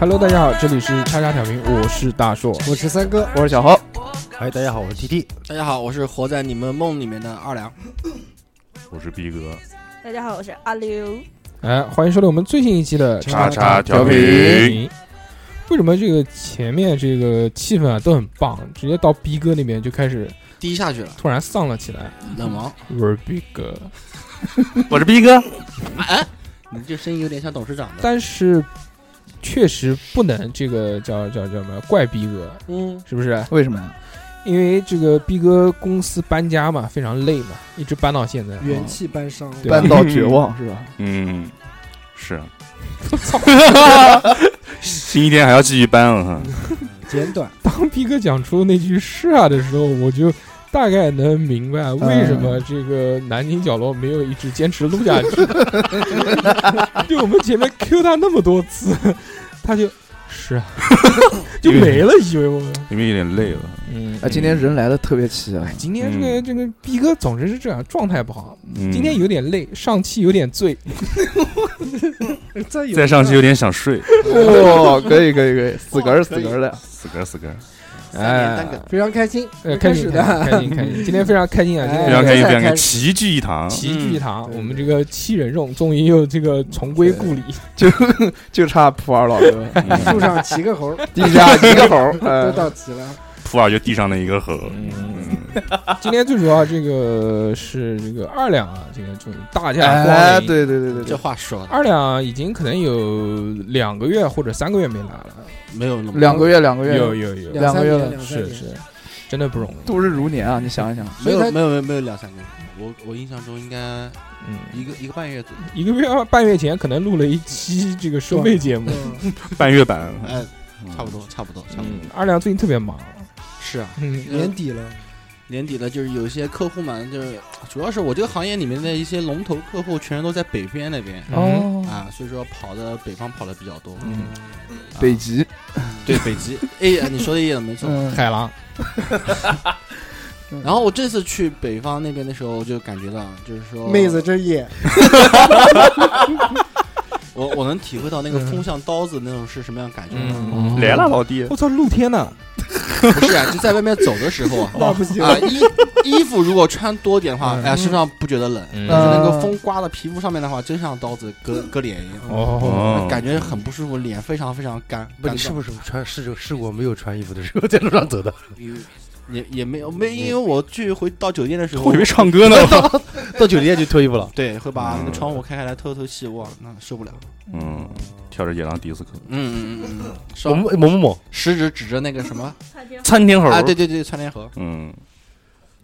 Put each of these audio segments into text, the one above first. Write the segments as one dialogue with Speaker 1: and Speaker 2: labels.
Speaker 1: Hello，大家好，这里是叉叉调频，我是大硕。
Speaker 2: 我是三哥，
Speaker 3: 我是小侯，
Speaker 4: 哎，大家好，我是 TT。
Speaker 2: 大家好，我是活在你们梦里面的二良。
Speaker 5: 我是逼哥，
Speaker 6: 大家好，我是阿溜。
Speaker 1: 哎，欢迎收听我们最新一期的
Speaker 5: 叉
Speaker 1: 叉
Speaker 5: 叉
Speaker 1: 调
Speaker 5: 调
Speaker 1: 频
Speaker 5: 频。
Speaker 1: 为什么这个前面这个气氛啊都很棒，直接到逼哥那边就开始
Speaker 2: 低下去了，
Speaker 1: 突然丧了起来？
Speaker 2: 冷王，
Speaker 1: 我是逼哥，
Speaker 3: 我是逼哥。
Speaker 2: 你这声音有点像董事长的。
Speaker 1: 但是确实不能这个叫叫叫什么怪逼哥，
Speaker 2: 嗯，
Speaker 1: 是不是？
Speaker 3: 为什么呀？
Speaker 1: 因为这个逼哥公司搬家嘛，非常累嘛，一直搬到现在。
Speaker 2: 元
Speaker 1: 啊
Speaker 2: 气
Speaker 4: 搬上，
Speaker 1: 对吧
Speaker 3: 半道绝 望是吧？
Speaker 5: 嗯，是， 星期天还要继续搬了啊哈。
Speaker 4: 嗯简短，
Speaker 1: 当逼哥讲出那句“是啊”的时候，我就大概能明白为什么这个南京角落没有一直坚持录下去。 就我们前面 Q 他那么多次，他就是 啊，就没了，以为我们。
Speaker 5: 因为有点累了。
Speaker 1: 嗯
Speaker 3: 啊，今天人来的特别齐 啊，
Speaker 1: 今天这个这个逼哥总是是这样，状态不好。
Speaker 5: 嗯、
Speaker 1: 今天有点累，上气有点醉。
Speaker 4: 再有
Speaker 5: 再上去有点想睡，
Speaker 3: 哇，哦可以可以可以，死格儿死格儿的，
Speaker 5: 死个死个，
Speaker 2: 三连单
Speaker 1: 哎
Speaker 2: 梗，
Speaker 4: 非常开心，
Speaker 1: 呃，开
Speaker 4: 开
Speaker 1: 心
Speaker 4: 始
Speaker 1: 开心
Speaker 4: 的
Speaker 1: 开心开心，今天非常开心啊！今
Speaker 4: 哎
Speaker 1: 天
Speaker 5: 非常开心，非常开
Speaker 4: 开
Speaker 5: 心，
Speaker 4: 始
Speaker 5: 齐聚一堂。
Speaker 1: 齐聚一堂，
Speaker 4: 嗯
Speaker 1: 我们这个七人众终于又这个重归故里。
Speaker 3: 就就差普洱老哥，
Speaker 4: 树上骑个猴，
Speaker 3: 地下一个猴儿，
Speaker 4: 都
Speaker 3: 哎
Speaker 4: 到齐了。
Speaker 5: 普洱就地上的一个猴，嗯，
Speaker 1: 今天最主要这个是这个二两啊，这个终于大驾
Speaker 3: 哎，
Speaker 1: 光临。
Speaker 3: 对对对对
Speaker 2: 这
Speaker 3: 对，
Speaker 2: 话说的
Speaker 1: 二两已经可能有两个月或者三个月没来了，
Speaker 2: 没有那么
Speaker 3: 两个月两个
Speaker 1: 有
Speaker 3: 月，
Speaker 1: 有有，
Speaker 3: 两
Speaker 4: 三
Speaker 3: 个月
Speaker 4: 年
Speaker 3: 了
Speaker 4: 两三
Speaker 1: 是
Speaker 4: 年
Speaker 1: 是，真的不容易。
Speaker 3: 度日如年啊，你想一想，
Speaker 2: 没
Speaker 4: 所以
Speaker 2: 有
Speaker 4: 他
Speaker 2: 没有没有没有两三个月，我我印象中应该
Speaker 1: 嗯，
Speaker 2: 一个一个半月左右。
Speaker 1: 一个月半月前可能录了一期这个收费节目。
Speaker 4: 嗯
Speaker 5: 半月板，
Speaker 2: 哎，差不多，差不多，差不多。
Speaker 1: 嗯，二两最近特别忙。
Speaker 2: 是啊，
Speaker 1: 嗯，
Speaker 4: 年底了，
Speaker 2: 年底了，就是有一些客户嘛，就是主要是我这个行业里面的一些龙头客户，全都在北边那边
Speaker 1: 哦，
Speaker 2: 啊，所以说跑的北方跑的比较多。
Speaker 1: 嗯
Speaker 2: 啊
Speaker 3: 北极，
Speaker 2: 对北极，哎，你说的一点没错。
Speaker 3: 嗯，
Speaker 1: 海狼，
Speaker 2: 然后我这次去北方那边的时候，我就感觉到，就是说，
Speaker 4: 妹子真野，
Speaker 2: 我我能体会到那个风向刀子那种是什么样感觉。
Speaker 1: 嗯
Speaker 5: 来了，老弟，
Speaker 1: 我操，露天呢？
Speaker 2: 不是啊，就在外面走的时候啊，
Speaker 4: 那不行，
Speaker 2: 啊衣衣服如果穿多点的话，
Speaker 1: 嗯
Speaker 2: 哎呀身上不觉得冷，
Speaker 1: 嗯
Speaker 2: 但是那个风刮到皮肤上面的话，真像刀子割割脸一样，
Speaker 1: 哦，
Speaker 5: 哦，
Speaker 2: 感觉很不舒服，脸非常非常干。
Speaker 7: 不，你是不是穿试着试过没有穿衣服的时候在路上走的？
Speaker 2: 是也也没有没，因为我去回到酒店的时候
Speaker 5: 我以，为唱歌 呢，
Speaker 7: 到酒店就脱衣服了。
Speaker 2: 对，会把那个窗户开开来透透气，哇，那受不了。
Speaker 5: 嗯，跳着野狼迪斯科，
Speaker 2: 嗯嗯嗯嗯，是
Speaker 7: 我
Speaker 2: 吧
Speaker 7: 们某某某，
Speaker 2: 食指指着那个什么
Speaker 5: 窜天猴
Speaker 2: 啊，对，对对，窜天猴，
Speaker 5: 嗯，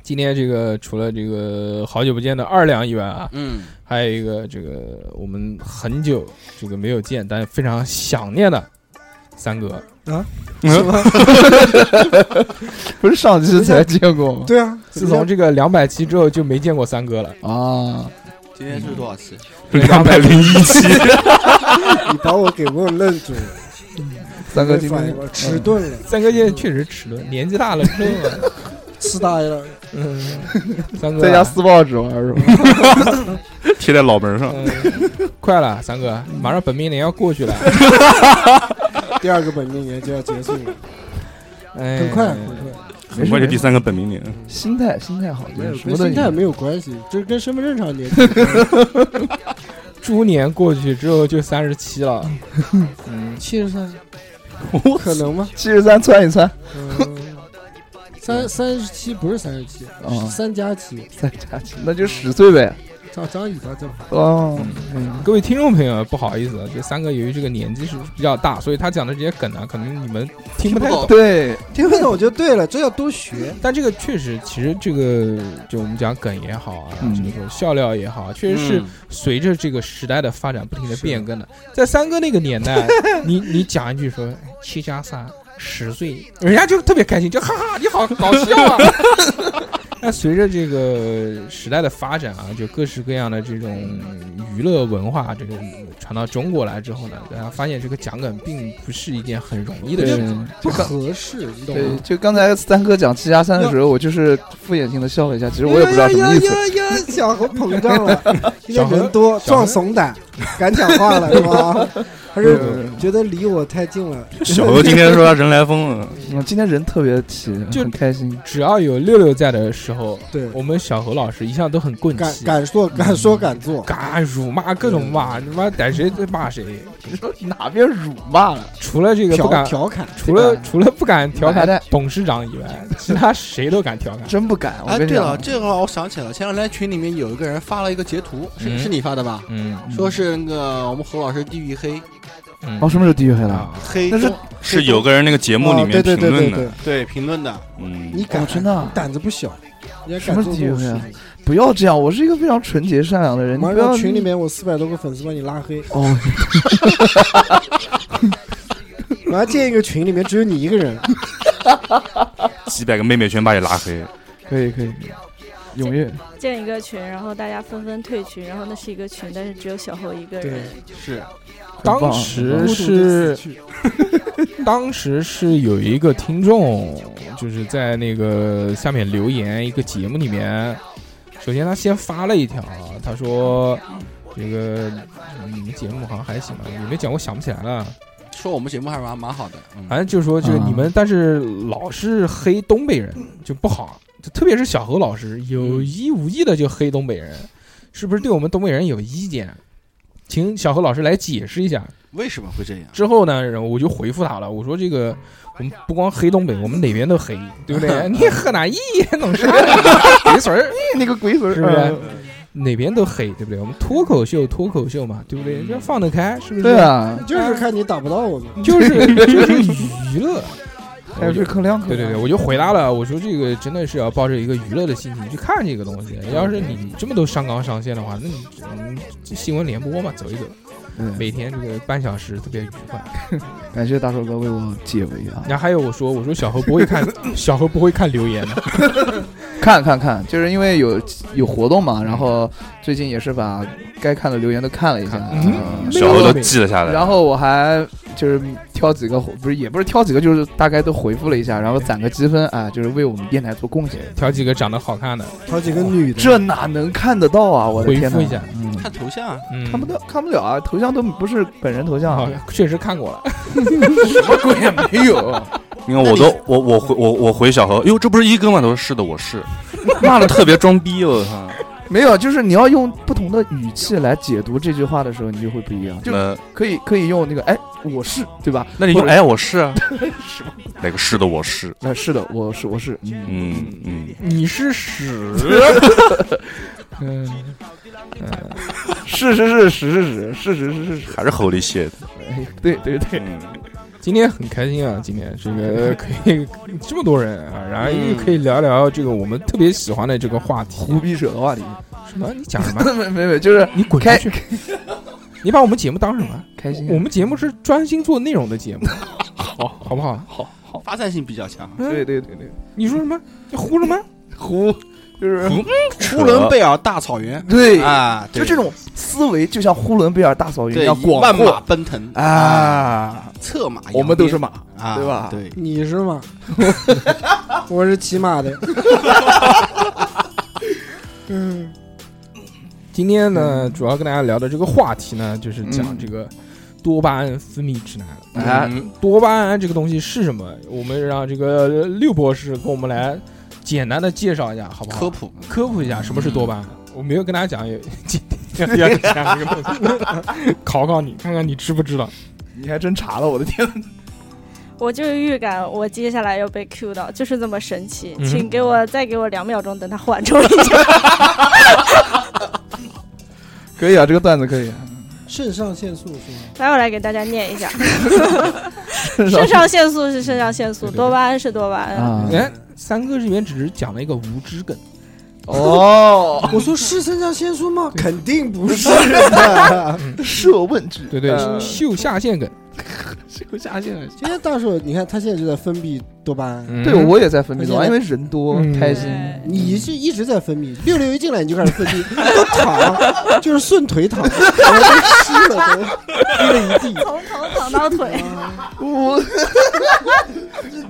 Speaker 1: 今天这个除了这个好久不见的二两以外啊，
Speaker 2: 嗯，
Speaker 1: 还有一个这个我们很久这个没有见，但非常想念的三哥，
Speaker 4: 什么？
Speaker 3: 不是上期才见过吗？
Speaker 4: 对啊，
Speaker 1: 自从这个两百期之后就没见过三哥 了。
Speaker 3: 啊，
Speaker 2: 今天是多少
Speaker 7: 嗯
Speaker 2: 期？
Speaker 5: 两百零一期，
Speaker 4: 你把我给问愣住了，
Speaker 3: 三哥今
Speaker 4: 反
Speaker 3: 天
Speaker 4: 应过来迟钝了，
Speaker 1: 三哥现在确实迟钝，年纪大了之后 啊，
Speaker 4: 吃大了，
Speaker 1: 嗯，三哥啊
Speaker 3: 在家撕报纸玩是吧？
Speaker 5: 贴在脑门上，
Speaker 1: 嗯快了，三哥，马上本命年要过去了，
Speaker 4: 第二个本命年就要结束了，
Speaker 1: 哎，
Speaker 4: 很快很快，
Speaker 5: 很快就第三个本命年，
Speaker 3: 心态心态好，
Speaker 4: 没有
Speaker 3: 什
Speaker 4: 跟
Speaker 3: 么都
Speaker 4: 心态
Speaker 3: 有
Speaker 4: 没有关系，这跟身份证上年纪有关系
Speaker 1: 猪年过去之后就三十七了，嗯，
Speaker 4: 七十三， 可能吗？
Speaker 3: 七十三窜一窜，
Speaker 4: 嗯，三三十七不是三十七，
Speaker 3: 哦
Speaker 4: 是三加七，
Speaker 3: 再加起那就十岁呗。
Speaker 4: 张张椅子这
Speaker 3: 哦，
Speaker 1: 各位听众朋友，不好意思，啊，这三哥由于这个年纪是比较大，所以他讲的这些梗呢，可能你们听不太
Speaker 2: 听不
Speaker 1: 懂
Speaker 2: 懂。
Speaker 3: 对，
Speaker 4: 听不懂就对了，这要多学。
Speaker 1: 但这个确实，其实这个就我们讲梗也好啊，
Speaker 3: 嗯
Speaker 1: 这个笑料也好啊，确实是
Speaker 2: 嗯
Speaker 1: 随着这个时代的发展不停的变更的。在三哥那个年代， 你你讲一句说哎七加三十岁，人家就特别开心，就哈哈，你好搞笑啊。那随着这个时代的发展啊，就各式各样的这种娱乐文化，这个传到中国来之后呢，大家发现这个讲梗并不是一件很容易的事情。
Speaker 4: 不合适，你懂
Speaker 3: 对，
Speaker 4: 吗？
Speaker 3: 就刚才三哥讲七加三的时候，我就是敷衍性的笑了一下，其实我也不知道什么意 思。
Speaker 4: 哎呀呀呀！小猴膨胀了，因
Speaker 1: 小
Speaker 4: 为
Speaker 1: 猴
Speaker 4: 人多
Speaker 1: 小猴
Speaker 4: 壮怂胆，敢讲话了是吧？还是
Speaker 3: 嗯
Speaker 4: 觉得离我太近了。
Speaker 5: 小何今天说他人来疯 了，
Speaker 3: 嗯今天人特别齐，
Speaker 1: 就
Speaker 3: 很开心。
Speaker 1: 只要有六六在的时候，
Speaker 4: 对，
Speaker 1: 我们小何老师一向都很棍
Speaker 4: 敢
Speaker 1: 气，
Speaker 4: 敢说
Speaker 3: 嗯
Speaker 4: 敢说敢做，
Speaker 1: 敢辱骂各种骂，你妈逮谁就骂谁。
Speaker 3: 哪边辱骂了？
Speaker 1: 除了这个不
Speaker 4: 调
Speaker 1: 敢，
Speaker 4: 调侃。
Speaker 1: 除了除了不敢调
Speaker 3: 奶
Speaker 1: 侃
Speaker 3: 奶
Speaker 1: 董事长以外，其他谁都敢调侃。
Speaker 3: 真不敢，我
Speaker 2: 哎，
Speaker 3: 跟你
Speaker 2: 对了，
Speaker 3: 讲，
Speaker 2: 这个我想起来了，前两天群里面有一个人发了一个截图，是
Speaker 1: 嗯
Speaker 2: 是你发的吧？
Speaker 1: 嗯
Speaker 2: 说是那个我们侯老师地域黑，
Speaker 1: 嗯
Speaker 3: 哦，什么时候地狱黑了？
Speaker 1: 啊，
Speaker 2: 黑
Speaker 3: 那是
Speaker 2: 中
Speaker 5: 是有个人那个节目里
Speaker 4: 啊对
Speaker 5: 面
Speaker 4: 对
Speaker 5: 评
Speaker 4: 对
Speaker 5: 论
Speaker 4: 对
Speaker 5: 的，
Speaker 4: 对，
Speaker 2: 对评论的，
Speaker 4: 你
Speaker 5: 嗯，
Speaker 4: 敢
Speaker 3: 哦真的啊
Speaker 4: 你胆子不小，你还
Speaker 3: 什
Speaker 4: 敢
Speaker 3: 么
Speaker 4: 做
Speaker 3: 地
Speaker 4: 这种
Speaker 3: 位
Speaker 4: 事
Speaker 3: 啊
Speaker 4: 情？
Speaker 3: 不要这样，我是一个非常纯洁善良的人。你
Speaker 4: 马
Speaker 3: 不
Speaker 4: 上
Speaker 3: 要
Speaker 4: 群里面我四百多个粉丝把你拉黑，
Speaker 3: 哦，
Speaker 4: 马上建一个群里面只有你一个人，
Speaker 5: 几百个妹妹全把你拉黑，
Speaker 3: 可以可以，踊跃。
Speaker 6: 建一个群，然后大家纷纷退群，然后那是一个群，但是只有小侯一个人。
Speaker 2: 是
Speaker 3: 很
Speaker 1: 当
Speaker 3: 棒
Speaker 4: 孤
Speaker 1: 时
Speaker 4: 独地
Speaker 1: 是
Speaker 4: 死去。
Speaker 1: 当时是有一个听众，就是在那个下面留言一个节目里面，首先他先发了一条，他说这个你们节目好像还行吧，有没有讲我想不起来了，
Speaker 2: 说我们节目还蛮蛮好的，嗯
Speaker 1: 反正就是说这个
Speaker 3: 啊
Speaker 1: 你们，但是老是黑东北人就不好，就特别是小何老师有意无意的就黑东北人，是不是对我们东北人有意见？请小何老师来解释一下，
Speaker 2: 为什么会这样？
Speaker 1: 之后呢，然后我就回复他了，我说这个我们不光黑东北，我们哪边都黑，对不 对？你河南一也弄啥鬼水儿，
Speaker 3: 那个鬼嗯嘴
Speaker 1: 是不是？哪边都黑，对不对？我们脱口秀，脱口秀嘛，对不对？这放得开，是不是？
Speaker 3: 对，啊，
Speaker 4: 就是看你打不到我们。
Speaker 1: 就是就是娱乐。
Speaker 3: 还有是可亮可
Speaker 1: 对对对，我就回答了，我说这个真的是要抱着一个娱乐的心情去看这个东西。要是你这么都上纲上线的话，那你嗯这新闻联播嘛，走一走，
Speaker 3: 嗯，
Speaker 1: 每天这个半小时特别愉快。
Speaker 3: 感谢大手哥为我解围啊！
Speaker 1: 然后还有我说，我说小何不会 看，小何不会看留言的。
Speaker 3: 看看看，就是因为有有活动嘛，然后最近也是把该看的留言都看了一下，
Speaker 1: 嗯
Speaker 3: 嗯
Speaker 5: 小何都记了下来。
Speaker 3: 然后我还就是挑几个，不是也不是挑几个，就是大概都回复了一下，然后攒个积分啊，就是为我们电台做贡献。
Speaker 1: 挑几个长得好看的，
Speaker 4: 挑几个女的，
Speaker 3: 这哪能看得到啊！我的天呐，
Speaker 1: 回复一下
Speaker 3: 嗯，
Speaker 2: 看头像啊，
Speaker 1: 嗯，
Speaker 3: 看不到，看不了啊，头像都不是本人头像
Speaker 1: 好
Speaker 3: 啊，，
Speaker 1: 确实看过了。
Speaker 3: 什么鬼也没有，
Speaker 5: 你看，我都我我回我我回小何，哟，这不是一哥吗？他说是的，我是，骂的特别装逼，我操。
Speaker 3: 没有，就是你要用不同的语气来解读这句话的时候，你就会不一样，就
Speaker 5: 那
Speaker 3: 可以可以用那个哎，我是对吧？
Speaker 5: 那你就
Speaker 3: 或者
Speaker 5: 哎，我是啊，哪个是的，我是，
Speaker 3: 那是的，我是我是，嗯，
Speaker 5: 嗯嗯，
Speaker 1: 你是屎， 嗯，
Speaker 3: 是是是是是是是是是是，
Speaker 5: 还是 Holy shit。
Speaker 3: 哎对对对，
Speaker 5: 嗯，
Speaker 1: 今天很开心啊，今天这个可以这么多人啊，然后又可以聊聊这个我们特别喜欢的这个话题。啊
Speaker 3: 胡逼扯的话题，
Speaker 1: 什么？你讲什 么？
Speaker 3: 没没没，就是
Speaker 1: 你滚出
Speaker 3: 开
Speaker 1: 去！你把我们节目当什么？
Speaker 3: 开心啊，
Speaker 1: 我们节目是专心做内容的 节目，好，好不好？
Speaker 2: 发散性比较强。
Speaker 3: 对对对对，
Speaker 1: 你说什么？你胡什么？
Speaker 3: 胡就是
Speaker 5: 胡
Speaker 2: 呼伦贝尔大草原
Speaker 3: 对，
Speaker 2: 啊，对
Speaker 3: 就这种思维，就像呼伦贝尔大草原一
Speaker 2: 对
Speaker 3: 样广
Speaker 2: 万马
Speaker 3: 阔
Speaker 2: 奔腾，
Speaker 3: 啊，
Speaker 2: 策马扬鞭，
Speaker 3: 我们都是马，
Speaker 2: 啊，
Speaker 3: 对吧嗯
Speaker 2: 对，
Speaker 4: 你是吗？ 我是骑马的，嗯，
Speaker 1: 今天呢，主要跟大家聊的这个话题呢，就是讲
Speaker 3: 嗯
Speaker 1: 这个多巴胺分泌指南。
Speaker 3: 哎
Speaker 2: 嗯
Speaker 1: 多巴胺这个东西是什么？我们让这个六博士跟我们来简单的介绍一下，好不好？
Speaker 2: 科普
Speaker 1: 科普一下什么是多巴胺。我没有跟大家讲，也 今天要讲这个东西， 考考你，看看你知不知道。
Speaker 3: 你还真查了，我的天，
Speaker 6: 我就有预感，我接下来要被 Q 到，就是这么神奇。
Speaker 1: 嗯
Speaker 6: 请给我再给我两秒钟，等它缓冲一下。
Speaker 3: 可以啊，这个段子可以啊，
Speaker 4: 肾上腺素是吗？
Speaker 6: 来，我来给大家念一下：
Speaker 3: 肾
Speaker 6: 肾上腺素是肾上腺素，
Speaker 1: 对对对
Speaker 6: 多巴胺是多巴胺。
Speaker 3: 啊，
Speaker 1: 哎，三哥这边只是讲了一个无知梗，
Speaker 3: 哦，
Speaker 4: 我说是肾上腺素吗？肯定不 是的。
Speaker 3: 设问句，
Speaker 1: 对对，
Speaker 3: 呃
Speaker 1: 秀下限梗。
Speaker 3: 秀下限了。
Speaker 4: 今天大硕，你看他现在就在分泌多巴胺，
Speaker 1: 嗯
Speaker 3: 对，我也在分泌多巴胺，
Speaker 4: 而且
Speaker 3: 因为人多
Speaker 1: 嗯
Speaker 3: 开
Speaker 6: 对
Speaker 3: 心。
Speaker 4: 你是一直在分泌。六六一进来你就开始分泌，都躺， 就是顺腿躺，躺都湿了都，滴了一地。
Speaker 6: 从头躺到腿，
Speaker 3: 我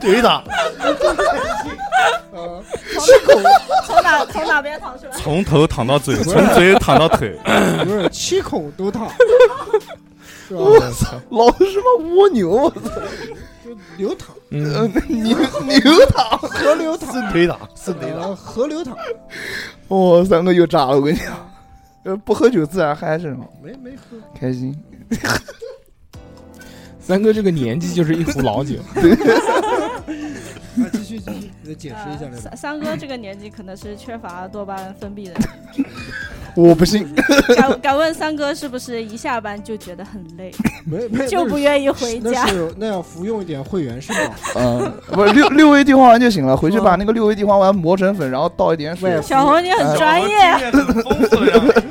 Speaker 7: 怼打，
Speaker 6: 从哪从哪边躺出来？
Speaker 5: 从头躺到嘴，从嘴躺到腿，
Speaker 4: 不是七孔都躺，是吧？
Speaker 1: 操！
Speaker 3: 老子什么蜗牛，呃
Speaker 4: 就流淌，
Speaker 1: 嗯，
Speaker 3: 牛 牛糖，
Speaker 4: 河流淌，
Speaker 7: 孙腿党，孙腿党，
Speaker 4: 呃河流淌，
Speaker 3: 哦，三哥又炸了，我跟你讲，呃，不喝酒自然嗨是吗？
Speaker 4: 没没喝，
Speaker 3: 开心，
Speaker 1: 三哥这个年纪就是一壶老酒，
Speaker 4: 啊，继续继续，再解释一下
Speaker 6: 呃
Speaker 4: 来吧。
Speaker 6: 三三哥这个年纪可能是缺乏多巴胺分泌的，
Speaker 3: 我不信，
Speaker 6: 敢敢问三哥是不是一下班就觉得很累，
Speaker 4: 没没
Speaker 6: 就不愿意回
Speaker 4: 那
Speaker 6: 家？
Speaker 4: 是有那要服用一点汇源是吧？
Speaker 3: 嗯，不是六六味地黄丸就行了，回去把那个六味地黄丸磨成粉，然后倒一点水
Speaker 4: 喂，
Speaker 6: 小红，你很专业，啊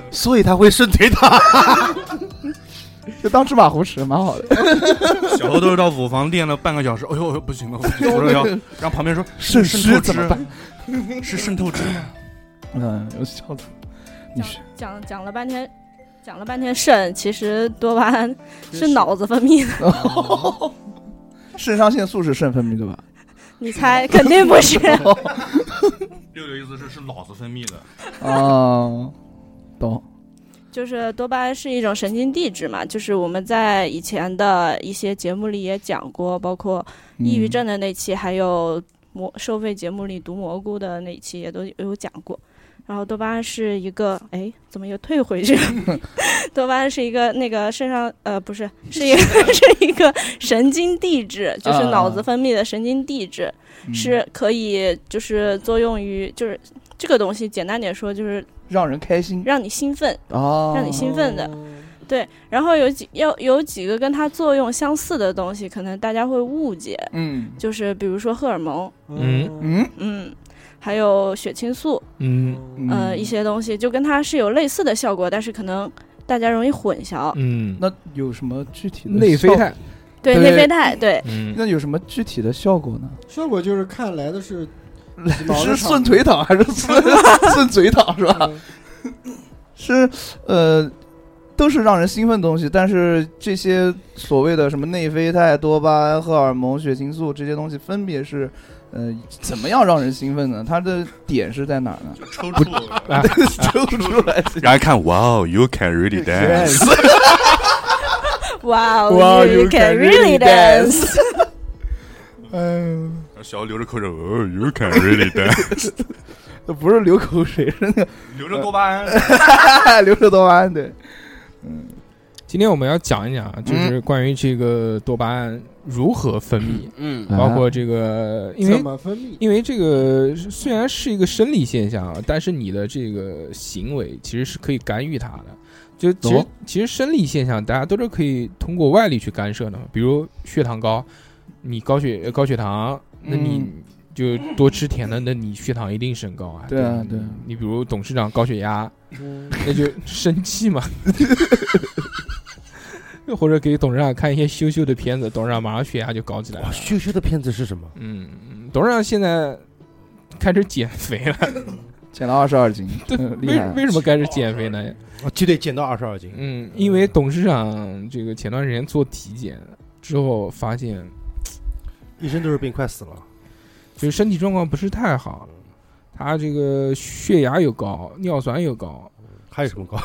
Speaker 7: 所以他会顺腿党。
Speaker 3: 就当芝麻糊吃，蛮好的。
Speaker 5: 小何都是到舞房练了半个小时，哎呦不行了，我 说要让旁边说
Speaker 3: 肾
Speaker 5: 渗
Speaker 3: 湿
Speaker 5: 透
Speaker 3: 怎么办？
Speaker 5: 汁是渗透汁吗？
Speaker 3: 嗯，我笑死。你
Speaker 6: 讲
Speaker 3: 是
Speaker 6: 讲讲了半天，讲了半天肾，其实多巴胺是脑子分泌的，
Speaker 3: 肾上腺素是肾分泌的吧？
Speaker 6: 你猜肯定不是。
Speaker 5: 六六意思是是脑子分泌的，
Speaker 3: 啊，懂。
Speaker 6: 就是多巴胺是一种神经递质嘛，就是我们在以前的一些节目里也讲过，包括
Speaker 3: 嗯
Speaker 6: 抑郁症的那期，还有蘑收费节目里毒蘑菇的那一期也都有讲过。然后多巴胺是一个，哎，怎么又退回去了？ 多巴胺是一个那个肾上呃不是是一个 是一个神经递质，就是
Speaker 3: 啊
Speaker 6: 脑子分泌的神经递质。
Speaker 3: 嗯
Speaker 6: 是可以就是作用于就是这个东西，简单点说就是
Speaker 3: 让人开心
Speaker 6: 让你兴奋，
Speaker 3: 啊，
Speaker 6: 让你 兴奋的。对，然后有几要有几个跟它作用相似的东西，可能大家会误解，
Speaker 3: 嗯
Speaker 6: 就是比如说荷尔蒙，
Speaker 1: 嗯
Speaker 3: 嗯
Speaker 6: 嗯，还有血清素，
Speaker 1: 嗯
Speaker 4: 嗯，
Speaker 6: 呃，
Speaker 3: 嗯
Speaker 6: 一些东西就跟它是有类似的效果，但是可能大家容易混淆。
Speaker 1: 嗯，
Speaker 3: 那有什么具体的
Speaker 1: 内啡
Speaker 3: 效？
Speaker 1: 肽，
Speaker 6: 对，
Speaker 3: 对
Speaker 6: 内啡 肽，对，
Speaker 1: 嗯，
Speaker 3: 那有什么具体的效果呢？
Speaker 4: 效果就是看来的是
Speaker 5: 嗯
Speaker 4: 脑
Speaker 3: 是
Speaker 4: 子
Speaker 3: 顺腿 躺还是 顺顺嘴躺是吧？
Speaker 5: 嗯
Speaker 3: 是呃，都是让人兴奋的东西，但是这些所谓的什么内啡肽、多巴胺、荷尔蒙、血清素这些东西，分别是呃怎么样让人兴奋呢？它的点是在哪儿呢？
Speaker 5: 抽搐。
Speaker 3: 抽出来。
Speaker 5: 然后一看，哇哦，You can really dance，
Speaker 6: 哇
Speaker 3: Wow,
Speaker 6: ，you
Speaker 3: you
Speaker 6: can
Speaker 3: can really
Speaker 6: really dance，
Speaker 3: 嗯，
Speaker 5: 小何流着口水，哦，You can really dance，
Speaker 3: 不是流口水，是那
Speaker 5: 流着多巴胺。
Speaker 3: 个流着多巴胺对。
Speaker 1: 今天我们要讲一讲啊，就是关于这个多巴胺如何分泌，
Speaker 2: 嗯，
Speaker 1: 包括这个，因为
Speaker 4: 怎么分泌？
Speaker 1: 因为这个虽然是一个生理现象啊，但是你的这个行为其实是可以干预它的。就其实
Speaker 3: 哦
Speaker 1: 其实生理现象大家都是可以通过外力去干涉的嘛，比如血糖高，你高血呃高血糖，那你
Speaker 3: 嗯
Speaker 1: 就多吃甜的，那你血糖一定升高啊。
Speaker 3: 对啊
Speaker 1: 吧
Speaker 3: 对啊
Speaker 1: 你比如董事长高血压，
Speaker 4: 嗯
Speaker 1: 那就生气嘛。 或者给董事长看一些羞羞的片子，董事长马上血压就高起来了
Speaker 7: 哇，。羞羞的片子是什么？
Speaker 1: 嗯，董事长现在开始减肥了，
Speaker 3: 减了二十二斤，
Speaker 1: 对
Speaker 3: 嗯，厉
Speaker 1: 为
Speaker 3: 害
Speaker 1: 为什么开始减肥呢？
Speaker 7: 啊，就得减到二十二斤。
Speaker 1: 嗯，因为董事长这个前段时间做体检之后，发现
Speaker 7: 医生都是病，快死了。
Speaker 1: 就是身体状况不是太好，他这个血压又高，尿酸又高，
Speaker 7: 还有什么高？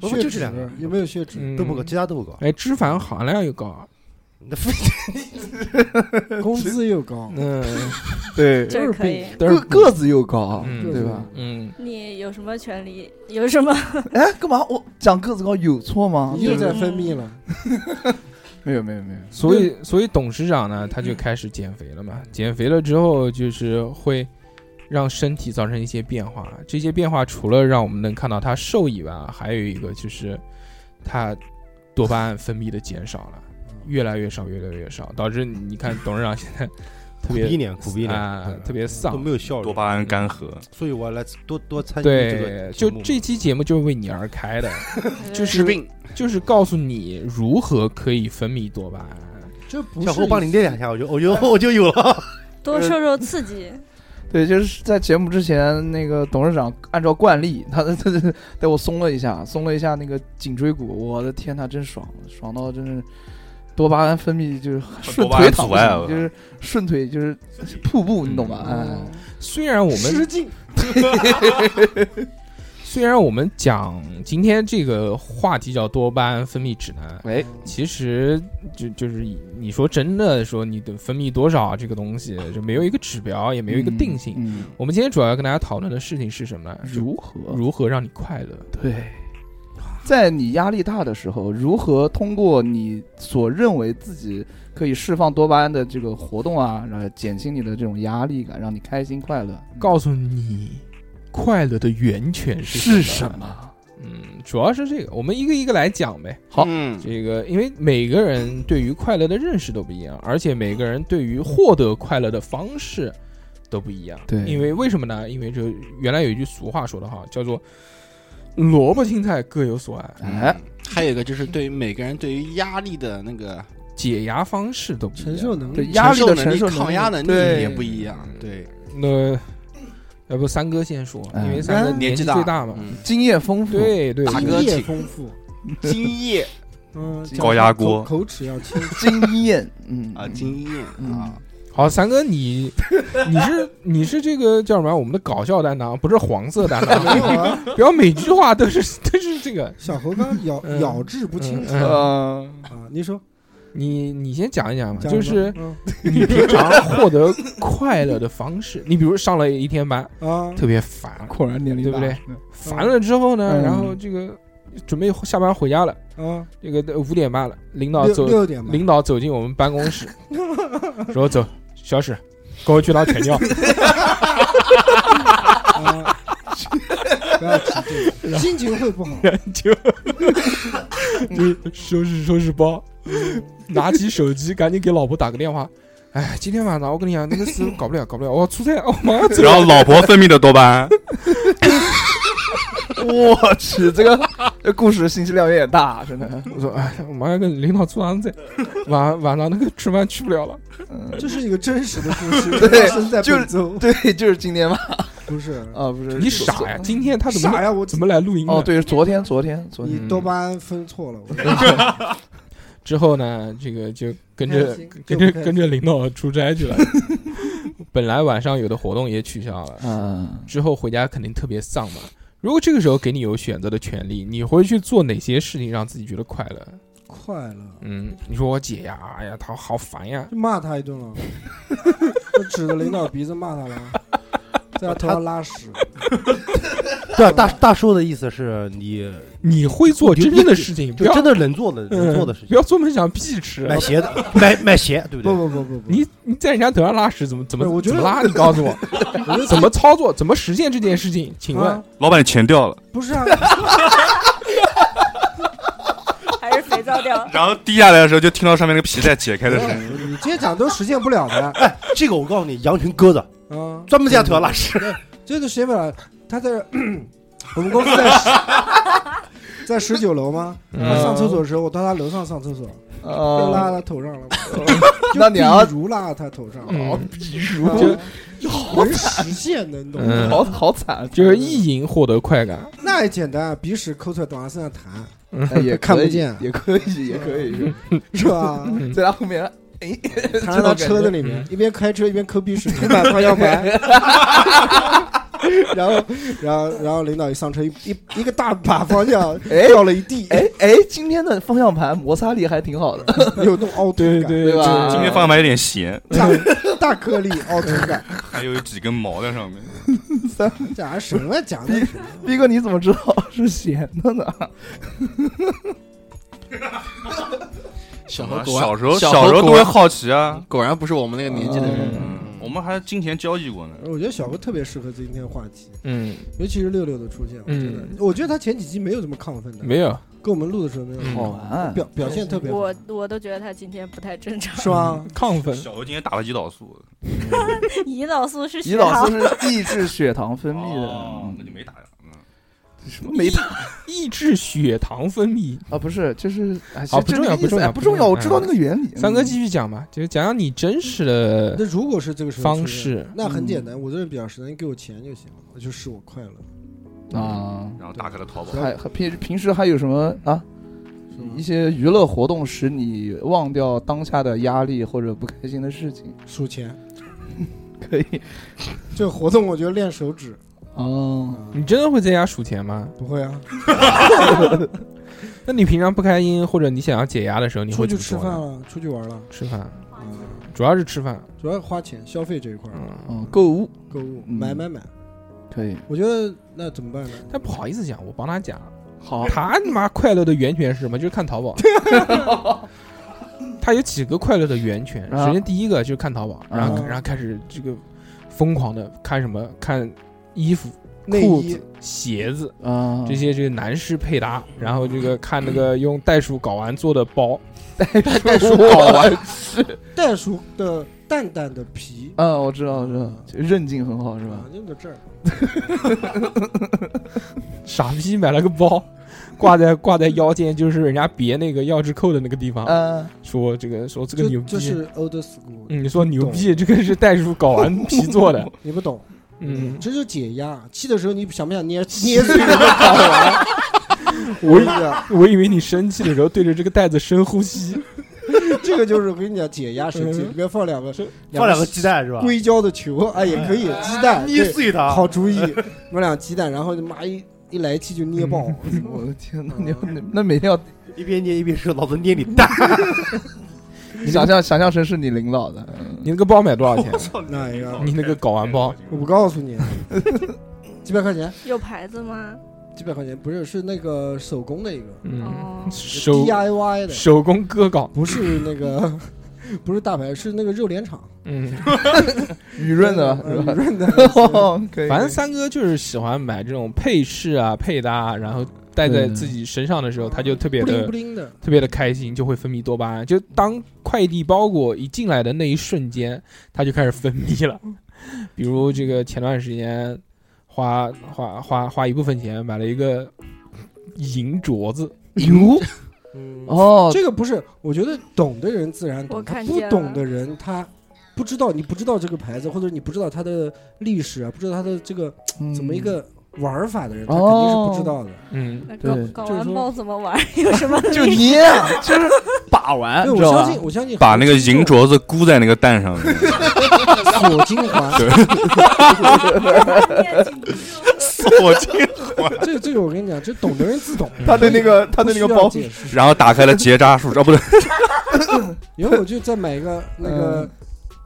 Speaker 7: 不
Speaker 4: 血
Speaker 7: 就
Speaker 4: 脂
Speaker 7: 这两个
Speaker 4: 有没有血脂？
Speaker 1: 嗯，
Speaker 7: 都不高，其他都不高。
Speaker 1: 哎，脂肪含量又高，
Speaker 7: 那非
Speaker 4: 工资又高，
Speaker 1: 嗯，
Speaker 3: 对，
Speaker 6: 这是可以。
Speaker 1: 但是
Speaker 3: 个个子又高，啊
Speaker 1: 嗯
Speaker 3: 对吧？
Speaker 1: 嗯，
Speaker 6: 你有什么权利？有什么？
Speaker 3: 哎，干嘛？我讲个子高有错吗？
Speaker 4: 又在分泌了。
Speaker 3: 没有没有没有，
Speaker 1: 所以所以董事长呢，他就开始减肥了嘛。减肥了之后，就是会让身体造成一些变化。这些变化除了让我们能看到他瘦以外啊，还有一个就是他多巴胺分泌的减少了，越来越少，越来越少，导致你看董事长现在特
Speaker 7: 苦 逼
Speaker 1: 别
Speaker 7: 脸，苦逼
Speaker 3: 哎
Speaker 1: 啊、
Speaker 7: 脸，
Speaker 1: 特别
Speaker 7: 都
Speaker 1: 丧
Speaker 7: 没。有效率。
Speaker 5: 多巴胺干 涸，
Speaker 7: 所以我要来多多参与这
Speaker 1: 对
Speaker 7: 个，
Speaker 1: 就
Speaker 7: 节目嘛
Speaker 1: 这期节目就是为你而开的，就
Speaker 2: 治
Speaker 1: 是
Speaker 2: 病，
Speaker 1: 就是告诉你如何可以分泌多巴胺。
Speaker 4: 这不是
Speaker 7: 小侯帮你练两下，我就我就我就有了。
Speaker 6: 多受受刺激。
Speaker 3: 对，就是在节目之前，那个董事长按照惯例，他他他他带我松了一下，松了一下那个颈椎骨，我的天呐，真爽，爽到真是多巴胺分泌就是顺
Speaker 5: 多巴
Speaker 3: 腿
Speaker 5: 胺
Speaker 3: 躺
Speaker 5: 阻
Speaker 3: 不
Speaker 5: 碍
Speaker 3: 行，
Speaker 5: 啊
Speaker 3: 就是顺腿就是嗯瀑布，你懂吧？
Speaker 1: 虽然我们
Speaker 4: 失禁，
Speaker 1: 虽虽然我们讲今天这个话题叫多巴胺分泌指南，
Speaker 3: 哎，
Speaker 1: 其实就就是你说真的说你的分泌多少这个东西，就没有一个指标，也没有一个定性。
Speaker 3: 嗯，
Speaker 1: 我们今天主要要跟大家讨论的事情是什么呢？是
Speaker 3: 如何嗯
Speaker 1: 如何让你快乐？
Speaker 3: 对，在你压力大的时候，如何通过你所认为自己可以释放多巴胺的这个活动啊，然后减轻你的这种压力感，让你开心快乐？
Speaker 1: 告诉你快乐的源泉
Speaker 3: 是
Speaker 1: 是
Speaker 3: 什
Speaker 1: 么？
Speaker 3: 么？
Speaker 1: 嗯，主要是这个，我们一个一个来讲呗。
Speaker 3: 好
Speaker 2: 嗯
Speaker 1: 这个，因为每个人对于快乐的认识都不一样，而且每个人对于获得快乐的方式都不一样。
Speaker 3: 对
Speaker 1: 因为为什么呢？因为这原来有一句俗话说得好，叫做“萝卜青菜各有所爱
Speaker 3: 哎，
Speaker 2: 还有一个就是对于每个人对于压力的那个”，
Speaker 1: 解压方式都不一样。
Speaker 4: 承受能
Speaker 3: 对
Speaker 4: 力，
Speaker 3: 压力的
Speaker 2: 承
Speaker 3: 承
Speaker 2: 受
Speaker 3: 受
Speaker 2: 能力抗压能力
Speaker 3: 对
Speaker 2: 也不一样，对，
Speaker 1: 那要不三哥先说，
Speaker 3: 哎
Speaker 1: 因为三哥
Speaker 2: 年
Speaker 1: 纪
Speaker 2: 大
Speaker 1: 最大嘛。
Speaker 2: 嗯
Speaker 3: 经验丰富，
Speaker 1: 对对，
Speaker 2: 大
Speaker 1: 对
Speaker 2: 哥
Speaker 4: 经验
Speaker 2: 请
Speaker 4: 丰富，
Speaker 2: 经验
Speaker 4: 嗯，
Speaker 5: 高压锅
Speaker 4: 口口齿要清楚。
Speaker 3: 经验，嗯
Speaker 2: 啊，经验啊，
Speaker 1: 好，三哥你你是你是这个叫什么？我们的搞笑担当，不是黄色担
Speaker 4: 没有
Speaker 1: 当，
Speaker 4: 啊，
Speaker 1: 不要每句话都是都是这个。
Speaker 4: 小猴刚咬
Speaker 1: 嗯
Speaker 4: 咬字不清楚
Speaker 1: 嗯
Speaker 3: 呃，
Speaker 4: 啊，你说
Speaker 1: 你你先讲一讲吧，
Speaker 4: 讲嗯
Speaker 1: 就
Speaker 4: 什
Speaker 1: 是
Speaker 4: 么
Speaker 1: 你平常获得快乐的方式。 你比如上了一天班，
Speaker 4: 啊，
Speaker 1: 特别烦，
Speaker 3: 果然年龄
Speaker 1: 对
Speaker 3: 大
Speaker 1: 不对？烦了之后呢，
Speaker 3: 嗯
Speaker 1: 然后这个准备下班回家了，
Speaker 4: 啊，
Speaker 1: 这个五点半了，领导
Speaker 4: 六
Speaker 1: 走，
Speaker 4: 六点吧，
Speaker 1: 领导走进我们办公室，说走，小史，跟我去趟犬尿。
Speaker 4: 啊， 不要提这个，心情会不好。
Speaker 1: 就就收拾收拾包， 拿起手机赶紧给老婆打个电话。哎，今天晚上我跟你讲，那个事搞不了，搞不了，我要出差，哦我马上走。
Speaker 5: 然后老婆分泌的多巴胺，
Speaker 3: 我去，这个这故事信息量有点大，真的。
Speaker 1: 我说，哎，我马上跟领导出趟差，晚晚上那个吃饭去不了了。
Speaker 3: 嗯，
Speaker 4: 这是一个真实的故事，
Speaker 3: 对
Speaker 4: 发生在
Speaker 3: 就是
Speaker 4: 本周，
Speaker 3: 对，就是今天吧？
Speaker 4: 不是
Speaker 3: 啊，不
Speaker 7: 嗯
Speaker 3: 是
Speaker 1: 你傻呀？今天他怎么
Speaker 4: 傻呀？我
Speaker 1: 怎么来录音的
Speaker 3: 哦，，对，昨天，昨天，昨天，
Speaker 4: 你多巴胺分错了，我
Speaker 1: 之后呢，这个就跟着
Speaker 4: 开心就
Speaker 1: 跟着
Speaker 4: 不开心
Speaker 1: 跟着领导出差去了。 本来晚上有的活动也取消了，
Speaker 3: 嗯，
Speaker 1: 之后回家肯定特别丧嘛。如果这个时候给你有选择的权利，你会去做哪些事情让自己觉得快乐？
Speaker 4: 快乐。
Speaker 1: 嗯，你说我姐呀，哎呀，她好烦呀。
Speaker 4: 就骂他一顿了， 我指着领导鼻子骂他了，在他头上拉屎，
Speaker 7: 对啊，大大叔的意思是你
Speaker 1: 你会做真正的事情，不
Speaker 7: 就
Speaker 1: 要嗯
Speaker 7: 真的能做的能做的事
Speaker 1: 不
Speaker 7: 情，
Speaker 1: 要做梦想屁吃。啊
Speaker 7: 买鞋的买买鞋，对不
Speaker 4: 不不不
Speaker 7: 对？
Speaker 4: 不啊不，
Speaker 1: 你你在人家头上拉屎，怎么怎么
Speaker 4: 不是我觉
Speaker 1: 怎
Speaker 4: 得
Speaker 1: 么拉？你告诉我，
Speaker 4: 我觉得
Speaker 1: 怎么操作？怎么实现这件事情？请问
Speaker 4: 啊，
Speaker 5: 老板钱掉了，？
Speaker 4: 不是啊？
Speaker 6: 还是肥皂掉
Speaker 5: 然后滴下来的时候就听到上面那个皮带解开的声音。
Speaker 4: 你这讲都实现不了的
Speaker 7: 哎，这个我告诉你，羊群鸽子
Speaker 4: 啊，
Speaker 7: 专门在头上拉屎，
Speaker 4: 这都实现不了。他在 我们公司在十在十九楼吗？他
Speaker 1: 嗯
Speaker 4: 上厕所的时候，我到他楼上上厕所，又拉
Speaker 3: 呃，
Speaker 4: 他头上了，
Speaker 3: 那你要
Speaker 4: 比如拉他头上，
Speaker 1: 嗯
Speaker 3: 比
Speaker 4: 啊
Speaker 3: 如
Speaker 4: 能实现的，你懂
Speaker 1: 嗯
Speaker 4: 吗？
Speaker 3: 好好惨，啊
Speaker 1: 就是意淫获得快感，
Speaker 4: 那也简单，啊鼻屎抠出来往他身上 弹，
Speaker 3: 哎也
Speaker 4: 看不
Speaker 3: 可以
Speaker 4: 见
Speaker 3: 也可以，也可以，
Speaker 4: 是吧？
Speaker 1: 嗯
Speaker 3: 在他后面，哎，
Speaker 4: 弹
Speaker 3: 这
Speaker 4: 到
Speaker 3: 种
Speaker 4: 车子
Speaker 3: 感觉
Speaker 4: 里面，一边开车一边抠鼻 屎，满方向盘。 然后，然后，然后领导一上车，一一一个大把方向
Speaker 3: 哎
Speaker 4: 掉了一地，
Speaker 3: 哎哎，今天的方向盘摩擦力还挺好的，
Speaker 4: 有那种凹凸感，
Speaker 1: 对嗯
Speaker 3: 对吧？
Speaker 5: 今天方向盘有点咸，
Speaker 4: 大大颗粒凹凸感，
Speaker 5: 还有几根毛在上面。
Speaker 4: 讲什么讲的什么？
Speaker 3: 逼哥，你怎么知道 是咸的呢？
Speaker 2: 小何果然
Speaker 5: 啊小时候
Speaker 2: 啊小
Speaker 5: 小时候都
Speaker 2: 果
Speaker 5: 会
Speaker 2: 然
Speaker 5: 好奇啊，
Speaker 2: 果然不是我们那个年纪的人，
Speaker 5: 嗯，我们还金钱交易过呢。
Speaker 4: 我觉得小何特别适合今天话题，
Speaker 1: 嗯，
Speaker 4: 尤其是六六的出现，我觉得
Speaker 1: 嗯，
Speaker 4: 我觉得他前几集没有这么亢奋的，
Speaker 1: 没有，
Speaker 4: 跟我们录的时候没有哦
Speaker 1: 好
Speaker 3: 玩
Speaker 4: 嗯
Speaker 3: 啊
Speaker 4: 表表现特别好
Speaker 6: 我，我都觉得他今天不太正常。
Speaker 4: 是吧？
Speaker 1: 嗯亢奋，
Speaker 5: 小何今天打了胰岛素，
Speaker 6: 胰岛素是
Speaker 3: 胰
Speaker 6: 血
Speaker 3: 岛
Speaker 6: 糖
Speaker 3: 素是抑制血糖分泌
Speaker 5: 哦那
Speaker 3: 的，
Speaker 5: 就没打呀。嗯
Speaker 3: 什么没打
Speaker 1: 抑制血糖分泌。
Speaker 3: 啊？不是，就是哎，
Speaker 1: 好不重要
Speaker 3: 就这个
Speaker 1: 不
Speaker 3: 意思
Speaker 1: 重要
Speaker 3: 哎不重
Speaker 1: 不重
Speaker 3: 要，
Speaker 1: 要
Speaker 3: 我知道那个原理。嗯
Speaker 1: 三哥继续讲吧，就讲讲你真实的
Speaker 4: 那如果是这个时候
Speaker 1: 方
Speaker 4: 出现
Speaker 1: 式嗯
Speaker 4: 那很简单，我这人比较实在，你给我钱就行了，我就使我快乐。
Speaker 3: 嗯啊，
Speaker 5: 然后打开了淘宝，
Speaker 3: 还还平平时还有什么啊？
Speaker 1: 嗯
Speaker 3: 一些娱乐活动使你忘掉当下的压力或者不开心的事情，
Speaker 4: 数钱
Speaker 3: 可以
Speaker 4: 这个活动，我觉得练手指，啊
Speaker 3: 哦，
Speaker 1: 你真的会在家数钱吗？
Speaker 4: 不会啊，
Speaker 1: 那你平常不开心或者你想要解压的时候，你
Speaker 4: 出
Speaker 1: 会怎
Speaker 4: 去
Speaker 1: 么
Speaker 4: 吃
Speaker 1: 做
Speaker 4: 饭
Speaker 1: 呢？
Speaker 4: 了，出去玩了，
Speaker 1: 吃饭，
Speaker 4: 嗯，
Speaker 1: 主要是吃饭。
Speaker 4: 主要花钱消费这一块儿，
Speaker 1: 嗯，
Speaker 3: 嗯，购物
Speaker 4: 购物
Speaker 3: 嗯
Speaker 4: 买买买，
Speaker 3: 可以，
Speaker 4: 我觉得那怎么办呢？
Speaker 1: 但不好意思讲，我帮他讲，
Speaker 3: 好，
Speaker 4: 哦
Speaker 1: 他他妈快乐的源泉是什么？就是看淘 宝。 他有几个快乐的源泉？
Speaker 3: 啊
Speaker 1: 首先第一个就是看淘宝，然后
Speaker 4: 啊
Speaker 1: 然后开始这个疯狂的看什么？看衣服、
Speaker 4: 内
Speaker 1: 裤
Speaker 4: 衣
Speaker 1: 子、鞋子
Speaker 3: 啊，
Speaker 4: 嗯
Speaker 1: 这些这个男士配搭，然后这个看那个用袋鼠睾丸做的包，
Speaker 3: 袋鼠睾丸，
Speaker 4: 袋鼠的淡淡的皮
Speaker 3: 嗯，我知道，我知道，就韧劲很好是
Speaker 1: 嗯
Speaker 3: 吧
Speaker 4: 啊？，就在这儿，
Speaker 1: 傻逼买了个 包，挂在挂在腰间，就是人家别那个钥匙扣的那个地方，
Speaker 3: 嗯，
Speaker 1: 说这个说这个牛
Speaker 4: 啊就
Speaker 1: 逼，
Speaker 4: 就是 old school，
Speaker 1: 嗯，你说牛逼，这个是袋鼠睾丸皮做 的，
Speaker 4: 你不懂，
Speaker 1: 嗯，
Speaker 4: 这就解压。气的时候，你想不 想捏捏碎那个睾丸？
Speaker 1: 我
Speaker 4: 跟你讲，
Speaker 1: 我以为 你生气的时候对着这个袋子深呼吸，
Speaker 4: 这个就是我跟你讲解压神器，
Speaker 1: 嗯
Speaker 4: 里面放两个
Speaker 7: 放两个鸡蛋是吧？
Speaker 4: 硅胶的球，哎，也可以，
Speaker 1: 啊
Speaker 4: 鸡蛋，
Speaker 7: 捏
Speaker 4: 对
Speaker 7: 碎它，
Speaker 4: 好主意，买两鸡蛋，然后你妈一一来气就捏爆，
Speaker 1: 嗯
Speaker 3: 我的天哪，你要那 那每天要
Speaker 7: 一边捏一边说老子捏你蛋，
Speaker 3: 你想象想象成是你领导的，嗯
Speaker 1: 你那个包买多少 钱？
Speaker 4: 那一个
Speaker 1: 你那个睾丸包，
Speaker 4: 我不告诉你， 几百块钱，
Speaker 6: 有牌子吗？
Speaker 4: 几百块钱不是是那个手工的一个
Speaker 1: 嗯，
Speaker 6: 哦，
Speaker 1: 手
Speaker 4: DIY 的，
Speaker 1: 手工割稿，
Speaker 4: 不是那个 不是大牌，是那个肉联厂
Speaker 1: 嗯，
Speaker 3: 雨润的
Speaker 4: 嗯
Speaker 3: 是吧？ 哦
Speaker 4: 润的
Speaker 3: 可以，
Speaker 1: 反正三哥就是喜欢买这种配饰啊、配搭啊，然后戴在自己身上的 时候，他就特别
Speaker 4: 不灵
Speaker 1: 的
Speaker 4: 不灵的，
Speaker 1: 特别的开心，就会分泌多巴胺。就当快递包裹一进来的那一瞬间，它就开始分泌 了。比如这个前段时间花花花花一部分钱买了一个银镯子，
Speaker 3: 哟
Speaker 4: 嗯，
Speaker 3: 哦，
Speaker 4: 这个不是，我觉得懂的人自然懂，
Speaker 6: 我看
Speaker 4: 不
Speaker 6: 见了
Speaker 4: 懂的人他。不知道你不知道这个牌子，或者你不知道它的历史啊，不知道它的这个
Speaker 3: 嗯
Speaker 4: 怎么一个玩法的人，他肯定
Speaker 3: 哦
Speaker 4: 是不知道的。
Speaker 1: 嗯，
Speaker 6: 那
Speaker 3: 对
Speaker 6: 搞搞
Speaker 4: 就是
Speaker 6: 完
Speaker 4: 说
Speaker 6: 包怎么玩？ 有什 么
Speaker 3: 就捏啊， 就是把玩，
Speaker 4: 对，
Speaker 3: 知
Speaker 4: 我
Speaker 3: 道
Speaker 4: 相
Speaker 3: 吧
Speaker 4: 信，？我相信
Speaker 5: 把那个银镯子箍在那个蛋上面，
Speaker 4: 锁金 环，
Speaker 5: 我去！
Speaker 4: 这个这个我跟你讲，这懂的人自懂，
Speaker 1: 嗯
Speaker 3: 他对那个 他
Speaker 4: 他
Speaker 3: 对那个包
Speaker 4: 解 释。
Speaker 5: 然后打开了结扎术，啊，不对，
Speaker 4: 然后我就再买 一个那个
Speaker 3: 嗯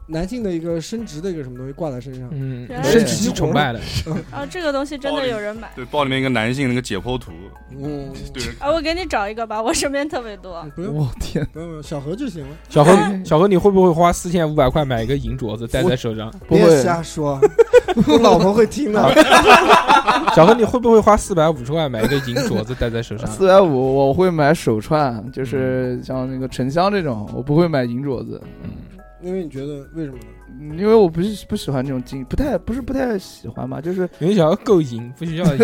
Speaker 4: 男性的一个生殖的一个什么东西挂在身上，
Speaker 1: 嗯，
Speaker 6: 原来
Speaker 1: 生殖
Speaker 4: 是
Speaker 1: 器
Speaker 4: 这
Speaker 1: 崇
Speaker 4: 样
Speaker 1: 拜的，
Speaker 6: 啊，这个东西真的有人买。
Speaker 5: 对，包里面一个男性那个解剖图，
Speaker 4: 嗯，
Speaker 5: 对着
Speaker 6: 啊，我给你找一个吧，我身边特别多。
Speaker 4: 不 用
Speaker 3: 我天，
Speaker 4: 不用不用，小何就行了，
Speaker 1: 小何，小何，你会不会花四千五百块买一个银镯子戴在手上？
Speaker 3: 不会，
Speaker 4: 瞎说，我老婆会听的。
Speaker 1: 小何，你会不会花四百五十块买一个银镯子戴在手上？
Speaker 3: 四百五我会买手串，就是像那个沉香这种，我不会买银镯子，
Speaker 4: 因为你觉得为什么呢？
Speaker 3: 嗯因为我不是不喜欢这种金，不太不是不太喜欢吧，就是
Speaker 1: 因为小何够银，不需要银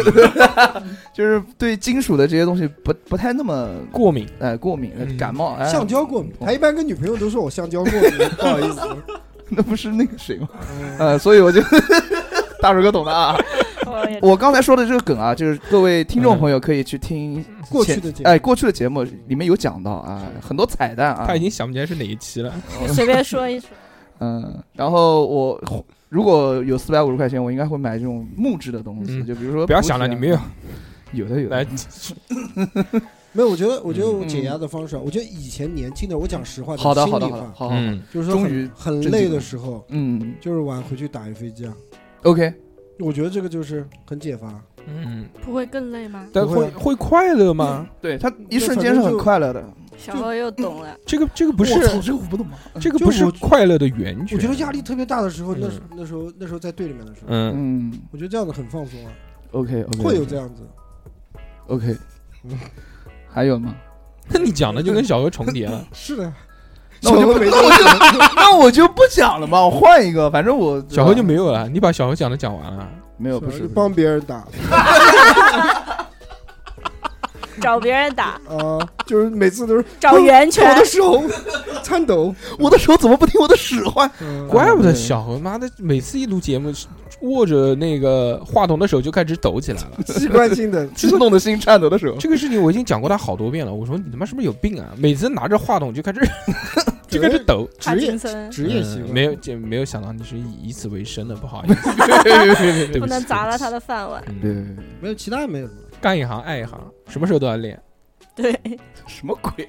Speaker 3: 就是对金属的这些东西不不太那么
Speaker 1: 过敏。
Speaker 3: 哎过敏
Speaker 1: 嗯，
Speaker 3: 感冒哎，
Speaker 4: 橡胶过敏，他一般跟女朋友都说我橡胶过 敏，不好意思。
Speaker 3: 那不是那个谁吗？
Speaker 4: 嗯
Speaker 3: 呃，所以我就大叔哥懂的啊。
Speaker 6: 我也
Speaker 3: 我刚才说的这个梗啊，就是各位听众朋友可以去听
Speaker 1: 嗯
Speaker 4: 过去
Speaker 3: 前
Speaker 4: 的节目
Speaker 3: 哎过去的节目里面有讲到啊，很多彩蛋啊。
Speaker 1: 他已经想不起来是哪一期了。
Speaker 6: 你随便说一说。
Speaker 3: 嗯，然后我如果有四百五十块钱，我应该会买这种木质的东西，
Speaker 1: 嗯
Speaker 3: 就比如说
Speaker 1: 不要想了，
Speaker 3: 竹
Speaker 1: 你
Speaker 3: 子啊
Speaker 1: 没有。
Speaker 3: 有的有
Speaker 1: 来
Speaker 3: 的，
Speaker 4: 没有，我觉得，我觉得我解压的方式啊，我觉得以前年轻的，我讲实话，
Speaker 3: 好的
Speaker 4: 心
Speaker 3: 好的
Speaker 4: 里
Speaker 3: 好的
Speaker 4: 话，
Speaker 3: 好，好
Speaker 1: 嗯，
Speaker 4: 就是说
Speaker 3: 终于
Speaker 4: 很很
Speaker 3: 正
Speaker 4: 累
Speaker 3: 经
Speaker 4: 的
Speaker 3: 了
Speaker 4: 时候，
Speaker 3: 嗯
Speaker 4: 就是晚回去打一飞机啊。
Speaker 3: ，OK，
Speaker 4: 我觉得这个就是很解乏，
Speaker 1: 嗯，
Speaker 6: 不会更累吗？
Speaker 1: 但会会快乐吗？
Speaker 3: 对他一瞬间是很快乐的，
Speaker 6: 小欧又懂了，
Speaker 1: 这个这个不是
Speaker 3: 我操这个我不懂啊，
Speaker 1: 这个
Speaker 4: 就
Speaker 1: 不是
Speaker 4: 我
Speaker 1: 快乐的源
Speaker 4: 我觉得
Speaker 1: 泉。
Speaker 4: 压力特别大的时候，那时
Speaker 1: 嗯
Speaker 4: 那时候那时候在队里面的时候，
Speaker 1: 嗯，
Speaker 3: 嗯
Speaker 4: 我觉得这样子很放松啊，
Speaker 3: ，OK OK，
Speaker 4: 会有这样子。
Speaker 3: OK，还有吗？
Speaker 1: 那你讲的就跟小何重叠了。
Speaker 4: 是的，
Speaker 3: 那我就不，那我就 那我就不讲了嘛，我换一个，反正我
Speaker 1: 小何就没有了，你把小何讲的讲完了。
Speaker 3: 没有，不是
Speaker 4: 就帮别人打
Speaker 6: 找别人打，
Speaker 4: 啊， 就是每次都是
Speaker 6: 找源泉
Speaker 4: 我。的手 颤抖，
Speaker 3: 我的手怎么不听我的使唤？
Speaker 4: 嗯
Speaker 1: 怪不得小何妈的每次一录节目，握着那个话筒的手就开始抖起来 了。
Speaker 4: 习惯 性的
Speaker 3: 激动的心，颤抖的手。
Speaker 1: 这个事情我已经讲过他好多遍了。我说你他妈是不是有病啊？每次拿着话筒就开始 这个是抖，
Speaker 6: 帕
Speaker 4: 职业
Speaker 6: 金森
Speaker 4: 职业习惯，
Speaker 1: 嗯没有这没有想到你是以以此为生的，不好意 思，对
Speaker 6: 不能
Speaker 1: 起
Speaker 6: 砸了他的饭碗。
Speaker 1: 嗯
Speaker 3: 对，
Speaker 4: 没有其他没有什么。
Speaker 1: 干一行爱一行，什么时候都要练，
Speaker 6: 对，
Speaker 3: 什么鬼？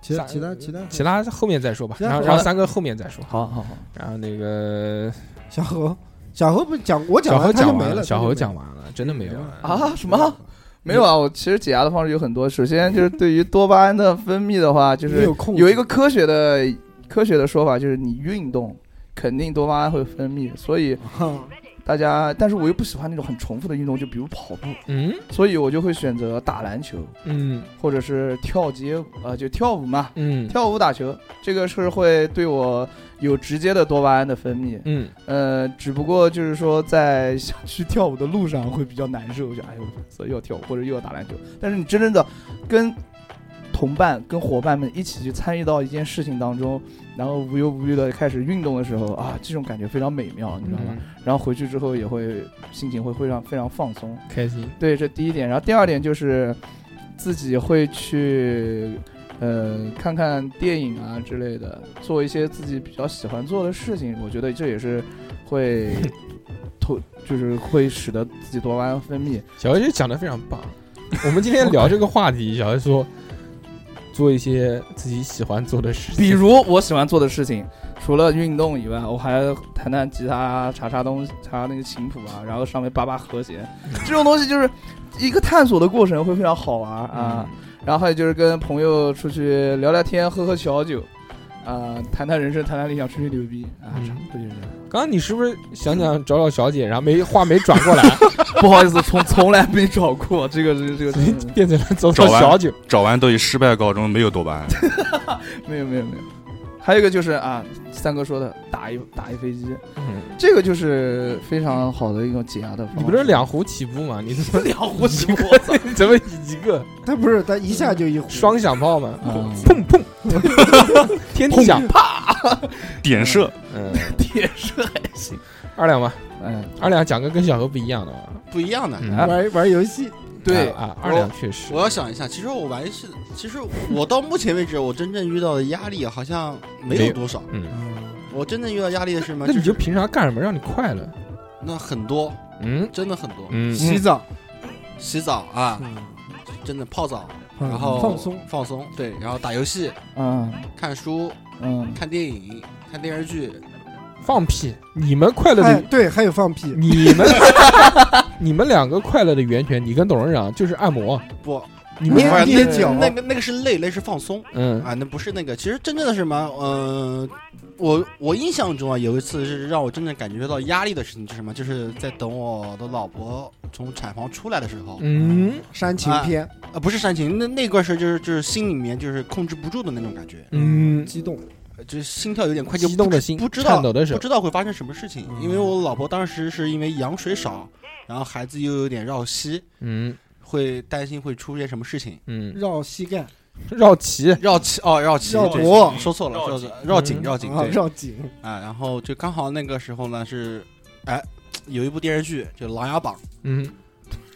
Speaker 4: 其
Speaker 1: 啥
Speaker 4: 他
Speaker 1: 嗯
Speaker 4: 其他其他
Speaker 1: 其他后面再说吧，
Speaker 4: 其他
Speaker 1: 然后
Speaker 4: 好
Speaker 1: 然后
Speaker 4: 的
Speaker 1: 三哥后面再说。
Speaker 3: 好好好，
Speaker 1: 然后那个
Speaker 4: 小猴，小猴不讲我
Speaker 1: 小
Speaker 4: 讲
Speaker 1: 猴
Speaker 4: 完他就
Speaker 1: 讲
Speaker 4: 没
Speaker 1: 完
Speaker 4: 了，
Speaker 1: 小
Speaker 4: 他就没
Speaker 1: 猴
Speaker 4: 了
Speaker 1: 讲完了，真的没有了
Speaker 3: 啊什么没有啊，我其实解压的方式有很多。首先就是对于多巴胺的分泌的话，就
Speaker 4: 没
Speaker 3: 是
Speaker 4: 有控制
Speaker 3: 有一个科学的科学的说法，就是你运动肯定多巴胺会分泌，所以
Speaker 4: 啊
Speaker 3: 大家，但是我又不喜欢那种很重复的运动，就比如跑步，
Speaker 1: 嗯
Speaker 3: 所以我就会选择打篮球
Speaker 1: 嗯
Speaker 3: 或者是跳街舞啊、就跳舞嘛，
Speaker 1: 嗯
Speaker 3: 跳舞打球，这个是会对我有直接的多巴胺的分泌。
Speaker 1: 嗯，
Speaker 3: 呃，只不过就是说在想去跳舞的路上会比较难受，就哎呦，所以又要跳舞或者又要打篮球。但是你真正的跟同伴、跟伙伴们一起去参与到一件事情当中，然后无忧无虑的开始运动的时候啊，这种感觉非常美妙，你知道吗？
Speaker 1: 嗯
Speaker 3: 然后回去之后也会心情会非常非常放松。
Speaker 1: 开心，
Speaker 3: 对，这第一点。然后第二点就是自己会去呃看看电影啊之类的，做一些自己比较喜欢做的事情。我觉得这也是会突，就是会使得自己多巴胺分泌。
Speaker 1: 小何就讲的非常棒。 我们今天聊这个话题，小何说做一些自己喜欢做的事情，
Speaker 3: 比如我喜欢做的事情，除了运动以外，我还弹弹吉他、啊查查东西、查那个琴谱啊，然后上面扒扒和弦，这种东西就是一个探索的过程，会非常好玩
Speaker 1: 嗯
Speaker 3: 啊。然后还有就是跟朋友出去聊聊天、喝喝小酒，啊、谈谈人生、谈谈理想、吹吹牛逼啊，
Speaker 1: 嗯
Speaker 3: 差不多就是这样。
Speaker 1: 刚刚你是不是想想找找小姐，然后没话没转过来，
Speaker 3: 不好意思，从从来没找过这个这个这个
Speaker 1: 所以
Speaker 3: 真的
Speaker 1: 变成了走
Speaker 5: 找
Speaker 1: 找
Speaker 5: 完哦
Speaker 1: 小姐？
Speaker 5: 找完都以失败告终，没有多巴 胺。
Speaker 3: 没有没有没有。还有一个就是啊，三哥说的打一打一飞机，
Speaker 1: 嗯
Speaker 3: 这个就是非常好的一种解压的方式。
Speaker 1: 你不是两壶起步吗？你怎么
Speaker 3: 两壶起步，
Speaker 1: 你怎么一个
Speaker 4: 他不是他一下就一壶
Speaker 1: 双响炮吗？
Speaker 3: 嗯
Speaker 1: 砰砰， 天地响，
Speaker 5: 点射，
Speaker 1: 嗯，
Speaker 3: 铁是还行。
Speaker 1: 二两吧，
Speaker 3: 哎，
Speaker 1: 二两讲个跟小何不一样的啊，
Speaker 2: 不一样的。
Speaker 1: 嗯
Speaker 4: 玩玩游戏，
Speaker 2: 对
Speaker 1: 啊，啊
Speaker 2: 我
Speaker 1: 二两确实
Speaker 2: 我要想一下，其实我玩游戏，其实我到目前为止，我真正遇到的压力好像
Speaker 1: 没
Speaker 2: 没
Speaker 1: 有
Speaker 2: 有多少。
Speaker 1: 嗯，
Speaker 2: 我真正遇到压力的是什么？
Speaker 1: 那你
Speaker 2: 是
Speaker 1: 就平常干什么让你快乐？
Speaker 2: 那很多，
Speaker 1: 嗯
Speaker 2: 真的很多。
Speaker 1: 嗯，
Speaker 4: 洗澡，
Speaker 2: 洗澡啊，真的泡澡，然后
Speaker 4: 嗯放松，
Speaker 2: 放松，对，然后打游戏、
Speaker 3: 嗯
Speaker 2: 看书、
Speaker 3: 嗯，
Speaker 2: 看电影、看电视剧，
Speaker 1: 放屁！你们快乐
Speaker 4: 哎
Speaker 1: 的，
Speaker 4: 对，还有放屁，
Speaker 1: 你 们 你们两个快乐的源泉，你跟董事长就是按摩，
Speaker 2: 不，
Speaker 1: 你
Speaker 4: 捏
Speaker 1: 们快
Speaker 4: 捏脚，
Speaker 2: 那个那个是累，那是放松
Speaker 1: 嗯
Speaker 2: 啊，那不是那个。其实真正的是什么？嗯、我我印象中啊，有一次是让我真正感觉到压力的事情是什么？就是在等我的老婆从产房出来的时候，
Speaker 1: 嗯
Speaker 4: 煽情片，
Speaker 2: 啊，不是煽情，那那段时候就是就是心里面就是控制不住的那种感觉，呃
Speaker 1: 嗯，
Speaker 4: 激动，
Speaker 2: 就是心跳有点快，就
Speaker 1: 激动的
Speaker 2: 不知
Speaker 1: 心，
Speaker 2: 嗯不知
Speaker 1: 颤
Speaker 2: 道
Speaker 1: 抖的嗯手
Speaker 2: 不，知道会发生什么事情，因为我老婆当时是因为羊水少，然后孩子又有点绕膝，
Speaker 1: 嗯
Speaker 2: 会担心会出现什么事情。
Speaker 1: 嗯，
Speaker 4: 绕膝盖，
Speaker 1: 绕脐，
Speaker 2: 绕脐哦，绕脐，
Speaker 4: 绕
Speaker 2: 对
Speaker 4: 脖
Speaker 2: 说错了，说错了绕
Speaker 1: 嗯
Speaker 2: 颈，绕颈，
Speaker 4: 啊
Speaker 2: 对
Speaker 4: 绕颈，
Speaker 2: 啊，然后就刚好那个时候呢是，哎，有一部电视剧就《琅琊榜》
Speaker 1: 嗯，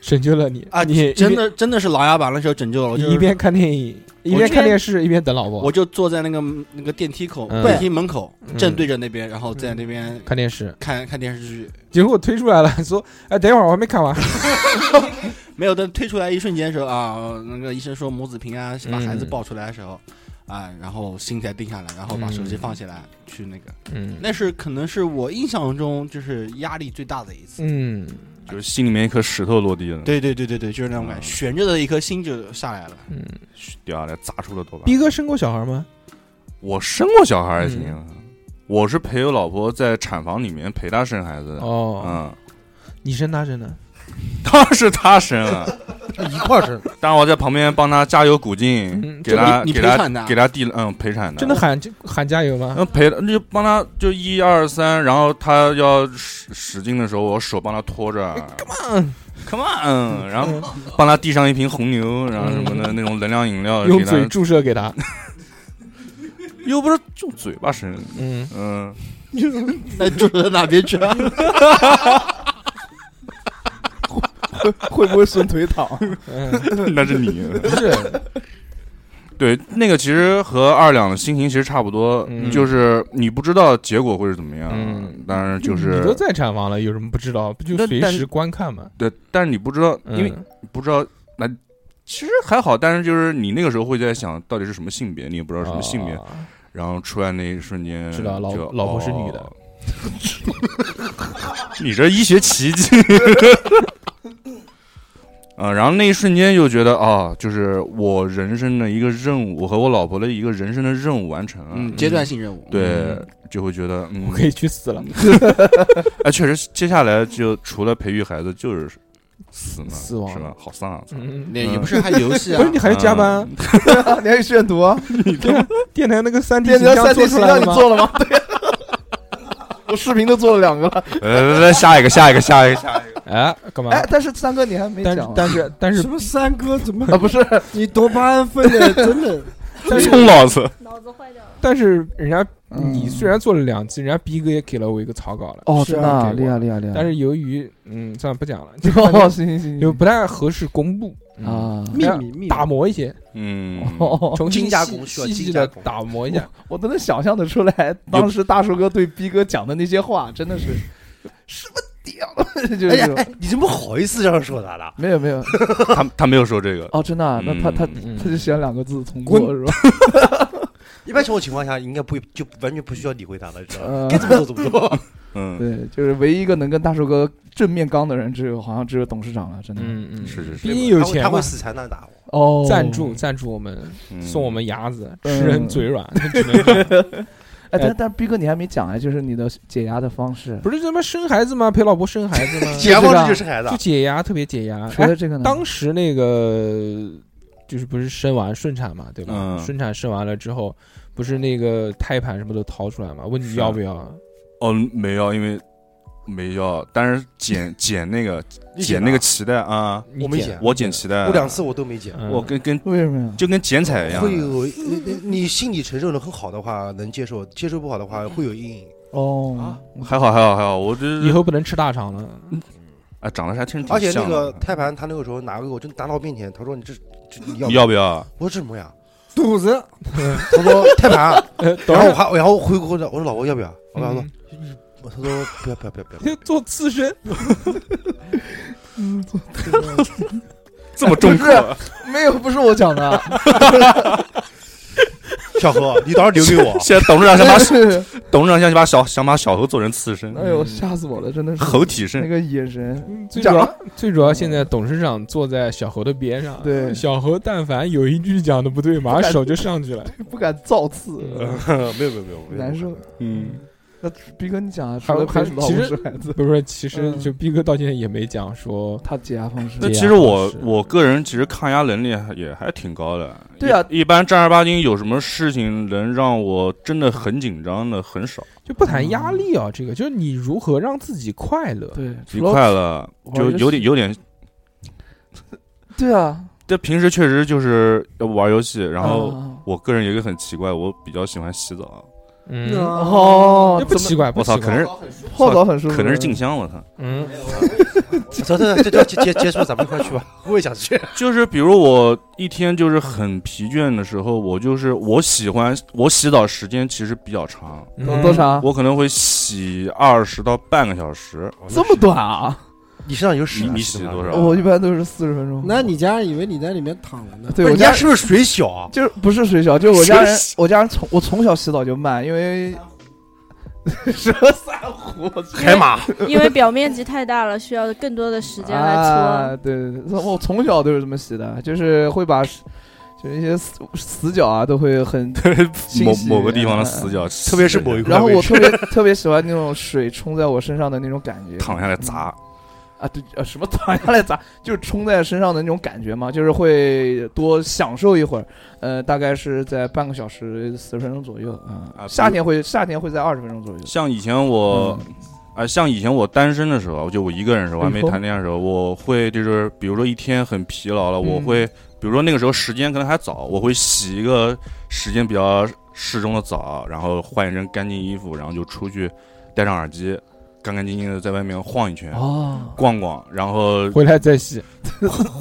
Speaker 1: 拯救了你
Speaker 2: 啊，
Speaker 1: 你
Speaker 2: 真
Speaker 1: 一边
Speaker 2: 的真的是《琅琊榜》那时候拯救了我，就
Speaker 1: 你
Speaker 2: 是
Speaker 1: 一边看电影，一边看电视，一边等老婆
Speaker 2: 我就坐在那个那个电梯口，
Speaker 1: 嗯
Speaker 2: 电梯门口
Speaker 1: 嗯
Speaker 2: 正对着那边，然后在那边
Speaker 1: 看电视，
Speaker 2: 看看电视剧，
Speaker 1: 结果推出来了， 说哎，等一会儿我还没看完，
Speaker 2: 没有，但推出来一瞬间的时候啊，那个医生说母子平安，把孩子
Speaker 1: 嗯
Speaker 2: 抱出来的时候。啊，然后心才定下来，然后把手机放起来、去那个，
Speaker 1: 嗯
Speaker 2: 那是可能是我印象中就是压力最大的一次。
Speaker 1: 嗯，
Speaker 5: 就是心里面一颗石头落地了，
Speaker 2: 对对对对对，就是那种
Speaker 1: 嗯
Speaker 2: 感觉，悬着的一颗心就下来了。
Speaker 5: 掉下来砸出了多巴胺。
Speaker 1: 逼哥生过小孩吗？
Speaker 5: 我生过小孩还行，啊
Speaker 1: 嗯
Speaker 5: 我是陪我老婆在产房里面陪她生孩子的，
Speaker 1: 哦，
Speaker 5: 嗯，
Speaker 1: 你生他生的，
Speaker 5: 当然是她生 了，
Speaker 2: 啊
Speaker 7: 一块儿吃，
Speaker 5: 当然我在旁边帮她加油鼓劲
Speaker 1: 嗯，
Speaker 5: 给她
Speaker 2: 你
Speaker 5: 给
Speaker 2: 陪
Speaker 5: 她
Speaker 2: 产的啊
Speaker 5: 给她递嗯陪产 的，
Speaker 1: 真的喊喊加油吗？
Speaker 5: 嗯，陪那就帮他就一二三，然后他要使使劲的时候，我手帮他拖着，Come on，Come on，然后帮他递上一瓶红牛，然后什么的那种能量饮料，
Speaker 1: 用
Speaker 5: 给他
Speaker 1: 嘴注射呃给他，
Speaker 5: 又不是用嘴巴伸，
Speaker 1: 嗯，
Speaker 5: 嗯，
Speaker 2: 那住到哪边去啊？
Speaker 3: 会不会损腿躺？啊
Speaker 1: 嗯，
Speaker 5: 那是你，
Speaker 1: 不是，
Speaker 5: 对，那个其实和二两的心情其实差不多，
Speaker 1: 嗯
Speaker 5: 就是你不知道结果会是怎么样，
Speaker 1: 嗯
Speaker 5: 当然 就是
Speaker 1: 你都在产房了，有什么不知道？不就
Speaker 5: 但
Speaker 1: 随
Speaker 5: 但
Speaker 1: 时观看嘛？
Speaker 5: 对，但是你不知道，因为
Speaker 1: 嗯
Speaker 5: 你不知道那。其实还好，但是就是你那个时候会在想到底是什么性别，你也不知道什么性别，
Speaker 1: 哦
Speaker 5: 然后出来那一瞬间
Speaker 1: 知道老
Speaker 5: 就
Speaker 1: 老婆是女的
Speaker 5: 哦 你这医学奇迹。 啊，然后那一瞬间就觉得啊，就是我人生的一个任务，我和我老婆的一个人生的任务完成了。
Speaker 2: 嗯，阶段性任务，
Speaker 5: 对，就会觉得嗯
Speaker 1: 我，可以去死了，
Speaker 5: 哎，确实，接下来就除了培育孩子就是死嘛，
Speaker 1: 死亡
Speaker 5: 是吧？好丧啊！
Speaker 1: 嗯，
Speaker 2: 那也不是还游戏啊
Speaker 1: 不是，你还要加班？
Speaker 5: 嗯
Speaker 3: 你还有炫毒啊？
Speaker 1: 电台那个三 D
Speaker 3: 电
Speaker 1: 形
Speaker 3: 竞
Speaker 1: 象
Speaker 3: 三 D
Speaker 1: 做出
Speaker 3: 形
Speaker 1: 来
Speaker 3: 象
Speaker 1: 了
Speaker 3: 你
Speaker 1: 吗？
Speaker 3: 做了吗？对。我视频都做了两个了，
Speaker 5: 来来来，下一个，下一个，下一个，下一个。
Speaker 1: 哎，干嘛？
Speaker 3: 哎，但是三哥你还没
Speaker 1: 但
Speaker 3: 讲
Speaker 1: 是
Speaker 3: 啊，
Speaker 1: 但是但是
Speaker 4: 什么三哥怎么
Speaker 3: 啊不是，
Speaker 4: 你多巴胺分的真的
Speaker 5: 冲老子！
Speaker 6: 脑子坏掉了。
Speaker 1: 但是人家你
Speaker 3: 嗯
Speaker 1: 虽然做了两期，人家逼哥也给了我一个草稿了，
Speaker 3: 哦
Speaker 4: 是啊
Speaker 3: 真的啊
Speaker 1: 给我
Speaker 3: 厉害厉害厉害，
Speaker 1: 但是由于嗯，算了不讲了，就
Speaker 3: 哦行行行
Speaker 1: 就
Speaker 3: 行
Speaker 1: 不太合适公布，
Speaker 3: 啊，
Speaker 4: 秘密秘密
Speaker 1: 打磨一些，
Speaker 5: 嗯，
Speaker 3: 哦
Speaker 1: 重新
Speaker 2: 精加
Speaker 1: 细
Speaker 2: 工需要
Speaker 1: 细
Speaker 2: 精
Speaker 1: 细
Speaker 2: 加
Speaker 1: 的
Speaker 2: 工
Speaker 1: 打磨一下。
Speaker 3: 我都能想象得出来，当时大叔哥对逼哥讲的那些话，真的是什么屌， 就是
Speaker 7: 哎呀
Speaker 3: 这，种
Speaker 7: 哎，你怎么好意思这样说他呢？
Speaker 3: 没有没有
Speaker 5: 他他没有说这个，
Speaker 3: 哦，真的啊，那他他
Speaker 1: 嗯
Speaker 3: 他就写了两个字通过是吧？
Speaker 7: 一般情况情况下，应该不会就完全不需要理会他了，你知道吗？
Speaker 3: 呃
Speaker 7: 该怎么做怎么做。
Speaker 5: 嗯，
Speaker 3: 对，就是唯一一个能跟大叔哥正面刚的人，只有好像只有董事长了，真的
Speaker 1: 嗯嗯，
Speaker 5: 是是是
Speaker 1: 毕竟有
Speaker 7: 他会
Speaker 1: 钱
Speaker 7: 他
Speaker 1: 嘛
Speaker 7: 会，死缠烂打我。
Speaker 3: 哦，
Speaker 1: 赞助赞助我们，
Speaker 5: 嗯
Speaker 1: 送我们鸭子，
Speaker 3: 嗯
Speaker 1: 吃人嘴软，只能这样 哎
Speaker 3: 哎，
Speaker 1: 啊
Speaker 3: 但但逼哥你还没讲哎，就是你的解压的方式，
Speaker 1: 不是他妈生孩子吗？陪老婆生孩子吗？
Speaker 7: 解压方式就是孩子
Speaker 1: 嗯
Speaker 7: 啊
Speaker 1: 就，解压，特别解压。
Speaker 3: 除
Speaker 1: 哎
Speaker 3: 了，
Speaker 7: 嗯
Speaker 3: 这个呢？
Speaker 1: 当时那个就是不是生完顺产嘛，对吧？
Speaker 5: 嗯
Speaker 1: 顺产生完了之后，不是那个胎盘什么都掏出来嘛？问你
Speaker 5: 是啊
Speaker 1: 要不要？
Speaker 5: 哦，没要，因为没要，但是剪剪那个
Speaker 7: 你
Speaker 5: 剪
Speaker 7: 吧
Speaker 5: 那个脐带啊，
Speaker 1: 你
Speaker 7: 我没
Speaker 1: 剪
Speaker 7: 剪
Speaker 5: 我剪脐带，
Speaker 7: 我两次我都没剪。
Speaker 1: 嗯
Speaker 5: 我跟跟
Speaker 3: 为什么呀？
Speaker 5: 就跟剪彩一样
Speaker 7: 会
Speaker 5: 的，
Speaker 7: 有你你你心理承受的很好的话能接受，接受不好的话会有阴影。
Speaker 3: 哦，
Speaker 5: 还好还好还好，我这
Speaker 1: 以后不能吃大肠了。
Speaker 5: 啊长得还真挺
Speaker 7: 而且那
Speaker 5: 像
Speaker 7: 个
Speaker 5: 的
Speaker 7: 胎盘，他那个时候拿给我，真拿到我面前，他说你这这你要
Speaker 5: 你嗯
Speaker 7: 不
Speaker 5: 要不要？
Speaker 7: 我说这什么呀？
Speaker 4: 肚子
Speaker 7: 他说胎盘啊，
Speaker 1: 呃，等
Speaker 7: 然后我
Speaker 1: 会
Speaker 7: 还然后我回过头，我说老婆要不要？我老婆
Speaker 1: 嗯
Speaker 7: 说，他说不要不要不要不要。
Speaker 1: 儿嗯 做刺身，
Speaker 5: 这么重。
Speaker 3: 不是没有，不是我讲的，
Speaker 7: 小何，你到时候留给我
Speaker 5: 现在董事长想把
Speaker 3: 是，
Speaker 5: 董事长想把小想把小猴做成刺 身，
Speaker 3: 哎呦，
Speaker 1: 嗯
Speaker 3: 吓死我了，真的是
Speaker 5: 猴体
Speaker 3: 那
Speaker 5: 身，
Speaker 3: 个眼神，
Speaker 1: 最主
Speaker 3: 讲
Speaker 1: 要最主要，现在董事长坐在小猴的边上，
Speaker 3: 对
Speaker 1: 小猴但凡有一句讲的不 对，马上
Speaker 3: 敢
Speaker 1: 手就上去了。
Speaker 3: 不敢造次，
Speaker 1: 嗯
Speaker 7: 没有没有没有，没有
Speaker 3: 难受。
Speaker 5: 嗯，
Speaker 3: 那逼哥，你讲啊，除
Speaker 1: 还
Speaker 3: 了
Speaker 1: 还
Speaker 3: 陪老
Speaker 1: 其
Speaker 3: 婆
Speaker 1: 实
Speaker 3: 生孩 子，
Speaker 1: 不是，其实
Speaker 3: 嗯
Speaker 1: 就逼哥到现在也没讲说，
Speaker 3: 他解压方式
Speaker 5: 那
Speaker 1: 对啊
Speaker 5: 其
Speaker 1: 呀
Speaker 5: 实我
Speaker 1: 是
Speaker 5: 我个人其实抗压能力还也还挺高的。
Speaker 3: 对啊
Speaker 5: 一一般正儿八经有什么事情能让我真的很紧张的很少。
Speaker 1: 就不谈压力啊，这个就是你如何让自己快乐。
Speaker 3: 对，
Speaker 5: 你
Speaker 3: 除了
Speaker 5: 快乐就有点有点，
Speaker 3: 对啊，
Speaker 5: 这平时确实就是要玩游戏，然
Speaker 7: 嗯
Speaker 5: 后
Speaker 3: 啊
Speaker 5: 我个人有一个很奇怪，我比较喜欢洗澡。
Speaker 1: 嗯，
Speaker 3: 哦
Speaker 1: 这，不奇怪，不
Speaker 5: 我操，
Speaker 1: 奇
Speaker 5: 可
Speaker 1: 怪
Speaker 5: 能是
Speaker 3: 泡澡很舒服，
Speaker 5: 可能是静香，我操。
Speaker 1: 嗯，
Speaker 7: 走走走，这结结结束，咱们一块去吧。我也想去。
Speaker 5: 就是比如我一天就是很疲倦的时候，我就是我喜欢我洗澡时间其实比较长，
Speaker 1: 嗯
Speaker 3: 多？长？
Speaker 5: 我可能会洗二十到半个小时。
Speaker 7: 哦
Speaker 3: 这么短啊？
Speaker 7: 你身上有屎
Speaker 5: 你
Speaker 7: 啊？
Speaker 5: 你洗
Speaker 7: 的吗
Speaker 5: 多少
Speaker 3: 我一般都是四十分钟。
Speaker 4: 那你家人以为你在里面躺着呢？
Speaker 3: 对
Speaker 7: 不是
Speaker 3: 我
Speaker 7: 你
Speaker 3: 家
Speaker 7: 家是不是水小啊？
Speaker 3: 就是不是水小，就是我家人
Speaker 5: 水，
Speaker 3: 我家人从我从小洗澡就慢，因为什么珊瑚
Speaker 7: 海马，
Speaker 6: 因为表面积太大了，需要更多的时间来搓。
Speaker 3: 啊，对对对，我从小都是这么洗的，就是会把就是一些死死角啊都会很，
Speaker 5: 某
Speaker 3: 信息
Speaker 5: 某个地方的死角，
Speaker 7: 啊特别是某一块
Speaker 3: 然后
Speaker 7: 位
Speaker 3: 我
Speaker 7: 置
Speaker 3: 特别特别喜欢那种水冲在我身上的那种感觉，
Speaker 5: 躺下
Speaker 7: 嗯
Speaker 5: 来砸，
Speaker 3: 啊，对，呃，什么躺下来砸，就是冲在身上的那种感觉嘛，就是会多享受一会儿，呃，大概是在半个小时四十分钟左右啊、
Speaker 5: 啊
Speaker 3: 夏天会夏天会在二十分钟左右，嗯
Speaker 5: 像以前
Speaker 7: 嗯
Speaker 5: 我，啊，像以前我单身的时候，啊就我一个人的时候，
Speaker 3: 哎
Speaker 5: 还没谈恋爱的时候，我会就是，比如说一天很疲劳了，我
Speaker 3: 嗯
Speaker 5: 会，比如说那个时候时间可能还早，我会洗一个时间比较适中的澡，然后换一身干净衣服，然后就出去，戴上耳机，干干净净的在外面晃一圈，
Speaker 3: 哦，
Speaker 5: 逛逛，然后
Speaker 1: 回来再洗。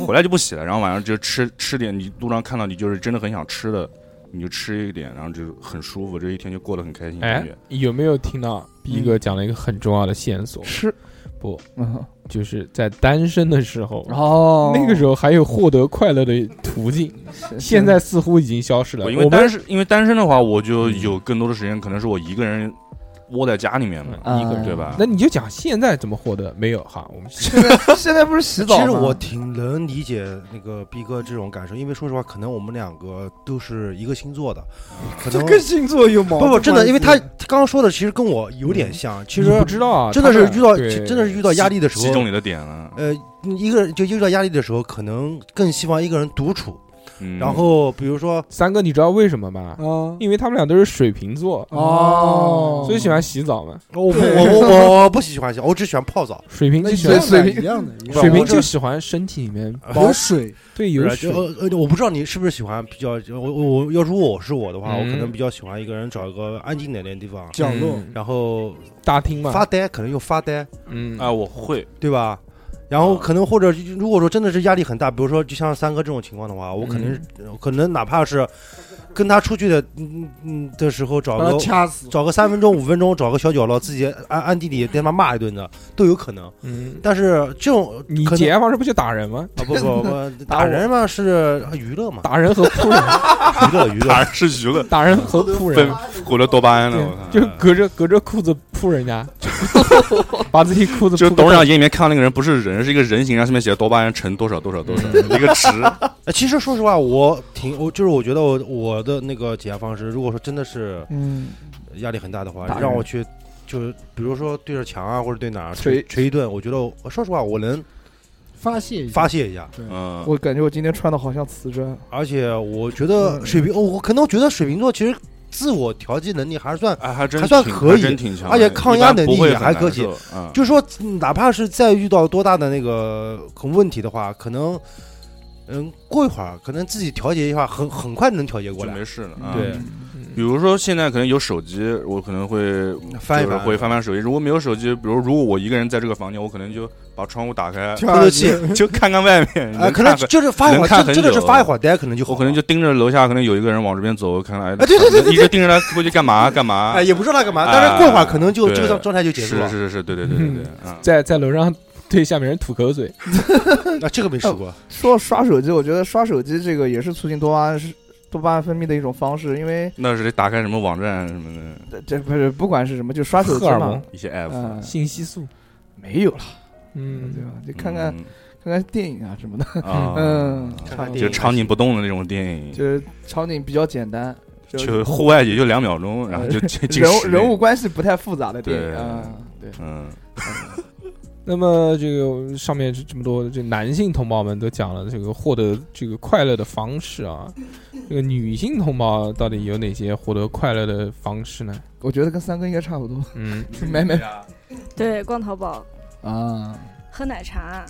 Speaker 5: 回来就不洗了，然后晚上就吃吃点你路上看到你就是真的很想吃的，你就吃一点，然后就很舒服，这一天就过得很开心。
Speaker 1: 哎
Speaker 5: 感觉，
Speaker 1: 有没有听到逼哥讲了一个很重要的线索？
Speaker 3: 吃
Speaker 1: 哦不，
Speaker 3: 嗯
Speaker 1: 就是在单身的时候，
Speaker 3: 哦，
Speaker 1: 那个时候还有获得快乐的途径，
Speaker 3: 候
Speaker 1: 现在似乎已经消失了。
Speaker 5: 我因嗯
Speaker 1: 我
Speaker 5: 为单
Speaker 1: 们
Speaker 5: 身，因为单身的话，我就有更多的时间，可能是我一个人窝在家里面嘛，
Speaker 1: 嗯
Speaker 3: 一个人
Speaker 5: 对吧？
Speaker 1: 那你就讲现在怎么获得？没有哈，我们
Speaker 3: 现在 现在不是洗澡
Speaker 7: 其
Speaker 3: 吗？
Speaker 7: 实我挺能理解那个逼哥这种感受，因为说实话，可能我们两个都是一个星座的，可能
Speaker 4: 跟星座有毛
Speaker 7: 不不真
Speaker 4: 关
Speaker 7: 的，
Speaker 4: 系
Speaker 7: 因为他刚刚说的其实跟我有点像，其实
Speaker 1: 你不知道啊，
Speaker 7: 真的是
Speaker 1: 他们
Speaker 7: 遇到
Speaker 1: 对
Speaker 7: 真的是遇到压力的时
Speaker 5: 击中
Speaker 7: 候，
Speaker 5: 你的点啊了。
Speaker 7: 呃，一个人就遇到压力的时候，可能更希望一个人独处。
Speaker 5: 嗯，
Speaker 7: 然后比如 说，
Speaker 1: 三哥，你知道为什么吗？
Speaker 4: 啊
Speaker 1: 因为他们俩都是水瓶座，
Speaker 4: 哦
Speaker 1: 所以喜欢洗澡嘛。
Speaker 7: 我 我我我我不喜欢洗，我只喜欢泡澡。
Speaker 1: 水瓶
Speaker 4: 那
Speaker 1: 就
Speaker 4: 一
Speaker 1: 喜欢
Speaker 4: 样
Speaker 3: 水
Speaker 4: 的，
Speaker 3: 瓶
Speaker 4: 一样的，一样的
Speaker 1: 水瓶
Speaker 7: 我这
Speaker 1: 就喜欢身体里面
Speaker 4: 有水
Speaker 1: 对有
Speaker 7: 不是
Speaker 1: 水
Speaker 7: 就。呃呃，我不知道你是不是喜欢比较，我我我要如果我是我的话，我可
Speaker 1: 嗯
Speaker 7: 能比较喜欢一个人找一个安静点的地方，
Speaker 4: 角落，
Speaker 1: 嗯
Speaker 7: 然后
Speaker 1: 大厅嘛，
Speaker 7: 发呆，可能又发呆，
Speaker 1: 嗯
Speaker 5: 啊，我会，
Speaker 7: 对吧？然后
Speaker 5: 啊
Speaker 7: 可能或者如果说真的是压力很大，比如说就像三哥这种情况的话，我可能是、可能哪怕是跟他出去的嗯嗯的时候找
Speaker 4: 把
Speaker 7: 个
Speaker 4: 他掐死。
Speaker 7: 找个三分钟五分钟，找个小角落自己暗暗地里跟他骂一顿的都有可能。
Speaker 1: 嗯，
Speaker 7: 但是这种
Speaker 1: 你
Speaker 7: 可
Speaker 1: 解
Speaker 7: 能
Speaker 1: 压方式不就打人吗？
Speaker 7: 啊不不不打人嘛是啊娱乐嘛，
Speaker 1: 打人和扑人，
Speaker 7: 娱乐娱乐
Speaker 5: 打人是娱乐，
Speaker 1: 打人和扑人
Speaker 5: 分，毁了多巴胺了，我嗯靠！
Speaker 1: 就隔着隔着裤子扑人家，把自己裤子
Speaker 5: 就
Speaker 1: 扑个
Speaker 5: 董事长
Speaker 1: 洞
Speaker 5: 眼里面看到那个人不是人，是一个人形，然后上面写着多巴胺乘多少多少多少，
Speaker 7: 嗯
Speaker 5: 一个 值。
Speaker 7: 呃，其实说实话，我挺我就是我觉得我我的那个解压方式，如果说真的是
Speaker 3: 嗯，
Speaker 7: 压力很大的话
Speaker 3: 打，人
Speaker 7: 让我去就是比如说对着墙啊或者对哪儿
Speaker 3: 捶
Speaker 7: 捶捶一顿，我觉得我说实话我能
Speaker 4: 发泄一下
Speaker 7: 发泄一下，
Speaker 5: 嗯，
Speaker 3: 我感觉我今天穿的好像瓷砖，
Speaker 7: 而且我觉得水瓶，哦
Speaker 3: 嗯
Speaker 7: 我可能我觉得水瓶座其实自我调节能力还是算。
Speaker 5: 哎，还真
Speaker 7: 还算
Speaker 5: 挺
Speaker 7: 可以
Speaker 5: 真挺强的，
Speaker 7: 而且抗压能力
Speaker 5: 一般不会
Speaker 7: 也还
Speaker 5: 很难
Speaker 7: 可以
Speaker 5: 受。嗯，
Speaker 7: 就是说，嗯哪怕是再遇到多大的那个呃问题的话，可能，嗯，过一会儿可能自己调节一下，
Speaker 3: 嗯
Speaker 7: 很很快能调节过
Speaker 5: 就
Speaker 7: 来
Speaker 5: 没。事了。啊
Speaker 7: 嗯对，
Speaker 5: 比如说现在可能有手机，我可能会
Speaker 7: 翻一
Speaker 5: 就是
Speaker 7: 翻，
Speaker 5: 会翻翻手机。如果没有手机，比如如果我一个人在这个房间，我可能就把窗户打 开，
Speaker 7: 透透气。
Speaker 5: 就看看外面。
Speaker 7: 啊，可能
Speaker 5: 看看
Speaker 7: 就是发一会
Speaker 5: 能看
Speaker 7: 儿，
Speaker 5: 很
Speaker 7: 真真的是
Speaker 5: 久
Speaker 7: 发一会儿呆，可能就好
Speaker 5: 我可能就
Speaker 7: 了
Speaker 5: 盯着楼下，可能有一个人往这边走，看看哎，
Speaker 7: 哎对对对对
Speaker 5: 一直盯着他过去干嘛干嘛
Speaker 7: 哎，。也不知道他干嘛，但是过一会儿可能就
Speaker 5: 哎
Speaker 7: 这个状
Speaker 5: 啊对
Speaker 7: 状态就结
Speaker 5: 是
Speaker 7: 束了
Speaker 5: 是。是是，对对对对对，嗯，
Speaker 1: 在在楼上对下面人吐口水，
Speaker 7: 啊，这个没试过，
Speaker 3: 说到刷手机，我觉得刷手机这个也是促进多巴胺是多巴胺分泌的一种方式，因为
Speaker 5: 那是得打开什么网站什么的，
Speaker 3: 这这不是不管是什么，就刷手机
Speaker 1: 荷尔
Speaker 3: 嘛
Speaker 1: 蒙，、
Speaker 5: 一
Speaker 7: 啊
Speaker 5: 些 app，
Speaker 3: 嗯，
Speaker 1: 信息素，
Speaker 3: 没有了，对
Speaker 1: 嗯，
Speaker 3: 吧？就看看
Speaker 5: 嗯
Speaker 3: 看看电影啊什么的，
Speaker 5: 啊，
Speaker 3: 嗯，
Speaker 7: 看
Speaker 3: 差
Speaker 7: 看
Speaker 3: 不
Speaker 5: 就
Speaker 7: 电
Speaker 3: 多
Speaker 7: 影
Speaker 5: 场景不动的那种电影，
Speaker 3: 就是场景比较简单，就
Speaker 5: 就户外也就两秒钟，然后
Speaker 7: 哎
Speaker 5: 就进进
Speaker 3: 人物
Speaker 5: 室内
Speaker 3: 人物，关系不太复杂的电影
Speaker 5: 对
Speaker 3: 啊，对，
Speaker 5: 嗯，
Speaker 1: 那么这个上面这么多这男性同胞们都讲了这个获得这个快乐的方式 啊，这个女性同胞到底有哪些获得快乐的方式呢？
Speaker 3: 我觉得跟三哥应该差不多，
Speaker 1: 嗯，
Speaker 3: 买买
Speaker 6: 对，逛淘宝、
Speaker 3: 啊，
Speaker 6: 喝奶茶，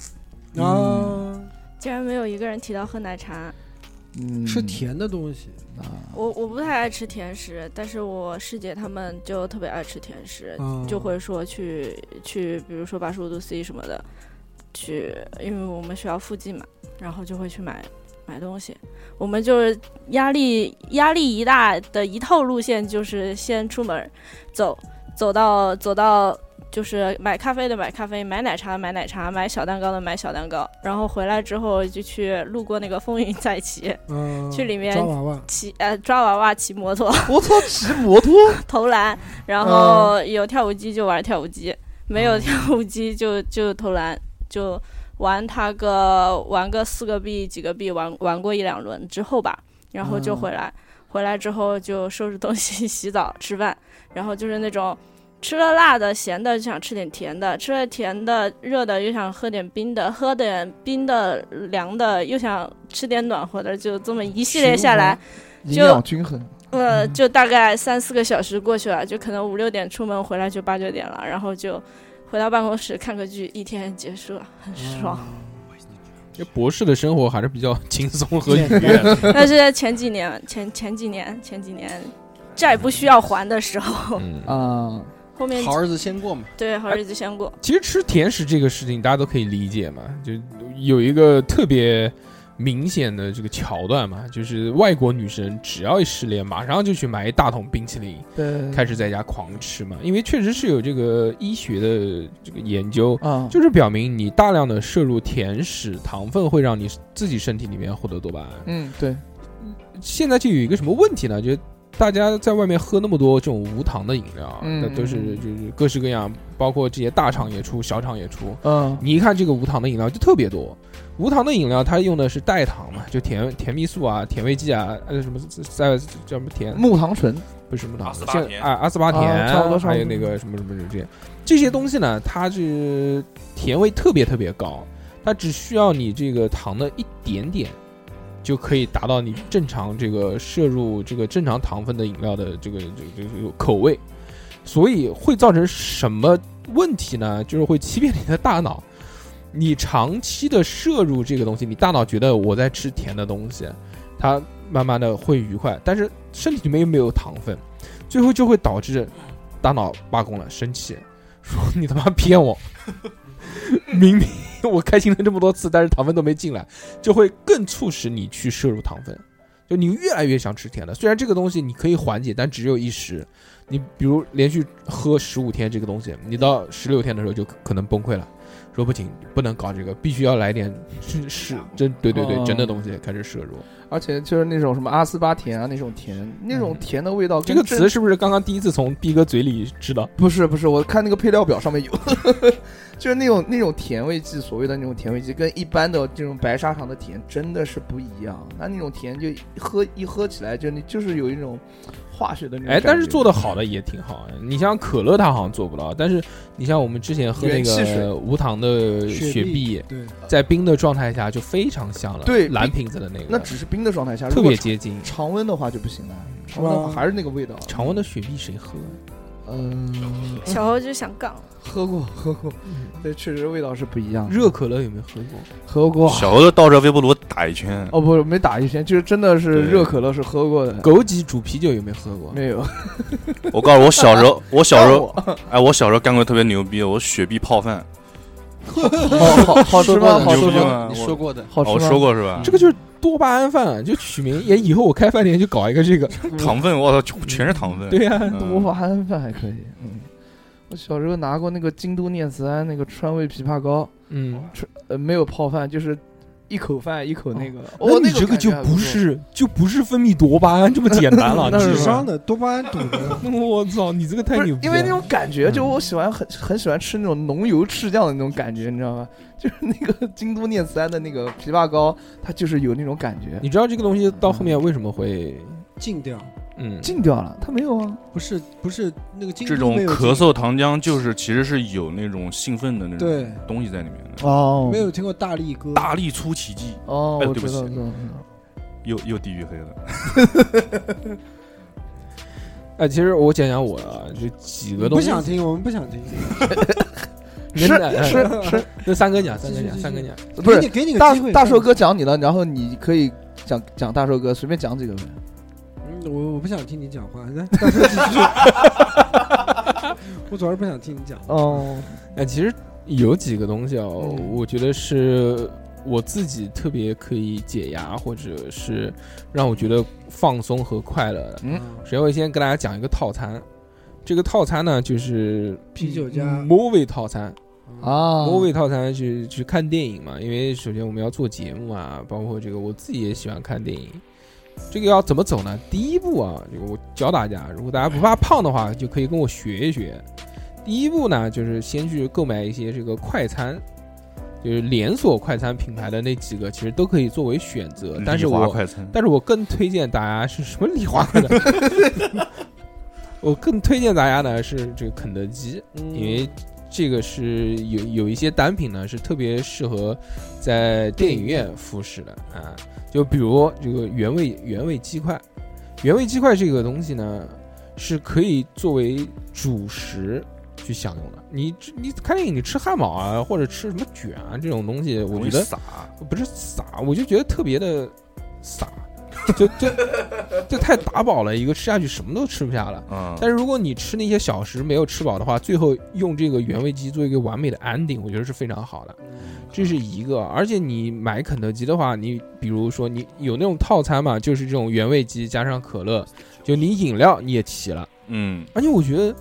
Speaker 4: 啊，
Speaker 6: 竟然没有一个人提到喝奶茶。
Speaker 3: 嗯，
Speaker 4: 吃甜的东西，
Speaker 3: 啊，
Speaker 6: 我我不太爱吃甜食，但是我师姐她们就特别爱吃甜食，
Speaker 4: 啊
Speaker 6: 嗯就会说去去，比如说八十五度 C 什么的，去，因为我们学校附近嘛，然后就会去买买东西。我们就是压力压力一大的一套路线，就是先出门走，走到走到就是买咖啡的买咖啡，买奶茶的买奶茶，买小蛋糕的买小蛋糕，然后回来之后就去路过那个风云再起，
Speaker 4: 嗯
Speaker 6: 去里面
Speaker 4: 抓娃娃，
Speaker 6: 骑呃抓娃娃、骑摩托、
Speaker 3: 我操，骑摩托，
Speaker 6: 投篮，然后有跳舞机就玩跳舞机，没有跳舞机就就投篮，就玩它个玩个四个币几个币，玩玩过一两轮之后吧，然后就回来，回来之后就收拾东西、 洗澡、吃饭，然后就是那种。吃了辣的、咸的就想吃点甜的，吃了甜的、热的又想喝点冰的，喝点冰的、凉的又想吃点暖和的，就这么一系列下来，
Speaker 3: 营
Speaker 6: 就
Speaker 3: 养均衡，
Speaker 6: 呃，就大概三四个小时过去了，就可能五六点出门，回来就八九点了，然后就回到办公室看个剧，一天结束了，很爽。
Speaker 1: 这博士的生活还是比较轻松和愉
Speaker 4: 简单
Speaker 1: 悦 的。
Speaker 6: 但是前几年，前前几年，前几年债不需要还的时候，
Speaker 1: 嗯，
Speaker 3: 啊，
Speaker 6: 后面
Speaker 2: 好日子先过嘛。
Speaker 6: 对好日子先过，
Speaker 1: 其实吃甜食这个事情大家都可以理解嘛，就有一个特别明显的这个桥段嘛，就是外国女生只要一失恋，马上就去买一大桶冰淇淋，
Speaker 3: 对，
Speaker 1: 开始在家狂吃嘛，因为确实是有这个医学的这个研究。
Speaker 3: 啊，
Speaker 1: 就是表明你大量的摄入甜食糖分会让你自己身体里面获得多巴胺。
Speaker 3: 嗯，对，
Speaker 1: 现在就有一个什么问题呢？就是大家在外面喝那么多这种无糖的饮料，
Speaker 3: 嗯
Speaker 1: 那都是就是各式各样，包括这些大厂也出，小厂也出。
Speaker 3: 嗯，
Speaker 1: 你一看这个无糖的饮料就特别多，无糖的饮料它用的是代糖嘛，就甜甜蜜素啊、甜味剂啊，呃什么在叫什么甜
Speaker 3: 木糖醇，
Speaker 1: 不是什么糖，
Speaker 5: 阿斯巴甜
Speaker 1: 像啊阿斯巴甜，
Speaker 3: 啊差不多差不多
Speaker 1: 还有那个什么什么这些这些东西呢，它是甜味特别特别高，它只需要你这个糖的一点点。就可以达到你正常这个摄入这个正常糖分的饮料的这个这个这个这个口味，所以会造成什么问题呢？就是会欺骗你的大脑。你长期的摄入这个东西，你大脑觉得我在吃甜的东西，它慢慢的会愉快，但是身体里面又没有糖分，最后就会导致大脑罢工了，生气， 说你他妈骗我， 明明我开心了这么多次，但是糖分都没进来，就会更促使你去摄入糖分，就你越来越想吃甜的。虽然这个东西你可以缓解，但只有一时。你比如连续喝十五天这个东西，你到十六天的时候就可能崩溃了，说不行，不能搞这个，必须要来点是是真对对对
Speaker 3: 哦
Speaker 1: 真的东西开始摄入。
Speaker 3: 而且就是那种什么阿斯巴甜啊，那种甜，那种甜的味道
Speaker 1: 嗯这
Speaker 3: 跟
Speaker 1: 个
Speaker 3: 真，
Speaker 1: 词是不是刚刚第一次从逼哥嘴里知道？
Speaker 3: 不是不是，我看那个配料表上面有， 就是那种那种甜味剂，所谓的那种甜味剂，跟一般的这种白砂糖的甜真的是不一样。它那种甜就喝一喝起来就你就是有一种化学的那种
Speaker 1: 哎，
Speaker 3: 感觉，
Speaker 1: 但是做的好的也挺好。哎你像可乐，它好像做不到，但是你像我们之前喝那
Speaker 3: 元气水呃
Speaker 1: 个无糖的雪碧，
Speaker 4: 对，
Speaker 1: 在冰的状态下就非常香了。
Speaker 3: 对
Speaker 1: 蓝瓶子的那个，
Speaker 3: 那只是冰的状态下，
Speaker 1: 特
Speaker 3: 如果
Speaker 1: 别接近
Speaker 3: 常温的话就不行了，常温的话还是那个味道。
Speaker 1: 常温的雪碧，谁喝？啊
Speaker 3: 嗯，
Speaker 6: 小欧就想杠，
Speaker 3: 喝过喝过，对，确实味道是不一样的。
Speaker 1: 热可乐有没有喝过？
Speaker 3: 喝过，
Speaker 5: 小欧的倒着微波炉打一圈，
Speaker 3: 哦不，没打一圈，就是真的是
Speaker 5: 对
Speaker 3: 热可乐是喝过的，
Speaker 1: 枸杞煮啤酒有没有喝过？
Speaker 3: 没有。
Speaker 5: 我告诉我小时候，我小时候，
Speaker 3: 候
Speaker 5: 哎，我小时候干过特别牛逼，我雪碧泡饭，
Speaker 3: 好好好吃 吗？好
Speaker 5: 牛
Speaker 3: 吃
Speaker 5: 逼
Speaker 3: 吗？
Speaker 5: 吗？
Speaker 2: 你
Speaker 5: 我
Speaker 2: 说过的，
Speaker 3: 好
Speaker 5: 哦我
Speaker 3: 吃
Speaker 5: 说
Speaker 3: 吗？
Speaker 5: 过是吧
Speaker 1: 这？个就是多巴胺饭，啊就取名也以后我开饭店就搞一个 这个。
Speaker 5: 糖分，我操，全全是糖分。
Speaker 1: 对呀、
Speaker 5: 嗯，
Speaker 3: 多巴胺饭还可以，嗯。我小时候拿过那个京都念慈庵那个川味枇杷膏，
Speaker 1: 嗯，
Speaker 3: 呃，没有泡饭，就是一口饭一口那个。
Speaker 1: 那
Speaker 3: 哦，
Speaker 1: 你
Speaker 3: 那
Speaker 1: 这个
Speaker 3: 感
Speaker 1: 就
Speaker 3: 觉还
Speaker 1: 不
Speaker 3: 错
Speaker 1: 是就不是分泌多巴胺这么简 单了。
Speaker 3: 那是
Speaker 1: 智
Speaker 4: 智
Speaker 1: 商
Speaker 4: 商的多巴胺堵的，
Speaker 1: 我操，你这个太
Speaker 3: 不是
Speaker 1: 牛逼
Speaker 3: 因
Speaker 1: 了！
Speaker 3: 为那种感觉，就我喜欢很很喜欢吃那种浓油赤酱的那种感觉，你知道吗？ 就是那个京都念慈庵的那个枇杷膏，它就是有那种感觉。
Speaker 1: 你知道这个东西到后面为什么会
Speaker 4: 禁掉，
Speaker 1: 嗯
Speaker 3: 禁掉了，它没有啊。
Speaker 4: 不是不是那个
Speaker 5: 这种咳嗽糖浆就是其实是有那种兴奋的那种
Speaker 4: 对，
Speaker 5: 东西在里面的。
Speaker 1: 啊
Speaker 3: 哦
Speaker 4: 没有听过大力哥，
Speaker 5: 大力出奇迹，
Speaker 3: 哦，
Speaker 5: 哎
Speaker 3: 我
Speaker 5: 对不
Speaker 3: 知道，
Speaker 5: 起
Speaker 3: 知道知道
Speaker 5: 又又地狱黑了。
Speaker 1: 哎，其实我讲讲我啊，就几个东
Speaker 4: 不
Speaker 1: 西，
Speaker 4: 想听，我们不想听，
Speaker 1: 真的
Speaker 3: 是是
Speaker 1: 那三哥讲，三哥
Speaker 4: 继续
Speaker 1: 讲，
Speaker 4: 继续
Speaker 1: 三哥讲，
Speaker 3: 是， 不
Speaker 4: 给
Speaker 3: 是
Speaker 4: 你给你个
Speaker 3: 大
Speaker 4: 机会，
Speaker 3: 大寿哥讲你了，然后你可以讲讲大寿哥，随便讲几个呗。
Speaker 4: 嗯，我我不想听你讲话，来，大叔继续。 我主要是不想听你讲。
Speaker 3: 哦，
Speaker 1: 哎，其实有几个东西啊，
Speaker 3: 嗯
Speaker 1: 我觉得是我自己特别可以解压，或者是让我觉得放松和快乐的。
Speaker 3: 嗯
Speaker 1: 首先，我先跟大家讲一个套餐，这个套餐呢就是
Speaker 4: 啤酒加
Speaker 1: movie 套餐，
Speaker 3: 啊，
Speaker 1: 魔鬼套餐去去看电影嘛，因为首先我们要做节目啊，包括这个我自己也喜欢看电影。这个要怎么走呢？第一步啊，这个我教大家，如果大家不怕胖的话，就可以跟我学一学。第一步呢，就是先去购买一些这个快餐，就是连锁快餐品牌的那几个，其实都可以作为选择。呃但是
Speaker 5: 丽华
Speaker 1: 我
Speaker 5: 快餐，
Speaker 1: 但是我更推荐大家是什么礼花的？我更推荐大家呢是这个肯德基，因为这个是有有一些单品呢是特别适合在电影院服食的啊，就比如这个原味原味鸡块，原味鸡块这个东西呢是可以作为主食。去享用的，你吃你看电影，你吃汉堡啊，或者吃什么卷啊这种东西，我
Speaker 5: 容
Speaker 1: 觉
Speaker 5: 易
Speaker 1: 得
Speaker 5: 洒。
Speaker 1: 不是傻，我就觉得特别的傻，就就这太打饱了，一个吃下去什么都吃不下了。
Speaker 5: 嗯，
Speaker 1: 但是如果你吃那些小食没有吃饱的话，最后用这个原味鸡做一个完美的 ending，我觉得是非常好的。这是一个，而且你买肯德基的话，你比如说你有那种套餐嘛，就是这种原味鸡加上可乐，就你饮料你也齐了。
Speaker 5: 嗯，
Speaker 1: 而且我觉得，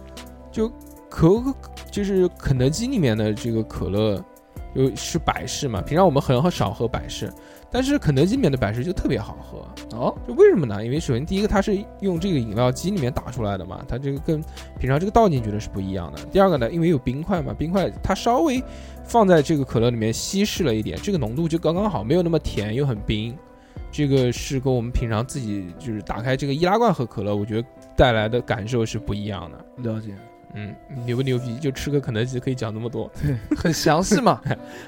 Speaker 1: 就可口可就是肯德基里面的这个可乐，就是百事嘛。平常我们很很少喝百事，但是肯德基里面的百事就特别好喝。
Speaker 3: 哦，
Speaker 1: 就为什么呢？因为首先第一个它是用这个饮料机里面打出来的嘛，它这个跟平常这个倒进去的是不一样的。第二个呢，因为有冰块嘛，冰块它稍微放在这个可乐里面稀释了一点，这个浓度就刚刚好，没有那么甜又很冰。这个是跟我们平常自己就是打开这个易拉罐喝可乐，我觉得带来的感受是不一样的。
Speaker 3: 了解，
Speaker 1: 嗯，牛不牛逼？就吃个肯德基可以讲那么多。
Speaker 3: 很 详细嘛。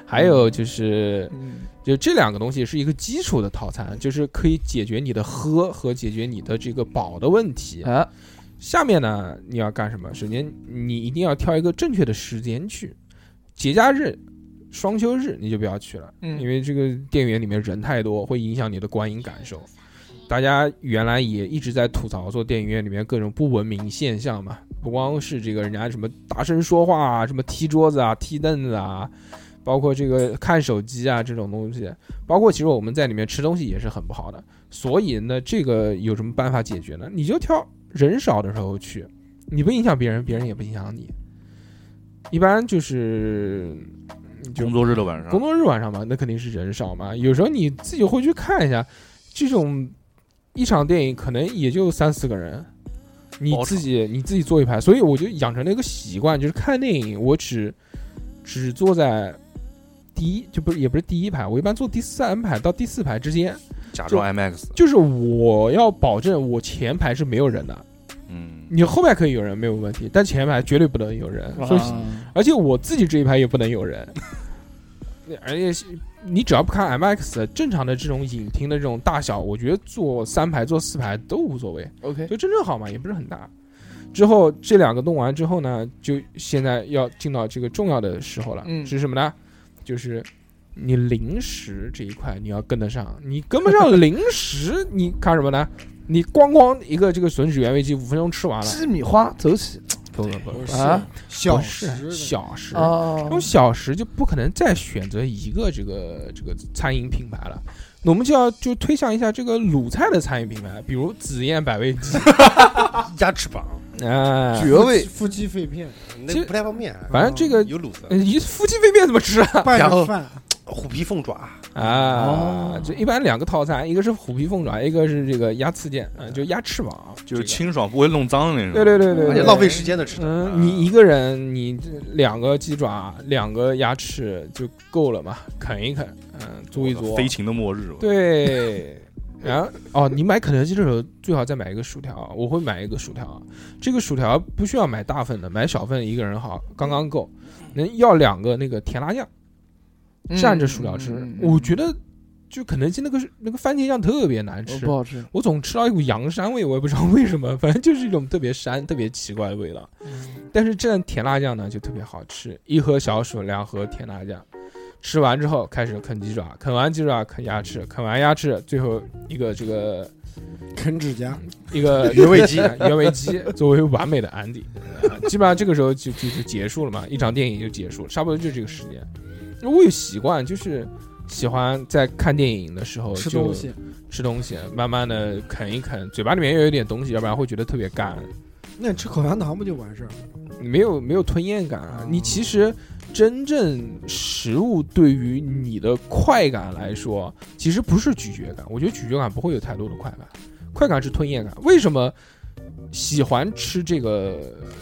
Speaker 1: 还有就是，
Speaker 3: 嗯，
Speaker 1: 就这两个东西是一个基础的套餐，就是可以解决你的喝和解决你的这个饱的问题。
Speaker 3: 哎，
Speaker 1: 下面呢，你要干什么？首先，你一定要挑一个正确的时间去，节假日、双休日你就不要去了，
Speaker 3: 嗯
Speaker 1: 因为这个店源里面人太多，会影响你的观影感受。大家原来也一直在吐槽说电影院里面各种不文明现象嘛，不光是这个人家什么大声说话啊，什么踢桌子啊、踢凳子啊，包括这个看手机啊这种东西，包括其实我们在里面吃东西也是很不好的。所以呢，这个有什么办法解决呢？你就挑人少的时候去，你不影响别人，别人也不影响你。一般就是就
Speaker 5: 工作日的晚上，
Speaker 1: 工作日晚上嘛，那肯定是人少嘛。有时候你自己会去看一下，这种一场电影可能也就三四个人，你
Speaker 5: 包场
Speaker 1: 自己你自己坐一排，所以我就养成了一个习惯，就是看电影我只只坐在第一，就不是也不是第一排，我一般坐第三排到第四排之间，
Speaker 5: 假装 IMAX，
Speaker 1: 就是我要保证我前排是没有人的，
Speaker 5: 嗯，
Speaker 1: 你后排可以有人没有问题，但前排绝对不能有人，
Speaker 3: 啊
Speaker 1: 所以而且我自己这一排也不能有人。 而且是你只要不看 MX 正常的这种影厅的这种大小，我觉得坐三排坐四排都无所谓，
Speaker 3: ，OK，
Speaker 1: 就正正好嘛，也不是很大。之后这两个弄完之后呢，就现在要进到这个重要的时候了，
Speaker 3: 嗯
Speaker 1: 是什么呢？就是你零食这一块你要跟得上，你跟不上零食，你看什么呢？你咣咣一个这个吮指原味鸡五分钟吃完了，
Speaker 3: 鸡米花走起
Speaker 1: 不不不，
Speaker 3: 啊
Speaker 1: 不
Speaker 2: 小
Speaker 1: 是
Speaker 2: 时
Speaker 1: 小食这
Speaker 3: 哦
Speaker 1: 种，小食就不可能再选择一个这个这个餐饮品牌了，我们就要就推向一下这个鲁菜的餐饮品牌，比如紫燕百味鸡，
Speaker 7: 鸭翅膀，
Speaker 4: 啊
Speaker 1: 哎，
Speaker 3: 绝味
Speaker 4: 夫妻肺片，
Speaker 7: 那
Speaker 1: 其实
Speaker 7: 个不太方便，
Speaker 1: 反正这个
Speaker 7: 有卤子
Speaker 1: 呃，一夫妻肺片怎么吃啊？
Speaker 4: 拌
Speaker 7: 然后
Speaker 4: 着饭，
Speaker 7: 虎皮凤爪，
Speaker 1: 啊
Speaker 3: 哦，
Speaker 1: 就一般两个套餐，一个是虎皮凤爪，一个是这个鸭刺剑，啊，就鸭翅膀，
Speaker 5: 就
Speaker 1: 这
Speaker 5: 是
Speaker 1: 个
Speaker 5: 清爽不会弄脏的那种，
Speaker 1: 对对对对
Speaker 7: 而
Speaker 1: 对，
Speaker 7: 且浪费时间啊的吃的。
Speaker 1: 嗯，你一个人，你这两个鸡爪，两个鸭翅就够了嘛，啃一啃，嗯，嘬一嘬，
Speaker 5: 飞禽的末日，，
Speaker 1: 对，然后哦，你买肯德基的时候最好再买一个薯条，啊我会买一个薯条。啊这个薯条不需要买大份的，买小份一个人好，刚刚够。能要两个那个甜辣酱，
Speaker 3: 嗯
Speaker 1: 蘸着薯条吃，我觉得就肯德基那个那个番茄酱特别难吃
Speaker 3: 不，好吃，
Speaker 1: 我总吃到一股羊膻味，我也不知道为什么， 反正就是一种特别膻、特别奇怪的味道。
Speaker 4: 嗯
Speaker 1: 但是蘸甜辣酱呢，就特别好吃，一盒小薯，两盒甜辣酱。吃完之后开始啃鸡爪，啃完鸡爪啃鸭翅，啃完鸭翅最后一个这 个
Speaker 4: 啃指甲，
Speaker 1: 一个
Speaker 7: 原味鸡
Speaker 1: 原味鸡作为完美的安迪，呃基本上这个时候就就就结束了嘛，一场电影就结束了，差不多就这个时间。我有习惯，就是喜欢在看电影的时候
Speaker 4: 吃
Speaker 1: 就
Speaker 4: 东西，
Speaker 1: 吃东西，慢慢的啃一啃，嘴巴里面要有点东西，要不然会觉得特别干，
Speaker 4: 那你吃口香糖不就完事儿了？
Speaker 1: 没有没有吞咽感啊。你其实真正食物对于你的快感来说，其实不是咀嚼感，我觉得咀嚼感不会有太多的快感，快感是吞咽感。为什么？喜欢吃这个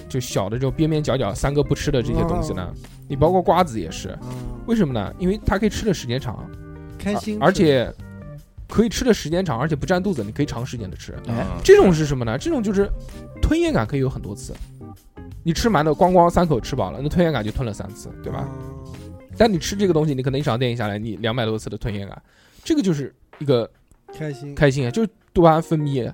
Speaker 1: 就小的这种边边角角三个不吃的这些东西呢？你包括瓜子也是，
Speaker 4: 啊，
Speaker 1: 为什么呢？因为它可以吃的时间长，
Speaker 4: 开心，
Speaker 1: 啊而且可以吃的时间长，而且不占肚子，你可以长时间的吃。
Speaker 3: 哎，
Speaker 4: 嗯
Speaker 1: 这种是什么呢？这种就是吞咽感可以有很多次。你吃馒头，咣咣三口吃饱了，那吞咽感就吞了三次，对吧？
Speaker 4: 啊？
Speaker 1: 但你吃这个东西，你可能一场电影下来，你两百多次的吞咽感，这个就是一个
Speaker 4: 开心，
Speaker 1: 开心啊，就是多巴胺分泌。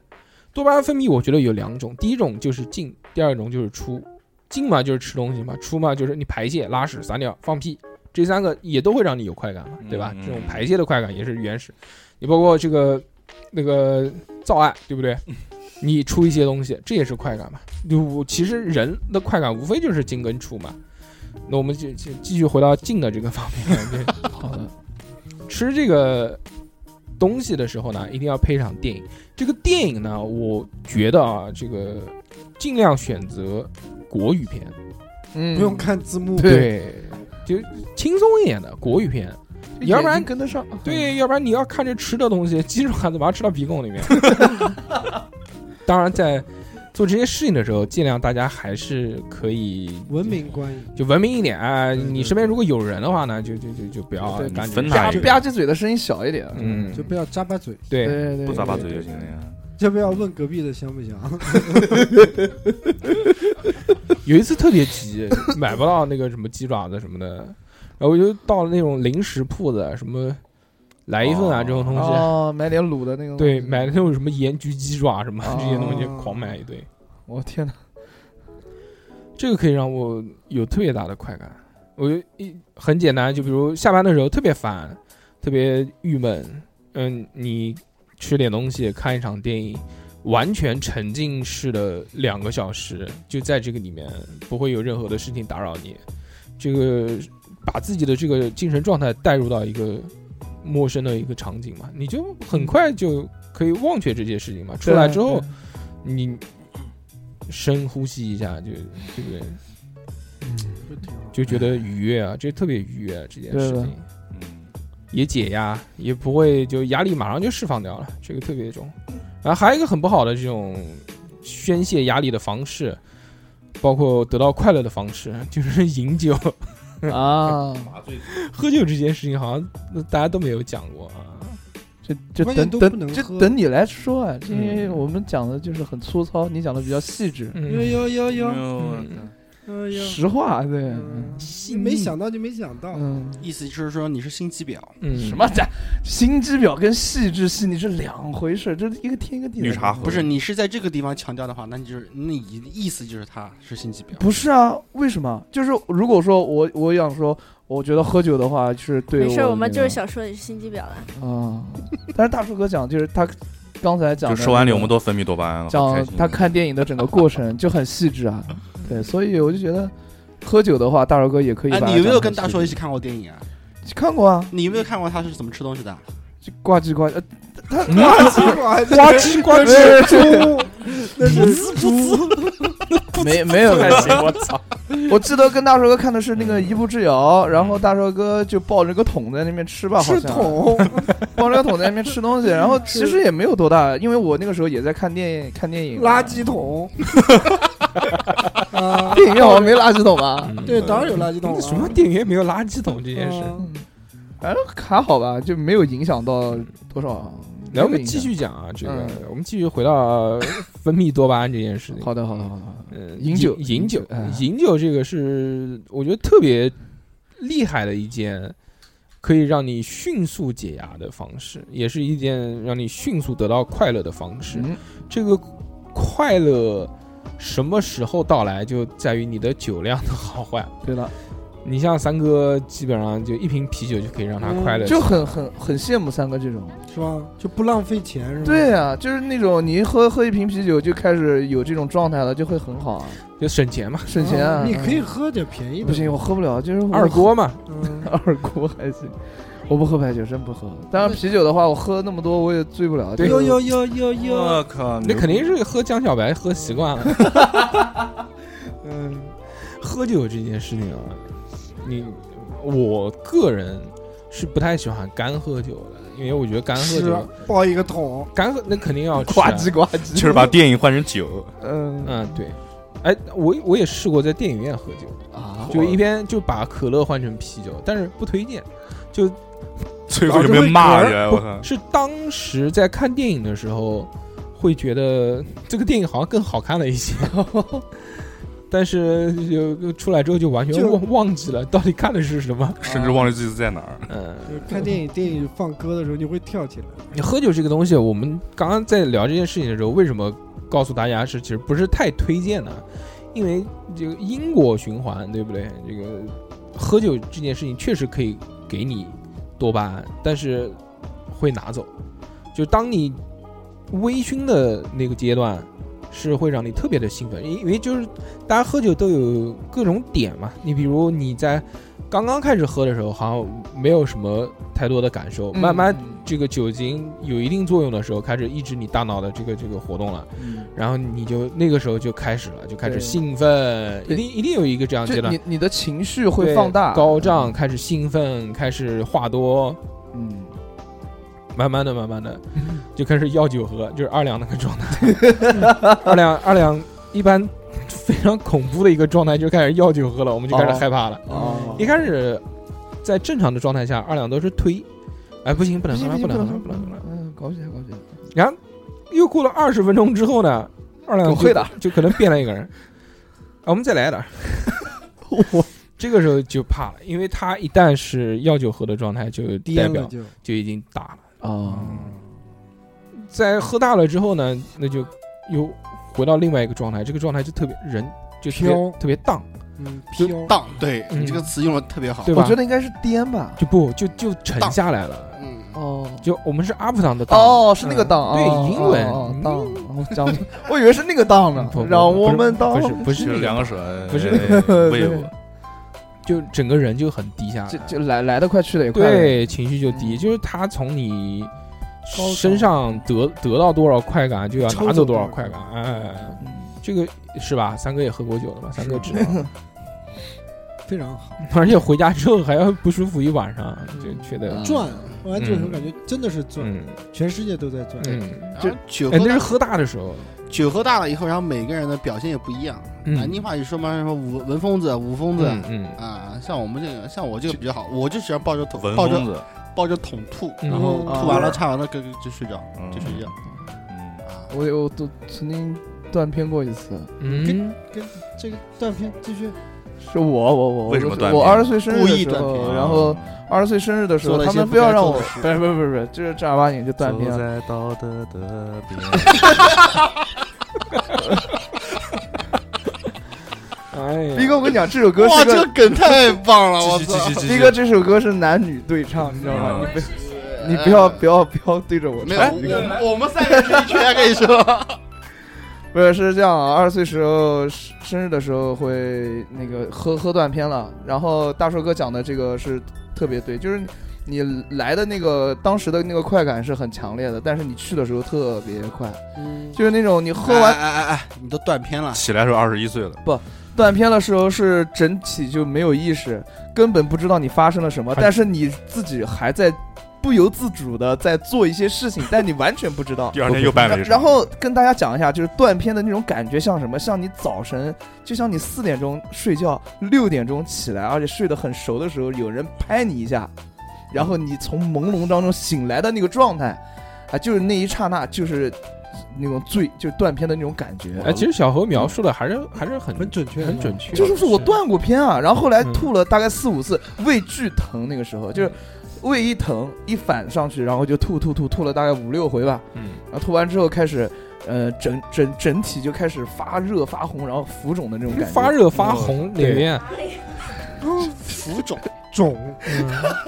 Speaker 1: 多巴胺分泌，我觉得有两种，第一种就是进，第二种就是出。进嘛就是吃东西嘛，出嘛就是你排泄、拉屎、撒尿、放屁，这三个也都会让你有快感嘛，对吧？
Speaker 5: 嗯
Speaker 1: 这种排泄的快感也是原始。你包括这个那个造案，对不对？
Speaker 5: 嗯
Speaker 1: 你出一些东西，这也是快感嘛。就我其实人的快感无非就是进跟出嘛。那我们就就继续回到进的这个方面。对
Speaker 3: 好的，
Speaker 1: 吃这个东西的时候呢，一定要配上电影。这个电影呢，我觉得啊，这个尽量选择国语片，
Speaker 3: 嗯
Speaker 4: 不用，看字幕，
Speaker 1: 对，就轻松一点的国语片。要不然
Speaker 3: 眼睛跟得上。嗯
Speaker 1: 对，要不然你要看这吃的东西，鸡爪子把它吃到鼻孔里面。当然，在做这些事情的时候，尽量大家还是可以
Speaker 4: 文明观影，
Speaker 1: 就文明一点啊、
Speaker 4: 对
Speaker 1: 你身边如果有人的话呢，就就就就不要
Speaker 3: 对
Speaker 1: 赶紧
Speaker 5: 分
Speaker 3: 吧
Speaker 5: 他一
Speaker 3: 吧
Speaker 5: 个，
Speaker 3: 唧嘴的声音小一点。
Speaker 1: 嗯，
Speaker 4: 就不要扎巴嘴，
Speaker 3: 对
Speaker 1: 对，
Speaker 3: 对对，
Speaker 5: 不
Speaker 3: 对
Speaker 5: 咋把嘴就行了呀。
Speaker 4: 要不要问隔壁的香不 香？
Speaker 1: 有一次特别急，买不到那个什么鸡爪子什么的，然后我就到了那种零食铺子，啊什么来一份啊、
Speaker 5: 哦
Speaker 1: 这种东西，
Speaker 3: 哦，买点卤的那个。
Speaker 1: 对，买那种什么盐焗鸡爪什么、 这些东西
Speaker 4: 哦，
Speaker 1: 狂买一堆，
Speaker 3: 我天哪！
Speaker 1: 这个可以让我有特别大的快感。我就一很简单，就比如下班的时候特别烦，特别郁闷，嗯，你吃点东西，看一场电影，完全沉浸式的两个小时，就在这个里面，不会有任何的事情打扰你。这个把自己的这个精神状态带入到一个陌生的一个场景嘛，你就很快就可以忘却这些事情嘛。出来之后，你深呼吸一下，就对不对？就觉
Speaker 4: 哎
Speaker 1: 得愉悦啊，这特别愉悦、啊、这件
Speaker 3: 对
Speaker 1: 事
Speaker 3: 的
Speaker 1: 情，
Speaker 5: 嗯，
Speaker 1: 也解压，也不会就压力马上就释放掉了，这个特别重。然后还有一个很不好的这种宣泄压力的方式，包括得到快乐的方式，就是饮酒。
Speaker 3: 对啊，
Speaker 1: 喝酒这件事情好像大家都没有讲过啊。
Speaker 3: 这就
Speaker 4: 关键
Speaker 3: 等
Speaker 4: 都不
Speaker 3: 等
Speaker 4: 能喝
Speaker 3: 就等你来说啊，因为
Speaker 1: 嗯
Speaker 3: 我们讲的就是很粗糙，你讲的比较细致，
Speaker 4: 呦
Speaker 1: 嗯，
Speaker 4: 呦呦
Speaker 5: 哎呦
Speaker 4: 呦呦哎呦！
Speaker 3: 实话，对，
Speaker 4: 嗯
Speaker 3: 嗯
Speaker 4: 你没想到就没想到，
Speaker 3: 嗯，
Speaker 2: 意思就是说你是心机婊，
Speaker 1: 嗯
Speaker 3: 什么这心机婊跟细致细腻是两回事，这是一个天一个地的。
Speaker 5: 绿茶婊
Speaker 2: 不是你是在这个地方强调的话，那你就是那你的意思就是他是心机婊。
Speaker 3: 不是啊？为什么？就是如果说我我想说，我觉得喝酒的话是对
Speaker 6: 没事儿，
Speaker 3: 我
Speaker 6: 我们
Speaker 3: 那
Speaker 6: 就是
Speaker 3: 个
Speaker 6: 想说的是心机婊了。
Speaker 3: 啊。但是大叔哥讲就是他刚才讲
Speaker 5: 就
Speaker 3: 的
Speaker 5: 说完
Speaker 3: 那
Speaker 5: 酒，
Speaker 3: 个
Speaker 5: 我们都分泌多巴胺了，好开
Speaker 3: 讲
Speaker 5: 心啊
Speaker 3: 他看电影的整个过程就很细致 啊，对，所以我就觉得喝酒的话，大帅哥也可以把
Speaker 2: 哎，
Speaker 3: 它讲得很细致。
Speaker 2: 你有没有跟大叔一起看过电影啊？
Speaker 3: 看过啊？
Speaker 2: 你有没有看过他是怎么吃东西的？
Speaker 3: 就呱唧呱唧，呃他
Speaker 1: 呱
Speaker 4: 呱
Speaker 1: 唧呱唧，
Speaker 3: 呃
Speaker 4: 唧， 那是猪，
Speaker 3: 没没有没有，
Speaker 1: 我 操！
Speaker 3: 我嗯记得跟大帅哥看的是那个一步之遥，然后大帅哥就抱着个桶在那边吃吧，好
Speaker 4: 是
Speaker 3: 像
Speaker 4: 桶，
Speaker 3: 抱着个桶在那边 吃东西，然后其实也没有多大，因为我那个时候也在看电影看电影，
Speaker 4: 垃圾桶。啊，
Speaker 3: 电影院好像没垃圾桶吧？
Speaker 4: 对，当然有垃圾桶了。
Speaker 1: 嗯什么电影院没有垃圾桶这件事？
Speaker 4: 啊
Speaker 3: 反正还好吧，就没有影响到多少。没
Speaker 1: 来，
Speaker 3: 有
Speaker 1: 我们
Speaker 3: 影
Speaker 1: 继
Speaker 3: 响
Speaker 1: 续讲啊，这个
Speaker 3: 嗯
Speaker 1: 我们继续回到呃分泌多巴胺这件事情。
Speaker 3: 好的，好的，好的，好的
Speaker 1: 嗯，
Speaker 3: 饮酒
Speaker 1: 饮酒
Speaker 3: 哎，
Speaker 1: 饮酒这个是我觉得特别厉害的一件，可以让你迅速解压的方式，也是一件让你迅速得到快乐的方式。
Speaker 3: 嗯，
Speaker 1: 这个快乐什么时候到来，就在于你的酒量的好坏。
Speaker 3: 对了，
Speaker 1: 你像三哥，基本上就一瓶啤酒就可以让他快乐。
Speaker 3: 嗯就很很很羡慕三哥这种。
Speaker 4: 是吧？就不浪费钱是吧？
Speaker 3: 对啊，就是那种你一喝喝一瓶啤酒就开始有这种状态了，就会很好啊，
Speaker 1: 就省钱嘛，
Speaker 3: 省钱啊。
Speaker 4: 啊你可以喝点便宜的。
Speaker 3: 不行，我喝不了，就是我
Speaker 1: 二锅嘛。
Speaker 4: 嗯，
Speaker 3: 二锅还行。我不喝白酒，真不喝。当然啤酒的话，我喝那么多我也醉不了。
Speaker 1: 对
Speaker 3: 就
Speaker 4: 呦呦呦呦呦，
Speaker 5: 我靠，
Speaker 1: 那肯定是喝江小白喝习惯了。 嗯，喝酒这件事情啊，你我个人是不太喜欢干喝酒的，因为我觉得干喝
Speaker 4: 吃
Speaker 1: 酒，
Speaker 4: 抱一个桶，
Speaker 1: 干喝那肯定 要吃
Speaker 3: 呱
Speaker 1: 啊
Speaker 3: 唧呱唧。
Speaker 5: 就是把电影换成酒，
Speaker 3: 嗯
Speaker 1: 嗯，对。哎，我我也试过在电影院喝酒，
Speaker 3: 啊，
Speaker 1: 就一边就把可乐换成啤酒，但是不推荐。就
Speaker 5: 最后就被骂人，我靠，
Speaker 1: 是当时在看电影的时候，会觉得这个电影好像更好看了一些， 但是就出来之后就完全
Speaker 4: 就
Speaker 1: 忘忘记了到底看的是什么。
Speaker 5: 甚至忘了自己在哪儿。
Speaker 1: 嗯，
Speaker 4: 就是看电影，电影放歌的时候你会跳起来。
Speaker 1: 你喝酒这个东西，我们刚刚在聊这件事情的时候，为什么告诉大家是其实不是太推荐的？因为这个因果循环，对不对？这个喝酒这件事情确实可以给你多巴胺，但是会拿走。就当你微醺的那个阶段，是会让你特别的兴奋，因因为就是大家喝酒都有各种点嘛。你比如你在刚刚开始喝的时候，好像没有什么太多的感受，
Speaker 3: 嗯
Speaker 1: 慢慢这个酒精有一定作用的时候，开始抑制你大脑的这个这个活动了，
Speaker 3: 嗯，
Speaker 1: 然后你就那个时候就开始了，就开始
Speaker 3: 对
Speaker 1: 兴奋，一
Speaker 3: 对
Speaker 1: 定一定有一个这样
Speaker 3: 就
Speaker 1: 阶段。
Speaker 3: 你你的情绪
Speaker 1: 对
Speaker 3: 会放大
Speaker 1: 高涨，，开始兴奋，开始话多，
Speaker 3: 嗯，
Speaker 1: 慢慢的、慢慢 的就开始要酒喝，就是二两那个状态。二两二两一般非常恐怖的一个状态，就开始要酒喝了，我们就开始
Speaker 3: 哦
Speaker 1: 害怕了。
Speaker 3: 哦
Speaker 1: 一开始在正常的状态下，二两都是推，哎，不行，不
Speaker 3: 不
Speaker 1: 能喝了，
Speaker 3: 行不
Speaker 1: 能喝
Speaker 3: 能
Speaker 1: 了，
Speaker 3: 不
Speaker 1: 不能喝
Speaker 3: 能
Speaker 1: 了。，
Speaker 3: 嗯，搞起来搞起来，
Speaker 1: 然后又过了二十分钟之后呢，二两
Speaker 3: 我
Speaker 1: 就
Speaker 3: 会的，
Speaker 1: 就可能变了一个人。啊，我们再来点儿。 这个时候就怕了，因为他一旦是药酒喝的状态，就代
Speaker 4: 颠
Speaker 1: 表
Speaker 4: 了就
Speaker 1: 就已经大了。
Speaker 3: 哦，
Speaker 1: 在喝大了之后呢，那就又回到另外一个状态，这个状态就特别人就特
Speaker 4: 飘
Speaker 1: 别特别荡，
Speaker 4: 嗯
Speaker 2: 就
Speaker 4: 飘，
Speaker 2: 荡，对
Speaker 1: 嗯
Speaker 2: 你这个词用的特别好。
Speaker 1: 对吧？
Speaker 3: 啊我觉得应该是颠吧，
Speaker 1: 就不就就沉
Speaker 2: 荡
Speaker 1: 下来了。
Speaker 2: 嗯，
Speaker 3: 哦。
Speaker 1: 就我们是阿布党的荡
Speaker 3: 哦，是那个档，
Speaker 1: 对
Speaker 3: 哦
Speaker 1: 英文
Speaker 3: 哦
Speaker 1: 嗯
Speaker 3: 档，哦我讲， 我以为是那个档呢
Speaker 1: 不不，
Speaker 3: 让
Speaker 1: 不
Speaker 3: 我
Speaker 1: 是
Speaker 3: 们当
Speaker 1: 不是不是
Speaker 5: 就
Speaker 1: 那
Speaker 5: 是
Speaker 1: 个
Speaker 5: 两个
Speaker 1: 荡
Speaker 5: 手，
Speaker 1: 不是
Speaker 5: 哎喂
Speaker 3: 对
Speaker 5: 我，
Speaker 1: 就整个人就很低下来，
Speaker 3: 就就来来得快去得也快，，
Speaker 1: 对情绪就低，
Speaker 3: 嗯
Speaker 1: 就是他从你
Speaker 4: 高潮
Speaker 1: 身上得得到多少快感，就要
Speaker 4: 抽
Speaker 1: 拿
Speaker 4: 走
Speaker 1: 走多
Speaker 4: 多
Speaker 1: 少
Speaker 4: 少
Speaker 1: 快感，哎。
Speaker 3: 嗯
Speaker 1: 这个是吧？三哥也喝过酒了 嘛，三哥知道。
Speaker 4: 非常好，
Speaker 3: 嗯
Speaker 1: 而且回家之后还要不舒服一晚上，就觉得
Speaker 3: 嗯，
Speaker 4: 转。啊我来这时候感觉真的是转，
Speaker 1: 嗯
Speaker 4: 全世界都在转。
Speaker 1: 嗯，
Speaker 2: 然后酒
Speaker 1: 哎，
Speaker 2: 喝
Speaker 1: 那是
Speaker 2: 大，
Speaker 1: 喝大的时候，
Speaker 2: 酒喝大了以后，然后每个人的表现也不一样。
Speaker 1: 嗯
Speaker 2: 南京话就说嘛，什么武文疯子、武疯子
Speaker 1: 嗯嗯
Speaker 2: 啊，像我们这个，像我这个比较好，我就喜欢抱着桶，
Speaker 5: 文
Speaker 2: 抱
Speaker 5: 疯
Speaker 2: 着
Speaker 5: 子，
Speaker 2: 抱着桶吐，
Speaker 1: 嗯
Speaker 2: 然后
Speaker 3: 啊
Speaker 2: 吐完了、唱完了，就就睡觉，
Speaker 5: 嗯
Speaker 2: 就睡觉
Speaker 5: 嗯
Speaker 2: 啊。
Speaker 3: 我有我都曾经断片过一次，
Speaker 1: 嗯，
Speaker 4: 跟这个断片继续，
Speaker 3: 是我我我
Speaker 5: 为什么断
Speaker 3: 我
Speaker 5: 片啊
Speaker 3: 二十岁生日
Speaker 2: 故
Speaker 3: 的
Speaker 2: 意
Speaker 3: 时
Speaker 2: 断
Speaker 3: 候，
Speaker 2: 片
Speaker 3: 然后二十岁生日的时
Speaker 2: 做
Speaker 3: 候，
Speaker 2: 了一
Speaker 3: 他
Speaker 2: 些
Speaker 3: 们
Speaker 2: 不
Speaker 3: 非要
Speaker 2: 该
Speaker 3: 让
Speaker 2: 做
Speaker 3: 我，
Speaker 2: 的
Speaker 3: 不
Speaker 2: 事
Speaker 3: 是不是不是不是，就是正儿八经就断片
Speaker 5: 走
Speaker 3: 了。
Speaker 5: 在道德的 边，
Speaker 1: 哎呀，
Speaker 3: 逼哥，我跟你讲，这首歌
Speaker 2: 哇，
Speaker 3: 是
Speaker 2: 这个
Speaker 3: 个
Speaker 2: 梗太 棒了，我
Speaker 5: 继续
Speaker 2: 操！
Speaker 5: 继续继续
Speaker 3: 逼哥，这首歌是男女对唱，你知道吗？你不你不要不要不要对着我
Speaker 2: 没有，
Speaker 3: 唱，逼哥
Speaker 2: 哎我我们三个人是一圈，跟你 说。
Speaker 3: 不是是这样啊，二十岁时候生生日的时候会那个喝喝断片了，然后大硕哥讲的这个是特别对，就是你来的那个当时的那个快感是很强烈的，但是你去的时候特别快，
Speaker 4: 嗯，
Speaker 3: 就是那种你喝完
Speaker 2: 哎哎哎哎，你都断片了，
Speaker 5: 起来的时候二十一岁了，
Speaker 3: 断片的时候是整体就没有意识，根本不知道你发生了什么，
Speaker 1: 还
Speaker 3: 但是你自己还在不由自主的在做一些事情，但你完全不知道
Speaker 5: 第。二天又半没
Speaker 3: 然然后跟大家讲一下，就是断片的那种感觉像什么？像你早晨，就像你四点钟睡觉，六点钟起来，而且睡得很熟的时候，有人拍你一下，然后你从朦胧当中醒来的那个状态，啊，就是那一刹那，就是那种醉，就是断片的那种感觉。
Speaker 1: 哎，其实小猴描述的还是还是很
Speaker 4: 很准确，
Speaker 1: 很准确
Speaker 3: 这就是我断过片啊，然后后来
Speaker 1: 嗯
Speaker 3: 吐了大概四五次，胃巨疼，那个时候就是胃一疼一反上去，然后就吐吐吐吐了大概五六回吧，
Speaker 1: 嗯
Speaker 3: 然后吐完之后开始，呃，整整整体就开始发热发红，然后浮肿的那种感觉，
Speaker 1: 发热发红哪边？
Speaker 2: 浮肿。
Speaker 4: 肿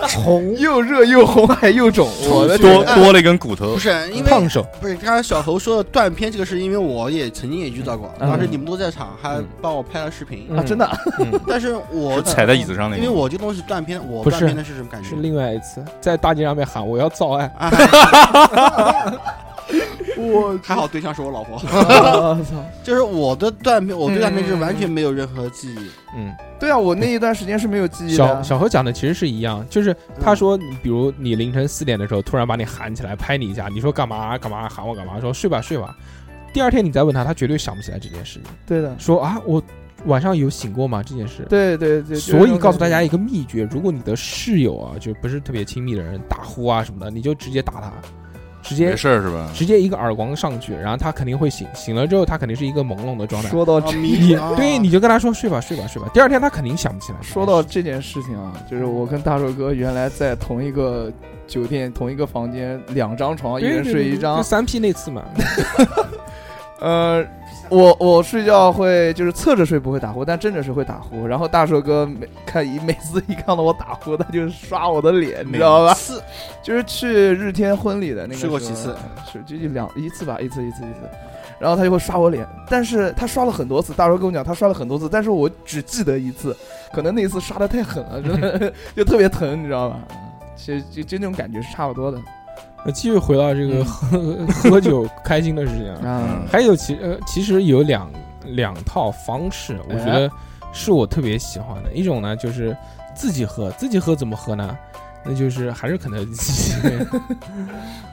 Speaker 4: 虫
Speaker 3: 又热又红还又肿，我的
Speaker 5: 多
Speaker 3: 天
Speaker 5: 多了一根骨头
Speaker 2: 不，是因为
Speaker 1: 烫手，
Speaker 2: 不是，刚才小猴说的断片这个事，因为我也曾经也遇到过，
Speaker 3: 嗯
Speaker 2: 当时你们都在场，还帮我拍了视频。
Speaker 1: 嗯
Speaker 3: 啊，真的，
Speaker 2: 但是我
Speaker 5: 是踩在椅子上那
Speaker 2: 因为
Speaker 5: 个。
Speaker 2: 我这东西断片，我
Speaker 1: 不是
Speaker 2: 断片的是什么感觉？
Speaker 1: 是另外一次在大街上面喊我要造爱，
Speaker 2: 啊，
Speaker 3: 我
Speaker 2: 还好对象是我老婆。
Speaker 1: 嗯
Speaker 3: 我啊操，
Speaker 2: 就是我的断片，我对断片是完全没有任何记忆。
Speaker 1: 嗯，
Speaker 3: 对啊，我那一段嗯时间是没有记忆的
Speaker 1: 小
Speaker 3: 啊，
Speaker 1: 小何讲的其实是一样，就是他说，你比如你凌晨四点的时候突然把你喊起来拍你一下，你说干嘛干嘛喊我干嘛，说睡吧睡吧。第二天你再问他，他绝对想不起来这件事情，
Speaker 3: 对的，
Speaker 1: 说啊我晚上有醒过吗这件事。
Speaker 3: 对对对，就是
Speaker 1: 所
Speaker 3: 那
Speaker 1: 以
Speaker 3: 种
Speaker 1: 告诉大
Speaker 3: 感觉
Speaker 1: 家一个秘诀，如果你的室友啊就不是特别亲密的人打呼啊什么的，你就直接打他，直接
Speaker 5: 没事儿是吧？
Speaker 1: 直接一个耳光上去，然后他肯定会醒，醒了之后他肯定是一个朦胧的状态。
Speaker 3: 说到
Speaker 2: 啊
Speaker 3: 这
Speaker 2: 迷
Speaker 1: 你
Speaker 2: 啊
Speaker 1: 对，你就跟他说睡吧睡吧睡吧，第二天他肯定想不起来。
Speaker 3: 说到这件事情啊，就是我跟大寿哥原来在同一个酒店、同一个房间，两张床，一
Speaker 1: 对
Speaker 3: 人
Speaker 1: 对
Speaker 3: 睡
Speaker 1: 对
Speaker 3: 一
Speaker 1: 就
Speaker 3: 张。
Speaker 1: 三 P 那次嘛，
Speaker 3: 呃，我我睡觉会就是侧着睡不会打呼，但正着睡会打呼。然后大硕哥每看一每次一看到我打呼，他就刷我的脸，你知道吧？
Speaker 2: 次
Speaker 3: 就是去日天婚礼的那个
Speaker 2: 睡过
Speaker 3: 时候啊
Speaker 2: 几次？
Speaker 3: 是就就两一次吧，一次一次一次。然后他就会刷我脸，但是他刷了很多次。大叔跟我讲，他刷了很多次，但是我只记得一次，可能那一次刷的太狠了，真的 就特别疼，你知道吧？其实就就那种感觉是差不多的。
Speaker 1: 呃继续回到这个喝、 喝酒开心的事情啊，
Speaker 3: 嗯啊，
Speaker 1: 还有其呃其实有两两套方式，我觉
Speaker 3: 哎
Speaker 1: 得是我特别喜欢的。一种呢就是自己喝，自己喝怎么喝呢？那就是还是肯德 基。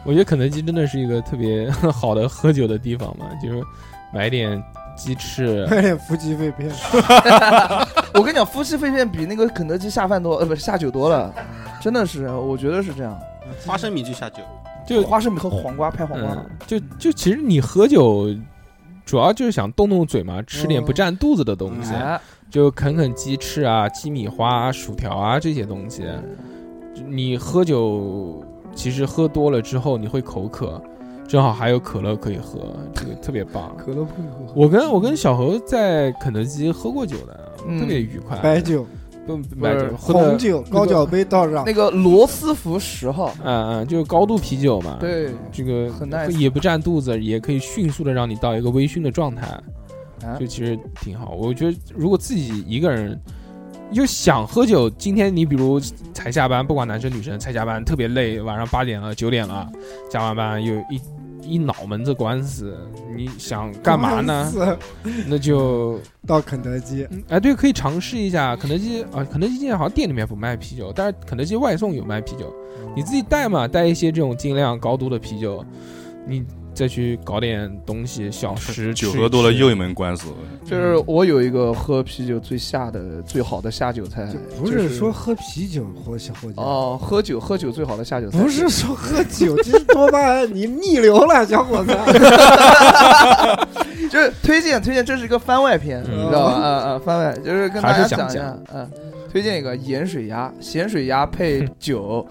Speaker 1: 我觉得肯德基真的是一个特别 好的喝酒的地方嘛，就是买点鸡翅，啊
Speaker 4: 快点伏击被骗，
Speaker 3: 我跟你讲，夫妻肺片比那个肯德基下饭多，呃，不是下酒多了，真的是，我觉得是这样。
Speaker 2: 花生米就下酒，
Speaker 1: 就
Speaker 3: 花生米和黄瓜拍黄
Speaker 4: 啊
Speaker 3: 瓜，
Speaker 1: 嗯，就就其实你喝酒，主要就是想动动嘴嘛，吃
Speaker 4: 嗯
Speaker 1: 点不占肚子的东西，
Speaker 3: 哎，
Speaker 1: 就啃啃鸡翅啊、鸡米花啊、薯条啊这些东西。你喝酒，其实喝多了之后你会口渴，正好还有可乐可以喝，这个特别棒。
Speaker 4: 可乐不可以喝，
Speaker 1: 我跟我跟小何在肯德基喝过酒的，
Speaker 3: 嗯
Speaker 1: 特别愉快。
Speaker 4: 白酒、
Speaker 1: 不不白酒，喝
Speaker 4: 红
Speaker 1: 的
Speaker 4: 酒、高脚杯倒上，
Speaker 3: 那个罗斯福十号，
Speaker 1: 嗯嗯，就是高度啤酒嘛。，
Speaker 3: 对，
Speaker 1: 这个
Speaker 3: 很 nice
Speaker 1: 也不占肚子，也可以迅速的让你到一个微醺的状态。
Speaker 3: 啊
Speaker 1: 就其实挺好。我觉得如果自己一个人就想喝酒，今天你比如才下班，不管男生女生，才下班特别累，晚上八点了九点了，加完班又一一脑门子官司，你想干嘛 呢？
Speaker 4: 公司？
Speaker 1: 那就
Speaker 4: 到肯德基，
Speaker 1: 嗯哎对，可以尝试一下肯德基啊，肯德基现在好像店里面不卖啤酒，但是肯德基外送有卖啤酒，
Speaker 3: 嗯
Speaker 1: 你自己带嘛，带一些这种尽量高度的啤酒，你。再去搞点东西，小食
Speaker 5: 酒
Speaker 1: 吃一
Speaker 5: 喝多了
Speaker 1: 吃
Speaker 5: 又一门官司。
Speaker 3: 就是我有一个喝啤酒最下的最好的下酒菜
Speaker 4: 就，不
Speaker 3: 就是
Speaker 4: 说喝啤酒或小伙酒，
Speaker 3: 哎哦，喝酒喝酒最好的下酒菜
Speaker 4: 不是说喝酒，这是多巴胺，你逆流了，小 伙子。
Speaker 3: 就是推荐推荐，这是一个番外篇，
Speaker 1: 嗯
Speaker 3: 你知道吧？啊啊，番外就是跟大
Speaker 1: 还
Speaker 3: 家
Speaker 1: 是想
Speaker 3: 一下，嗯，推荐一个盐水鸭，咸水鸭配酒，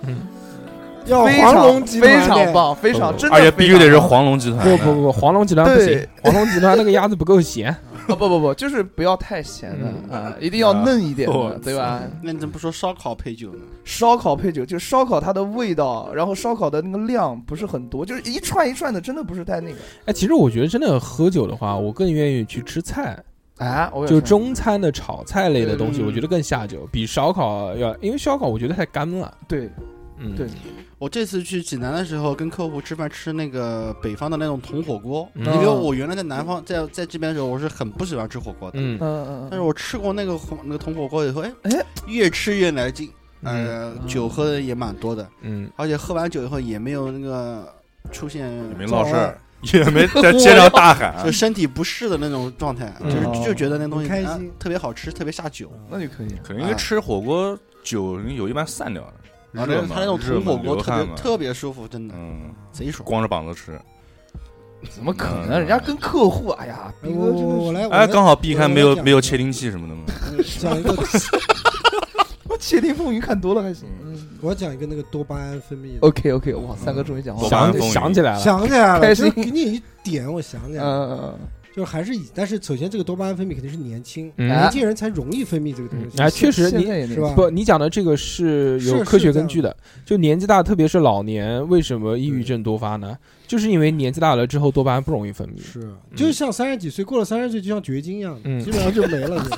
Speaker 4: 要
Speaker 3: 非
Speaker 4: 黄龙
Speaker 3: 常
Speaker 4: 集团
Speaker 3: 非
Speaker 4: 的
Speaker 3: 常，棒，非常真的
Speaker 5: 而
Speaker 3: 非常棒，
Speaker 5: 且必须得是黄龙集团
Speaker 1: 不
Speaker 5: 的。
Speaker 1: 不不，黄龙集团不行
Speaker 3: 对，
Speaker 1: 黄龙集团那个鸭子不够咸。
Speaker 3: 啊，不不不，就是不要太咸
Speaker 1: 嗯
Speaker 3: 的啊，一定要嫩一点
Speaker 5: 我
Speaker 3: 的，对吧？
Speaker 2: 那你怎么不说烧烤配酒呢？
Speaker 3: 烧烤配酒，就是烧烤它的味道，然后烧烤的那个量不是很多，就是一串一串的，真的不是太那个。
Speaker 1: 哎，其实我觉得真的喝酒的话，我更愿意去吃菜，
Speaker 3: 啊，我也
Speaker 1: 就是中餐的炒菜类的东西，
Speaker 2: 嗯
Speaker 1: 我觉得更下酒，比烧烤要，因为烧烤我觉得太干了。
Speaker 3: 对
Speaker 1: 嗯，
Speaker 3: 对，
Speaker 2: 我这次去济南的时候，跟客户吃饭吃那个北方的那种铜火锅，
Speaker 1: 嗯
Speaker 2: 因为
Speaker 3: 哦
Speaker 2: 我原来在南方，在在这边的时候，我是很不喜欢吃火锅的。
Speaker 1: 嗯
Speaker 3: 嗯，嗯
Speaker 2: 但
Speaker 3: 嗯
Speaker 2: 是我吃过那个红那个铜火锅以后，哎
Speaker 3: 哎，
Speaker 2: 越吃越来劲，呃，
Speaker 3: 嗯
Speaker 2: 酒喝的也蛮多的，
Speaker 1: 嗯，
Speaker 2: 而且喝完酒以后也没有那个出现
Speaker 5: 也没啊闹事儿，也没在街上大喊
Speaker 2: 就。身体不适的那种状态，
Speaker 1: 嗯
Speaker 2: 就是就觉得那东西
Speaker 4: 很开
Speaker 2: 啊
Speaker 4: 心
Speaker 2: 特别好吃，特别下酒。
Speaker 3: 那就可以。
Speaker 5: 可能因为吃火锅酒有一半散掉了，
Speaker 2: 然后
Speaker 5: 热
Speaker 2: 那
Speaker 5: 嘛
Speaker 2: 啊他那种
Speaker 5: 热
Speaker 2: 铜
Speaker 5: 嘛
Speaker 2: 火锅
Speaker 5: 流
Speaker 2: 特
Speaker 5: 汗
Speaker 2: 别
Speaker 5: 嘛
Speaker 2: 特别舒服，真的
Speaker 5: 嗯，
Speaker 2: 贼爽。
Speaker 5: 光着膀子吃。
Speaker 3: 怎么可能？
Speaker 5: 嗯
Speaker 3: 人家跟客户，哎呀，
Speaker 4: 我
Speaker 3: 斌哥真
Speaker 4: 我
Speaker 3: 的
Speaker 4: 我
Speaker 1: 哦
Speaker 3: 是，
Speaker 4: 来，我
Speaker 5: 哎，
Speaker 4: 来
Speaker 5: 刚好避开没
Speaker 4: 我
Speaker 5: 有
Speaker 4: 来
Speaker 5: 没有窃听器什么的嘛。
Speaker 4: 我讲一个，
Speaker 3: 我《窃听风云》看多了还行。
Speaker 4: 嗯我讲一个那个多巴胺分泌 的，
Speaker 3: OK OK，哇，三哥终于讲
Speaker 5: 我
Speaker 3: 话了
Speaker 5: 把
Speaker 1: 想
Speaker 5: 它封
Speaker 1: 想
Speaker 5: 印
Speaker 1: 起来了，
Speaker 4: 想起来了，
Speaker 3: 开
Speaker 4: 就
Speaker 3: 心
Speaker 4: 是给你一点，我想起来了，
Speaker 3: 嗯嗯
Speaker 4: 就是还是以，但是首先这个多巴胺分泌肯定是年轻，
Speaker 1: 嗯
Speaker 4: 年轻人才容易分泌这个东
Speaker 1: 嗯
Speaker 4: 西，
Speaker 1: 哎，确
Speaker 3: 嗯，
Speaker 1: 实
Speaker 3: 现
Speaker 1: 你。
Speaker 3: 在也那
Speaker 4: 是
Speaker 3: 个
Speaker 4: 吧？
Speaker 1: 不，你讲的这个是有
Speaker 4: 是
Speaker 1: 科
Speaker 4: 是
Speaker 1: 学
Speaker 4: 这
Speaker 1: 根
Speaker 4: 样
Speaker 1: 据的。就年纪大，特别是老年，为什么抑郁症多发呢？就是因为年纪大了之后，多巴胺不容易分泌。
Speaker 4: 是，就像三十几岁过了三十岁，就像绝经一样，
Speaker 1: 嗯
Speaker 4: 基本上就没了。就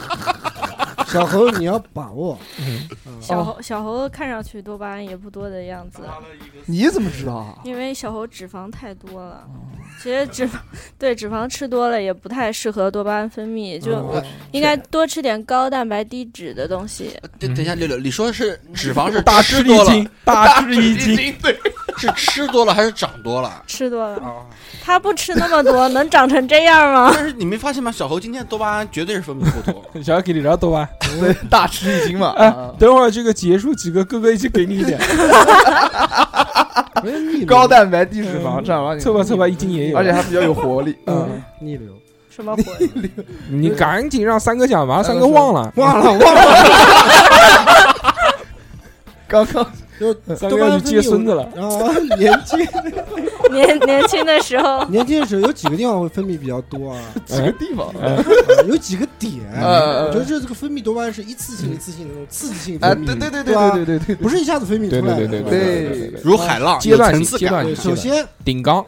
Speaker 4: 小猴，你要把握，
Speaker 1: 嗯
Speaker 4: 啊
Speaker 6: 小猴小猴看上去多巴胺也不多的样子，
Speaker 3: 你怎么知道
Speaker 1: 哎
Speaker 3: 啊？
Speaker 6: 因为小猴脂肪太多了。其实脂肪对脂肪吃多了也不太适合多巴胺分泌，就
Speaker 4: 嗯
Speaker 6: 应该多吃点高蛋白低脂的东西。
Speaker 2: 呃等等一下，六六，你说的是脂肪是
Speaker 1: 大
Speaker 2: 吃
Speaker 1: 吃
Speaker 2: 多
Speaker 1: 一
Speaker 2: 了，
Speaker 1: 惊，大吃一惊，
Speaker 2: 是吃多了还是长多了？
Speaker 6: 吃多
Speaker 4: 哦
Speaker 6: 了，他不吃那么多， 能长成这样 吗？
Speaker 2: 但是你没发现吗？小猴今天多巴胺绝对是分泌过 多。
Speaker 1: 小要给你聊多吧。
Speaker 3: 对， 大吃一惊嘛。
Speaker 1: 哎
Speaker 3: 啊，
Speaker 1: 等会儿这个结束几个，哥哥一起给你 一点，
Speaker 4: 不是逆流
Speaker 3: 高蛋白低脂肪，正儿八经
Speaker 1: 凑吧凑吧，一斤也有。
Speaker 3: 而且还比较有 活力。
Speaker 1: 嗯，
Speaker 4: 逆流，
Speaker 6: 什么活？
Speaker 1: 你赶紧让三哥讲完，三哥呃忘了，
Speaker 4: 忘了忘了，
Speaker 3: 刚刚
Speaker 4: 就
Speaker 1: 三哥
Speaker 4: 多巴
Speaker 1: 要
Speaker 4: 胺
Speaker 1: 去接孙子了。
Speaker 4: 分泌有啊，年轻
Speaker 6: 年年轻的时候，
Speaker 4: 年轻的时候有几个地方会分泌比较多啊？
Speaker 1: 哎
Speaker 3: 几个地方，
Speaker 4: 呃有几个点，
Speaker 3: 呃
Speaker 4: 我觉得这这个分泌多半是一次性一次性的那种刺激性
Speaker 3: 哎，
Speaker 4: 分泌，
Speaker 3: 对对对
Speaker 4: 吧
Speaker 3: 对对对对对，
Speaker 4: 不是一下子分泌出来的，
Speaker 1: 对
Speaker 4: 是吧
Speaker 3: 对
Speaker 1: 对对，
Speaker 2: 如海浪，
Speaker 1: 阶段
Speaker 2: 有
Speaker 1: 性
Speaker 2: 层次
Speaker 1: 阶
Speaker 2: 感。
Speaker 1: 段性，
Speaker 4: 首先
Speaker 1: 顶缸，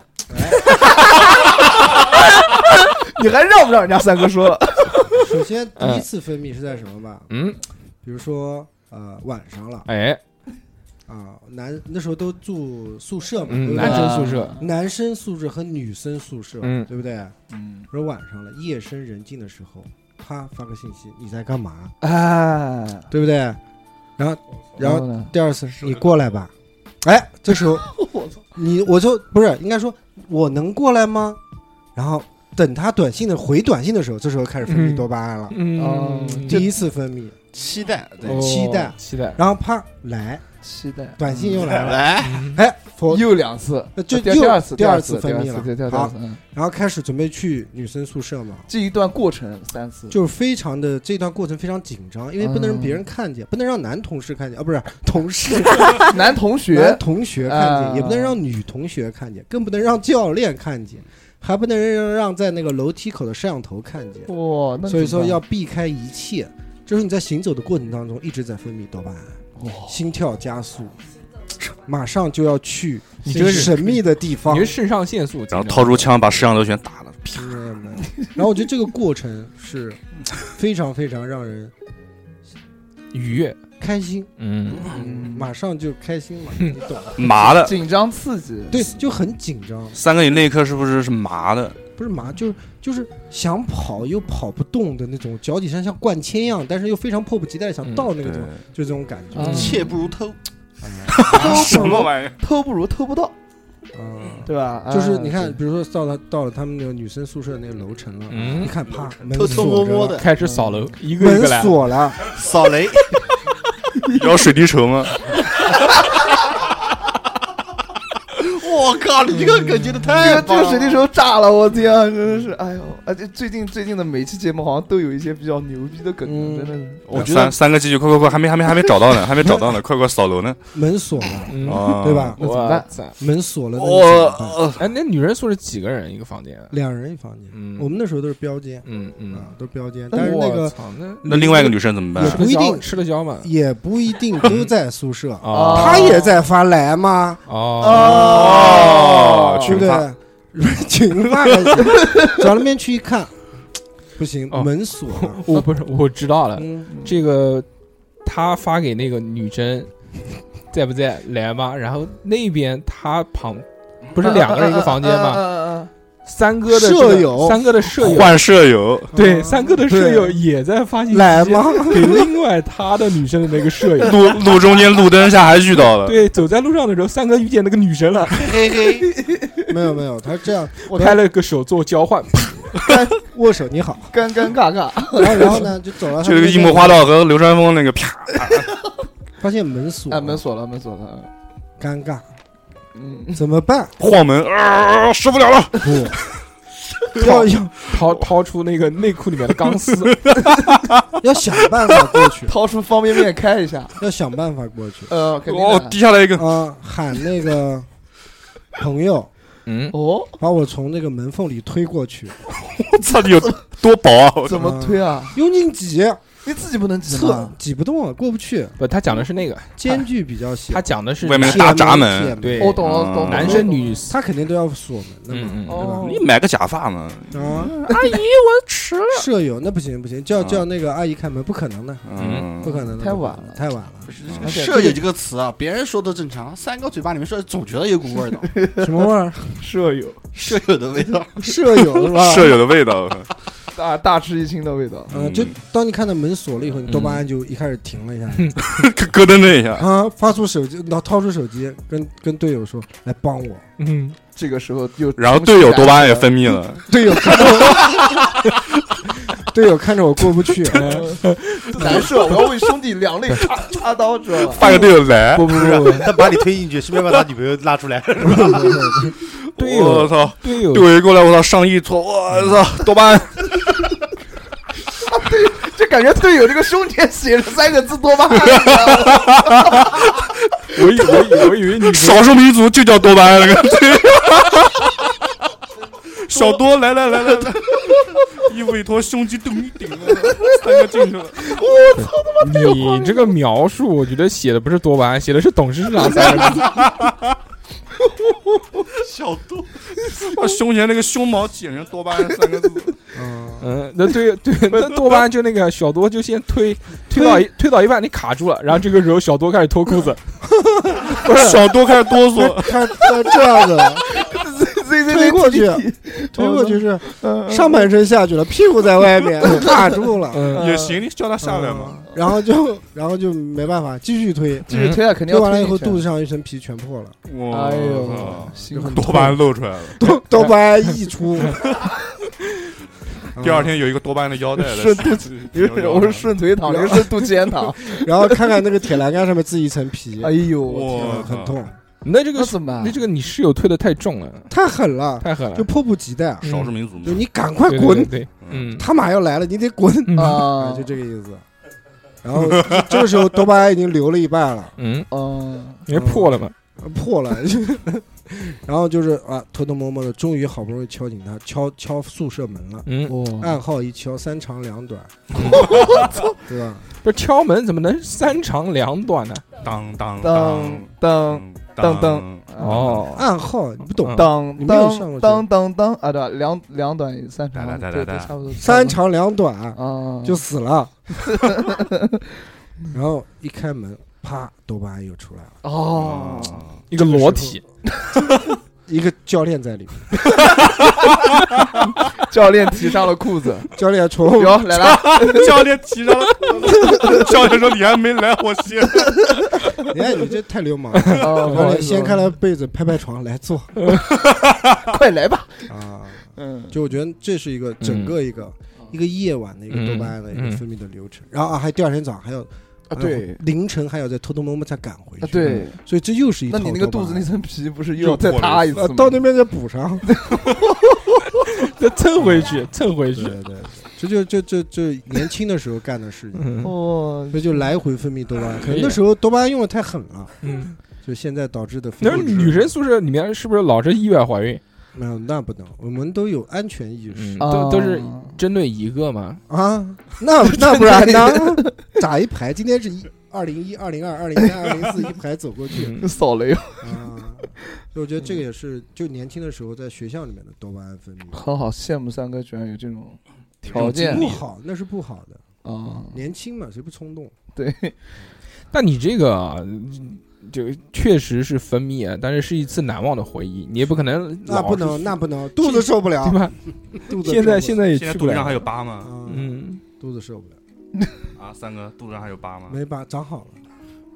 Speaker 3: 你还让不让人家三哥说 了？
Speaker 4: 首先第一次分泌是在什么吧？
Speaker 1: 嗯，
Speaker 4: 比如说呃晚上了
Speaker 1: 哎，
Speaker 4: 啊，男那时候都住宿舍嘛，对
Speaker 1: 嗯，
Speaker 4: 不
Speaker 1: 男
Speaker 4: 对
Speaker 1: 生宿舍，
Speaker 4: 男生宿舍和女生宿舍，
Speaker 1: 嗯
Speaker 4: 对不对？
Speaker 3: 嗯，
Speaker 4: 说晚上了，夜深人静的时候，啪发个信息，你在干嘛？
Speaker 3: 哎，
Speaker 4: 对不对？然后，然后
Speaker 3: 呢？
Speaker 4: 第二次你过来吧。哎，这时候你我就不是应该说我能过来吗？然后等他短信的回短信的时候，这时候开始分泌
Speaker 1: 嗯
Speaker 4: 多巴胺了，
Speaker 1: 嗯
Speaker 3: 哦，
Speaker 4: 第一次分泌，
Speaker 2: 期待，对，
Speaker 1: 哦
Speaker 4: 期待
Speaker 1: 期待，
Speaker 4: 然后啪来
Speaker 3: 期待
Speaker 4: 短信又来了，
Speaker 2: 来，
Speaker 1: 嗯
Speaker 4: 哎，佛，
Speaker 3: 又两次，
Speaker 4: 就
Speaker 3: 第
Speaker 4: 又
Speaker 3: 二次，
Speaker 4: 第
Speaker 3: 二
Speaker 4: 二次
Speaker 3: 第
Speaker 4: 分
Speaker 3: 二
Speaker 4: 泌
Speaker 3: 次
Speaker 4: 了
Speaker 3: 第二次，第二
Speaker 4: 好
Speaker 3: 次，嗯
Speaker 4: 然后开始准备去女生宿舍嘛，
Speaker 3: 这一段过程三次，
Speaker 4: 就是非常的这段过程非常紧张，因为不能让别人看见，不能让男同事看见啊，不是同事
Speaker 3: 男嗯同
Speaker 4: 男
Speaker 3: 学，
Speaker 4: 同学看见，
Speaker 3: 啊
Speaker 4: 也不能让女同学看见，更不能让教练看见，还不能让让在那个楼梯口的摄像头看见，
Speaker 3: 哇，那
Speaker 4: 所以
Speaker 3: 怎
Speaker 4: 说
Speaker 3: 么
Speaker 4: 要避开一切。就是你在行走的过程当中一直在分泌多巴胺，
Speaker 3: 哇
Speaker 4: 心跳加速，马上就要去
Speaker 1: 你这是
Speaker 4: 神秘的地方
Speaker 1: 你，是肾上腺素，
Speaker 5: 然后掏出枪把摄像头全打了，啪！
Speaker 4: 没有没有然后我觉得这个过程是非常非常让人
Speaker 1: 愉悦，
Speaker 4: 开心。
Speaker 1: 嗯，
Speaker 3: 嗯
Speaker 4: 马上就开心了，你懂的。
Speaker 5: 麻的。
Speaker 3: 紧张刺激，
Speaker 4: 对，就很紧张，
Speaker 5: 三哥，你那一刻是不是是麻的？
Speaker 4: 不是麻，就是就是想跑又跑不动的那种，脚底上像灌铅一样，但是又非常迫不及待地想到那个
Speaker 5: 对
Speaker 4: 地方，就这种感觉。啊
Speaker 3: 嗯
Speaker 2: 切不如偷，
Speaker 5: 什么玩意儿？
Speaker 3: 偷不如偷不到，
Speaker 4: 嗯，
Speaker 3: 对吧？哎
Speaker 4: 就是你看，，比如说到了到了他们那个女生宿舍那个楼层了，
Speaker 1: 嗯
Speaker 4: 你看啪，门
Speaker 2: 偷偷摸
Speaker 4: 锁着
Speaker 2: 摸的
Speaker 4: 了，
Speaker 1: 开始扫楼，一个一个
Speaker 4: 嗯门
Speaker 1: 来，
Speaker 4: 锁了，
Speaker 2: 扫雷，
Speaker 5: 要水滴筹吗？
Speaker 2: 我靠，你这个梗觉得
Speaker 3: 这
Speaker 2: 太
Speaker 3: 个这
Speaker 4: 啊
Speaker 2: 棒
Speaker 3: 个水
Speaker 2: 了
Speaker 3: 滴筹炸了，我天啊，真的是，哎呦，而且最近最近的每期节目好像都有一些比较牛逼的梗，
Speaker 4: 嗯
Speaker 3: 真的是，
Speaker 2: 我觉
Speaker 5: 三
Speaker 2: 得
Speaker 5: 三哥继续，快快快，还没还没还没找到呢，还没找到呢，快快扫楼呢，
Speaker 4: 门锁了，
Speaker 1: 嗯，
Speaker 5: 啊，
Speaker 4: 对？吧？
Speaker 3: 那怎么办
Speaker 1: 办？
Speaker 4: 门锁了，那你
Speaker 5: 我
Speaker 4: 怎么办
Speaker 5: 呃
Speaker 1: 哎，那女人宿舍几个人一个房间啊？
Speaker 4: 两人一房间，
Speaker 1: 嗯，
Speaker 4: 我们那时候都是标间
Speaker 1: 嗯嗯
Speaker 4: 啊，，都是标间，但是那
Speaker 1: 我
Speaker 4: 个
Speaker 1: 操那
Speaker 5: 那另外一个女生怎么
Speaker 4: 也
Speaker 5: 办？
Speaker 1: 吃得
Speaker 4: 不一
Speaker 1: 消
Speaker 4: 定
Speaker 1: 吃得消吗？
Speaker 4: 也不一定都在宿舍，
Speaker 1: 哦
Speaker 4: 他也在发来吗？啊
Speaker 3: 哦
Speaker 4: 对不对？群发还行，找那边去一看，不行，
Speaker 1: 哦
Speaker 4: 门锁了。
Speaker 1: 我不是我知道了，
Speaker 4: 嗯，
Speaker 1: 这个他发给那个女生在不在来吗？然后那边他旁不
Speaker 4: 啊
Speaker 1: 是两个人一个房间
Speaker 3: 啊
Speaker 1: 吗？
Speaker 3: 吗？
Speaker 1: 三哥的这个
Speaker 4: 舍友
Speaker 1: 三哥的舍友，
Speaker 5: 换舍友，
Speaker 1: 对，三哥的舍友也在发信息
Speaker 4: 来吗？
Speaker 1: 给另外他的女生的那个舍友。
Speaker 5: 路路中间路灯下还遇到了，
Speaker 1: 对，走在路上的时候，三哥遇见那个女生了，
Speaker 2: 嘿嘿，
Speaker 4: 没有没有，他这样
Speaker 1: 我拍了个手做交换，
Speaker 4: 握手你好，
Speaker 3: 尴尴尬 尬，
Speaker 4: 然后然后呢就走了，
Speaker 5: 就那个樱木花，道和流川枫那个啪，
Speaker 4: 发现门锁了，
Speaker 3: 哎，门锁了，门锁了，
Speaker 4: 尴尬，
Speaker 3: 嗯，
Speaker 4: 怎么办？
Speaker 5: 晃门啊，受不了了，
Speaker 4: 不，要要
Speaker 1: 掏掏出那个内裤里面的钢丝，
Speaker 4: 要想办法过去，
Speaker 3: 掏出方便面开一下，
Speaker 4: 要想办法过去
Speaker 3: 呃，肯定
Speaker 5: 哦，
Speaker 3: 的
Speaker 5: 滴下来 一个，
Speaker 4: 啊！喊那个朋友
Speaker 1: 嗯，
Speaker 3: 哦，
Speaker 4: 把我从那个门缝里推过去，
Speaker 5: 我操，你有多薄啊！我
Speaker 3: 怎么推啊？
Speaker 4: 用劲挤，
Speaker 3: 你自己不能挤
Speaker 4: 侧
Speaker 3: 吗？
Speaker 4: 挤不动了，啊过不去，
Speaker 1: 不，他讲的是那个，
Speaker 4: 间距比较小
Speaker 1: 他。讲的是
Speaker 5: 外面
Speaker 4: 铁
Speaker 5: 大闸门
Speaker 1: 对
Speaker 4: 铁
Speaker 3: 我哦懂了，懂了，
Speaker 1: 男生女，
Speaker 4: 他肯定都要锁门的嘛，
Speaker 1: 嗯嗯，
Speaker 3: 哦
Speaker 5: 你，买个假发嘛，
Speaker 4: 啊，
Speaker 6: 阿姨，我迟了。
Speaker 4: 舍友那不行不行，叫
Speaker 5: 啊
Speaker 4: 叫那个阿姨开门，不可能的，
Speaker 5: 嗯
Speaker 4: 不，可能的，
Speaker 3: 太晚了
Speaker 4: 太晚了，
Speaker 3: 而且
Speaker 2: 舍友这个词啊，别人说都正常，三哥嘴巴里面说总觉得有股味道，
Speaker 4: 什么味儿？
Speaker 1: 舍友
Speaker 2: 舍友的味道。
Speaker 4: 舍友
Speaker 1: 啊
Speaker 4: 是吧？
Speaker 5: 舍友的味道，
Speaker 3: 大大吃一惊的味道，
Speaker 4: 嗯，就当你看到门锁了以后，你多巴胺就一开始停了一下，
Speaker 5: 咯咯噔了一下，
Speaker 4: 啊，发出手机，然后掏出手机，跟跟队友说来帮我，
Speaker 1: 嗯，
Speaker 3: 这个时候又
Speaker 5: 然后队友多巴胺也 分泌了，
Speaker 4: 队友看着我，队友看着我过不去，哎
Speaker 3: 难受，我要为兄弟两肋插插刀，知道吧？
Speaker 5: 发个队友来，
Speaker 4: 不不不
Speaker 7: 他把你推进去，顺便把他女朋友拉 出来。
Speaker 4: 不，
Speaker 1: 队
Speaker 5: 我
Speaker 1: 友
Speaker 5: 操，
Speaker 1: 队友
Speaker 5: 队友一过来，我操，上亿错，我操，多巴胺，
Speaker 3: 就感觉队友这个胸前写着三个字多巴胺，
Speaker 1: 我以为我以为你说
Speaker 5: 少数民族就叫多巴胺，小多来来来来来，衣服一脱，胸肌咚一顶，三个进去了。
Speaker 1: 哦你这个描述，我觉得写的不是多巴胺，写的是董事长三个字。
Speaker 5: 小多，把胸前那个胸毛剪成多巴胺三个字。
Speaker 1: 嗯，那对对，那多巴胺就那个小多就先推推到一推到一半，你卡住了，然后这个时候小多开始脱裤子，
Speaker 5: 小多开始哆嗦，
Speaker 4: 他他这样子
Speaker 3: Z Z
Speaker 4: 推过去
Speaker 3: Z
Speaker 4: 推过去是
Speaker 3: 嗯
Speaker 4: 上半身下去了，屁股在外面卡住了，
Speaker 1: 嗯，
Speaker 5: 也行，你叫他下来
Speaker 3: 哦
Speaker 5: 嘛。
Speaker 4: 然后就然后就没办法继续推，
Speaker 5: 嗯
Speaker 3: 继续推啊，肯定
Speaker 4: 推
Speaker 3: 要
Speaker 4: 完了以
Speaker 3: 推
Speaker 4: 后
Speaker 3: 一圈
Speaker 4: 肚子上一层皮全破了，
Speaker 5: 哇
Speaker 3: 哎呦，辛苦
Speaker 5: 哦多巴胺露出来了。
Speaker 4: 多 多巴胺溢出。
Speaker 5: 第二天有一个多巴胺的腰带在
Speaker 3: 顺肚
Speaker 5: 子
Speaker 3: 有 一种是顺腿躺，一个是肚脐躺，
Speaker 4: 嗯，然后看看那个铁栏杆上面自己一层皮
Speaker 3: 哎，呦，我
Speaker 5: 我
Speaker 4: 很
Speaker 5: 痛，
Speaker 4: 痛，
Speaker 1: 那这
Speaker 3: 那
Speaker 1: 个
Speaker 3: 怎么办
Speaker 1: 那？这个你室友推的太重了，
Speaker 4: 太狠了，
Speaker 1: 太狠了
Speaker 4: 就，迫不及待，啊
Speaker 5: 少数民族嘛
Speaker 4: 就。你 赶快
Speaker 1: 对对
Speaker 4: 滚，
Speaker 1: 对对，嗯，
Speaker 4: 他马要来了，你得滚，啊，
Speaker 3: 啊
Speaker 4: 就，这个意思。 然后这个时候多巴胺已经流了一半了，呃
Speaker 1: 嗯，
Speaker 3: 嗯，
Speaker 1: 因为破了嘛，
Speaker 4: 破了， 然后就是啊，偷偷摸摸的，终于好不容易敲醒他，敲敲宿舍门了，
Speaker 1: 嗯，
Speaker 3: 哇，
Speaker 4: 暗号一敲，三长两 短，对吧？
Speaker 1: 不是敲门怎么能三长两短呢？
Speaker 5: 当当
Speaker 3: 当当当当，
Speaker 1: 哦，
Speaker 4: 暗号你不懂
Speaker 1: 嗯，
Speaker 3: 当
Speaker 4: 你没有上过
Speaker 3: 当当
Speaker 4: 学
Speaker 3: 当当啊，对吧，两两短三长
Speaker 5: 来，来来
Speaker 3: 对
Speaker 5: 来
Speaker 3: 对
Speaker 5: 来
Speaker 3: 差不多，
Speaker 4: 三长两短
Speaker 3: 啊，
Speaker 4: 就 死了。然后一开门，啪，多巴胺又出来了，
Speaker 3: 哦，
Speaker 1: 一个裸体，
Speaker 4: 一个教练在里面，
Speaker 3: 教练提上了裤子，
Speaker 4: 教练从
Speaker 3: 哟，来了，
Speaker 5: 教练提上了，教练说你还没来，我先。
Speaker 4: 哎，你这太流氓了。
Speaker 3: 哦不
Speaker 4: 教
Speaker 3: 好意思
Speaker 4: 练掀开了被子，拍拍床，来坐
Speaker 3: 快来吧，
Speaker 4: 啊。
Speaker 3: 嗯，
Speaker 4: 就我觉得这是一个整个一个一个夜晚的一个多巴胺的一个分泌的流程，然后啊，还有第二天早上还要
Speaker 3: 啊
Speaker 4: 还有
Speaker 3: 对。
Speaker 4: 凌晨还要再偷偷摸摸再赶回去，
Speaker 3: 啊，，对，
Speaker 4: 所以哎这又是一
Speaker 3: 那
Speaker 4: 套
Speaker 3: 你那个肚
Speaker 4: 多巴
Speaker 3: 子
Speaker 4: 胺
Speaker 3: 那层皮不是又要再塌一次
Speaker 4: 呃
Speaker 3: 吗？
Speaker 4: 到那边再补上，
Speaker 1: 再蹭回去，蹭回
Speaker 4: 对
Speaker 1: 去，
Speaker 4: 对对，这就这这这年轻的时候干的事情，
Speaker 1: 嗯
Speaker 3: 哦
Speaker 4: 所以就来回分泌多巴胺，可
Speaker 1: 可
Speaker 4: 能
Speaker 1: 以
Speaker 4: 那时候多巴胺用的太狠了，
Speaker 1: 嗯。
Speaker 4: 就现在导致的分
Speaker 1: 那
Speaker 4: 泌
Speaker 1: 女生宿舍里面是不是老是意外怀孕？
Speaker 4: 没有那不能，我们都有安全意识
Speaker 1: 都都是
Speaker 3: 哦
Speaker 1: 针对一个嘛？
Speaker 4: 啊，那 那不然呢？打一排，今天是一二零一、二零二、二零三、二零四一排走过去。
Speaker 1: 嗯
Speaker 3: 就扫雷，
Speaker 4: 啊，所以我觉得这个也是，就年轻的时候在学校里面的多巴胺分泌
Speaker 3: 很好，羡慕三哥居然有这种条件
Speaker 4: 不好，那是不好的。
Speaker 3: 啊！
Speaker 4: 年轻嘛，谁不冲动？
Speaker 3: 对，
Speaker 1: 但你这个啊嗯就确实是分泌啊，但是是一次难忘的回忆，你也不可能
Speaker 4: 那
Speaker 1: 老
Speaker 4: 不
Speaker 1: 是
Speaker 4: 能，那不能，肚子受不了
Speaker 1: 对，吧？
Speaker 4: 肚子
Speaker 1: 现在现
Speaker 4: 在，
Speaker 1: 在也
Speaker 5: 现在
Speaker 1: 去
Speaker 5: 肚
Speaker 1: 不
Speaker 5: 子上还
Speaker 1: 了。
Speaker 5: 有疤吗？
Speaker 4: 嗯，
Speaker 1: 嗯，
Speaker 4: 肚子受不了，
Speaker 5: 啊，三哥，肚子上还有疤吗？
Speaker 4: 没把长好了。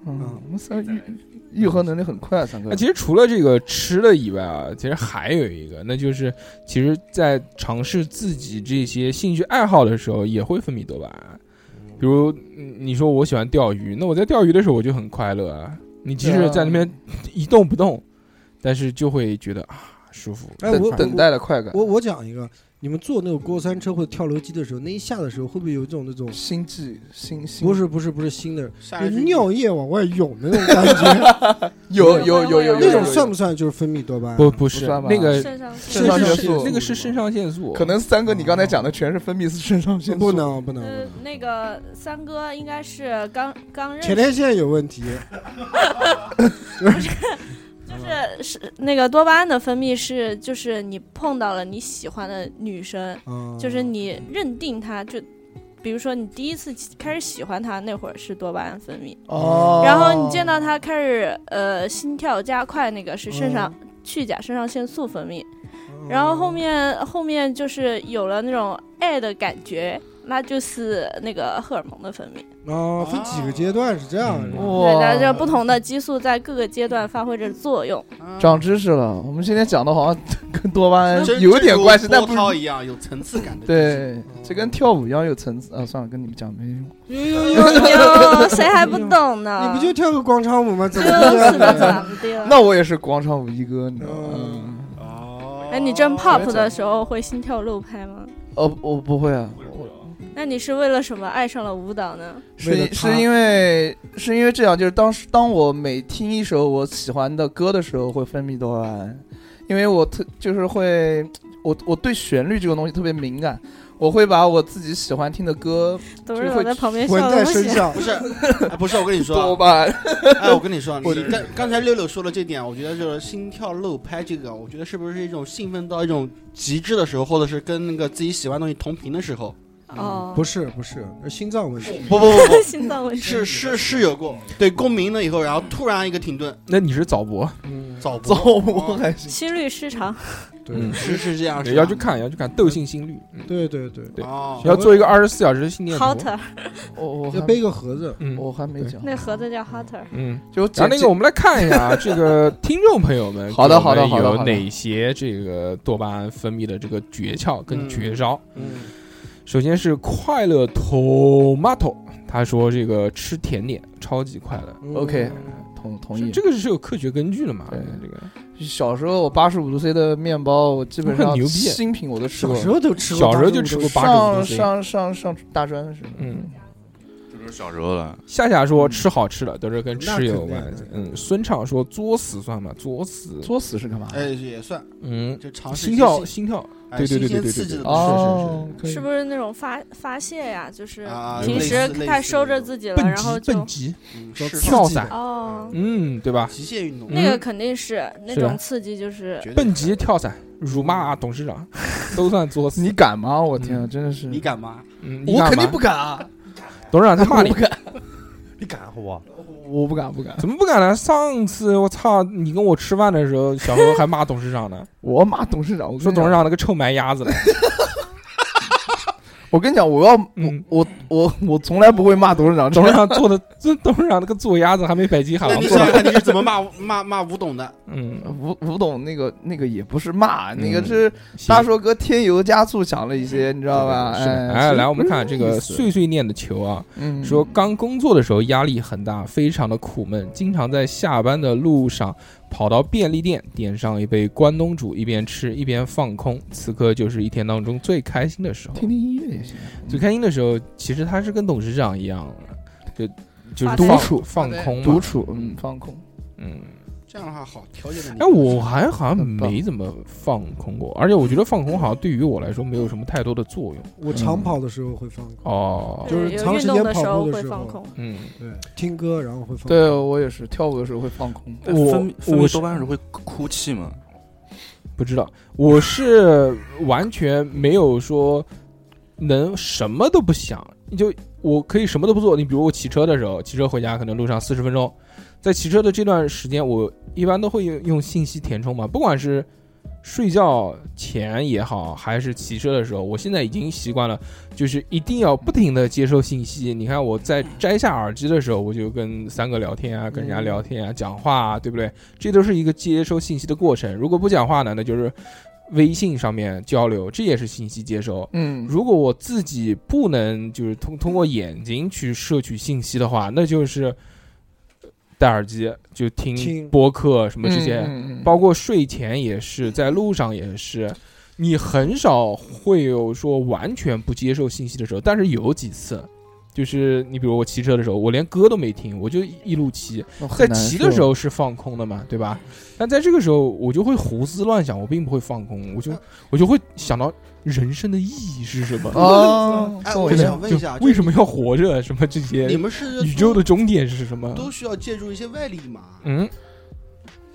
Speaker 3: 嗯，我们三个愈愈合能力很快，啊三哥
Speaker 1: 啊那。其实除了这个吃的以外啊，其实还有一个，那就是其实，在尝试自己这些兴趣爱好的时候，也会分泌多巴胺。啊比如嗯你说我喜欢钓鱼，那我在钓鱼的时候我就很快乐啊。你即
Speaker 3: 对
Speaker 1: 使
Speaker 3: 啊
Speaker 1: 在那边一动不动，但是就会觉得啊舒服。
Speaker 4: 哎，
Speaker 3: 等
Speaker 4: 我
Speaker 3: 等待的快感，
Speaker 4: 我我讲一个，你们坐那个过山车或者跳楼机的时候，那一下的时候，会不会有一种那种
Speaker 3: 心悸、心心
Speaker 4: 不是不是不是新的，
Speaker 2: 下
Speaker 4: 就
Speaker 2: 一句
Speaker 4: 尿液往外涌的那种感觉，
Speaker 3: 有有有有
Speaker 4: 那种算不算就是分泌多巴胺？
Speaker 1: 不，不是
Speaker 3: 算吧
Speaker 1: 那
Speaker 4: 呃
Speaker 1: 个
Speaker 6: 肾上腺
Speaker 3: 肾上腺素
Speaker 1: 那个是肾上腺素，
Speaker 3: 可能三哥你刚才讲的全是分泌肾上腺素，
Speaker 4: 不能不能不
Speaker 6: 呃
Speaker 4: 能，，
Speaker 6: 那个三哥应该是刚刚认
Speaker 4: 前
Speaker 6: 识，
Speaker 4: 列腺有问题。
Speaker 6: 就是是那个多巴胺的分泌是，就是你碰到了你喜欢的女生，
Speaker 4: 啊，
Speaker 6: 就是你认定她，就比如说你第一次起开始喜欢她那会儿是多巴胺分泌，
Speaker 3: 哦。
Speaker 6: 然后你见到她开始呃心跳加快，那个是肾上
Speaker 4: 嗯
Speaker 6: 去甲肾上腺素分泌，然后后面后面就是有了那种爱的感觉，那就是那个荷尔蒙的分泌。
Speaker 4: 啊，分几个阶段是这样
Speaker 1: 嗯
Speaker 4: 的。
Speaker 6: 对，
Speaker 3: 哇，
Speaker 6: 那这不同的激素在各个阶段发挥着作 用。
Speaker 3: 长知识了。我们今天讲的好像跟多巴胺
Speaker 2: 啊真
Speaker 3: 有点关系，
Speaker 2: 正
Speaker 3: 但
Speaker 2: 如波
Speaker 3: 不是
Speaker 2: 涛一样有层次感的。，
Speaker 3: 对，这跟跳舞一样有层次啊。算了，跟你们讲没用。
Speaker 4: 哎
Speaker 6: 哟，哎谁还不懂呢？
Speaker 4: 你不就跳个广场舞吗？怎
Speaker 6: 就
Speaker 4: 么
Speaker 6: 是的，
Speaker 4: 了？
Speaker 6: 怎么的？
Speaker 3: 那我也是广场舞一哥，你知道吗？嗯
Speaker 2: 哦，
Speaker 6: 哎，你真 pop 的时候会心跳漏拍吗？
Speaker 3: 哦，我不会啊，我
Speaker 6: 那你是为了什么爱上了舞蹈呢？
Speaker 3: 是
Speaker 4: 为了
Speaker 3: 因
Speaker 4: 他
Speaker 3: 是因为是因为这样，就是当时当我每听一首我喜欢的歌的时候，会分泌多巴胺，因为我特就是会我我对旋律这个东西特别敏感，我会把我自己喜欢听的歌
Speaker 6: 董事长在旁边笑
Speaker 4: 纹
Speaker 6: 的
Speaker 4: 在
Speaker 6: 不
Speaker 4: 身
Speaker 6: 行。
Speaker 4: 上
Speaker 2: 不。是，哎不是，我跟你
Speaker 3: 多
Speaker 2: 说啊，
Speaker 3: 吧，
Speaker 2: 哎，我跟你说，你刚刚才六六说的这点，我觉得就是心跳漏拍这个，我觉得是不是一种兴奋到一种极致的时候，或者是跟那个自己喜欢的东西同频的时候？
Speaker 6: 哦，
Speaker 4: 不是不是，是心脏问题。
Speaker 2: 不不不不，
Speaker 6: 心脏问 题。
Speaker 2: 是是是有过，对，共鸣了以后，然后突然一个停顿，
Speaker 1: 那你是早搏，
Speaker 3: 啊
Speaker 4: 嗯
Speaker 2: 早搏
Speaker 3: 走
Speaker 1: 哦
Speaker 3: 我还行。
Speaker 6: 心律失常，
Speaker 4: 对
Speaker 1: 嗯
Speaker 2: 哦是是这样，是吧
Speaker 3: 啊
Speaker 1: 要去看，要去看斗性心率，嗯
Speaker 4: 对对对，
Speaker 1: 对
Speaker 3: 嗯
Speaker 2: 哦，
Speaker 1: 要做一个二十四小时的心
Speaker 4: 嗯
Speaker 1: 电图。
Speaker 6: Hotter，
Speaker 1: 哦
Speaker 3: 我我
Speaker 4: 要
Speaker 3: 还
Speaker 4: 背个盒子。
Speaker 1: 嗯
Speaker 3: 我还没讲，
Speaker 6: 那盒子叫 Hotter。
Speaker 1: 嗯，
Speaker 3: 就
Speaker 1: 然
Speaker 3: 讲
Speaker 1: 后那个我们来看一下啊，这个听众朋友们，
Speaker 3: 好的好的好的
Speaker 1: 有
Speaker 3: 好的
Speaker 1: 哪些这个多巴胺分泌的这个诀窍跟绝招？
Speaker 2: 嗯，
Speaker 1: 首先是快乐 tomato，他说这个吃甜点超级快乐，
Speaker 7: 嗯
Speaker 3: OK 同同
Speaker 1: 是
Speaker 3: 意
Speaker 1: 这。个是有科学根据的嘛？
Speaker 3: 对
Speaker 1: 这个
Speaker 3: 小时候我八十五度 C 的面包，我基本上
Speaker 1: 牛逼
Speaker 3: 新品我都吃
Speaker 4: 小
Speaker 3: 过。
Speaker 4: 时候都吃过，
Speaker 1: 小时候就吃过八十五度
Speaker 3: 上
Speaker 1: C
Speaker 3: 上上上大专的时候，
Speaker 1: 嗯，
Speaker 5: 这都是小时候了，
Speaker 1: 夏夏说
Speaker 3: 嗯
Speaker 1: 吃好吃的都是跟吃有
Speaker 4: 那
Speaker 1: 关
Speaker 4: 肯。定
Speaker 1: 嗯，孙畅说作死算吗？作死。
Speaker 3: 作死是干嘛？
Speaker 2: 哎，也算，
Speaker 1: 嗯，
Speaker 2: 就尝试
Speaker 1: 心跳心跳
Speaker 2: 哎
Speaker 1: 对对对
Speaker 2: 新鲜
Speaker 1: 对对
Speaker 2: 刺激
Speaker 1: 对
Speaker 2: 的东西
Speaker 1: 哦
Speaker 3: 哦，可以
Speaker 6: 是不是那种发发泄呀？就是
Speaker 2: 啊
Speaker 6: 平
Speaker 2: 类
Speaker 6: 时
Speaker 2: 似类似
Speaker 6: 太收着自己了，
Speaker 1: 蹦
Speaker 6: 然后
Speaker 1: 极
Speaker 6: 就
Speaker 1: 蹦极
Speaker 2: 嗯
Speaker 4: 就是
Speaker 1: 跳伞，
Speaker 6: 哦，
Speaker 1: 嗯，对吧？
Speaker 2: 极限运动，
Speaker 1: 嗯
Speaker 6: 那个肯定是那
Speaker 4: 啊
Speaker 1: 是的
Speaker 6: 种刺激，就是
Speaker 2: 绝对
Speaker 1: 蹦极、跳伞、辱骂董事 长，都算作死。
Speaker 3: 你敢吗？我天啊，
Speaker 1: 嗯
Speaker 3: 真的是
Speaker 2: 你敢吗？
Speaker 1: 嗯，你
Speaker 3: 我
Speaker 1: 敢
Speaker 3: 肯定
Speaker 1: 吗
Speaker 3: 不。敢啊！
Speaker 1: 董事长他骂你
Speaker 3: 我不，敢，
Speaker 7: 你敢好不好？
Speaker 3: 我不敢，不敢。
Speaker 1: 怎么不敢呢？上次我操，你跟我吃饭的时候，小何还骂董事 长呢，
Speaker 3: 我骂董事长，我
Speaker 1: 说
Speaker 3: 跟你
Speaker 1: 董
Speaker 3: 讲
Speaker 1: 事，长那个臭埋鸭子 了。
Speaker 3: 我跟你讲，我要
Speaker 1: 嗯，
Speaker 3: 我我我从来不会骂董事长，
Speaker 1: 董事长做的，这董事长那个做鸭子还没百吉好
Speaker 2: 那。你想想看你是怎么骂骂骂吴董的？
Speaker 1: 嗯，
Speaker 3: 吴吴董那个那个也不是骂，那个
Speaker 1: 嗯
Speaker 3: 是大硕哥添油加醋想了一些，你知道吧？
Speaker 1: 是的
Speaker 3: 其
Speaker 1: 哎，
Speaker 3: 实
Speaker 1: 来我们
Speaker 3: 不是
Speaker 1: 看这个
Speaker 3: 意思
Speaker 1: 碎碎念的球啊，
Speaker 3: 嗯
Speaker 1: 说刚工作的时候压力很大，非常的苦闷，经常在下班的路上跑到便利店点上一杯关东煮，一边吃一边放空。此刻就是一天当中最开心的时候
Speaker 3: 听。听音乐也行，啊
Speaker 1: 最开心的时候，其实他是跟董事长一样，就就是
Speaker 6: 发
Speaker 1: 独
Speaker 6: 呆
Speaker 1: 处放空
Speaker 3: 独
Speaker 1: 嘛。
Speaker 3: 处，嗯，放空。
Speaker 1: 嗯，
Speaker 2: 这样的话好调节的你。
Speaker 1: 哎，我还好像
Speaker 3: 很棒
Speaker 1: 没怎么放空过，而且我觉得放空好像对于我来说没有什么太多的作用。
Speaker 4: 我长跑的时候会放歌，
Speaker 1: 哦，
Speaker 4: 就是
Speaker 6: 呃有
Speaker 4: 长
Speaker 6: 运
Speaker 4: 时
Speaker 6: 动
Speaker 4: 间
Speaker 6: 的
Speaker 4: 跑
Speaker 6: 时候
Speaker 4: 步的
Speaker 6: 会
Speaker 4: 时
Speaker 6: 放
Speaker 4: 候
Speaker 6: 空。
Speaker 1: 嗯，
Speaker 4: 对，听歌然后会放歌。
Speaker 1: 啊
Speaker 3: 对我也是，跳舞的时候会放空。
Speaker 1: 我
Speaker 5: 分分
Speaker 1: 我
Speaker 5: 泌
Speaker 1: 是
Speaker 5: 多巴胺时候会哭泣嘛？
Speaker 1: 不知道，我是完全没有说能什么都不想，就我可以什么都不做。你比如我骑车的时候，骑车回家可能路上四十分钟，在骑车的这段时间，我一般都会用用信息填充嘛，不管是睡觉前也好，还是骑车的时候，我现在已经习惯了，就是一定要不停的接收信息。你看我在摘下耳机的时候，我就跟三个聊天啊，跟人家聊天啊，讲话啊，对不对？这都是一个接收信息的过程。如果不讲话呢，那就是微信上面交流，这也是信息接收。
Speaker 3: 嗯，
Speaker 1: 如果我自己不能就是通通过眼睛去摄取信息的话，那就是呃戴耳机就听
Speaker 4: 听
Speaker 1: 播客什么这些，
Speaker 3: 嗯嗯嗯
Speaker 1: 包括睡前也是，在路上也是，你很少会有说完全不接受信息的时候，但是有几次。就是你，比如我骑车的时候，我连歌都没听，我就一路骑。
Speaker 3: 那很
Speaker 1: 在
Speaker 3: 难
Speaker 1: 骑的时
Speaker 3: 受，
Speaker 1: 候是放空的嘛，对吧？但在这个时候，我就会胡思乱想，我并不会放空，我就我就会想到人生的意义是什么，
Speaker 3: 哦，
Speaker 2: 哎
Speaker 3: 跟
Speaker 2: 我
Speaker 3: 一
Speaker 2: 想
Speaker 3: 样，
Speaker 2: 问一下，
Speaker 1: 就为什么要活着，什么这些
Speaker 2: 你们是
Speaker 1: 宇宙的终点是什么？
Speaker 2: 都需要借助一些外力嘛？
Speaker 1: 嗯，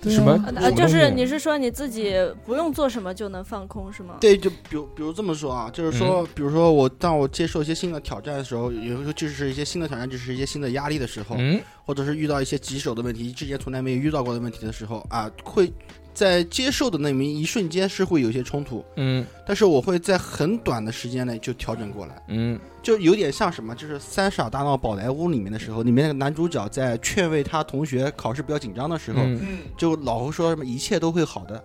Speaker 3: 对啊
Speaker 1: 什么
Speaker 6: 呃，就
Speaker 1: 什么
Speaker 6: 是
Speaker 1: 东西
Speaker 6: 你是说你自己不用做什么就能放空是吗？
Speaker 2: 对，就比如比如这么说啊，就是
Speaker 1: 嗯
Speaker 2: 说，比如说我当我接受一些新的挑战的时候，有时候就是一些新的挑战，就是一些新的压力的时候，
Speaker 1: 嗯，
Speaker 2: 或者是遇到一些棘手的问题，之前从来没有遇到过的问题的时候啊，会在接受的那么一瞬间是会有一些冲突，
Speaker 1: 嗯
Speaker 2: 但是我会在很短的时间内就调整过来，
Speaker 1: 嗯
Speaker 2: 就有点像什么，就是《三傻大闹宝莱坞》里面的时候，里面那个男主角在劝慰他同学考试不要紧张的时候，
Speaker 1: 嗯
Speaker 2: 就老会说什么一切都会好的，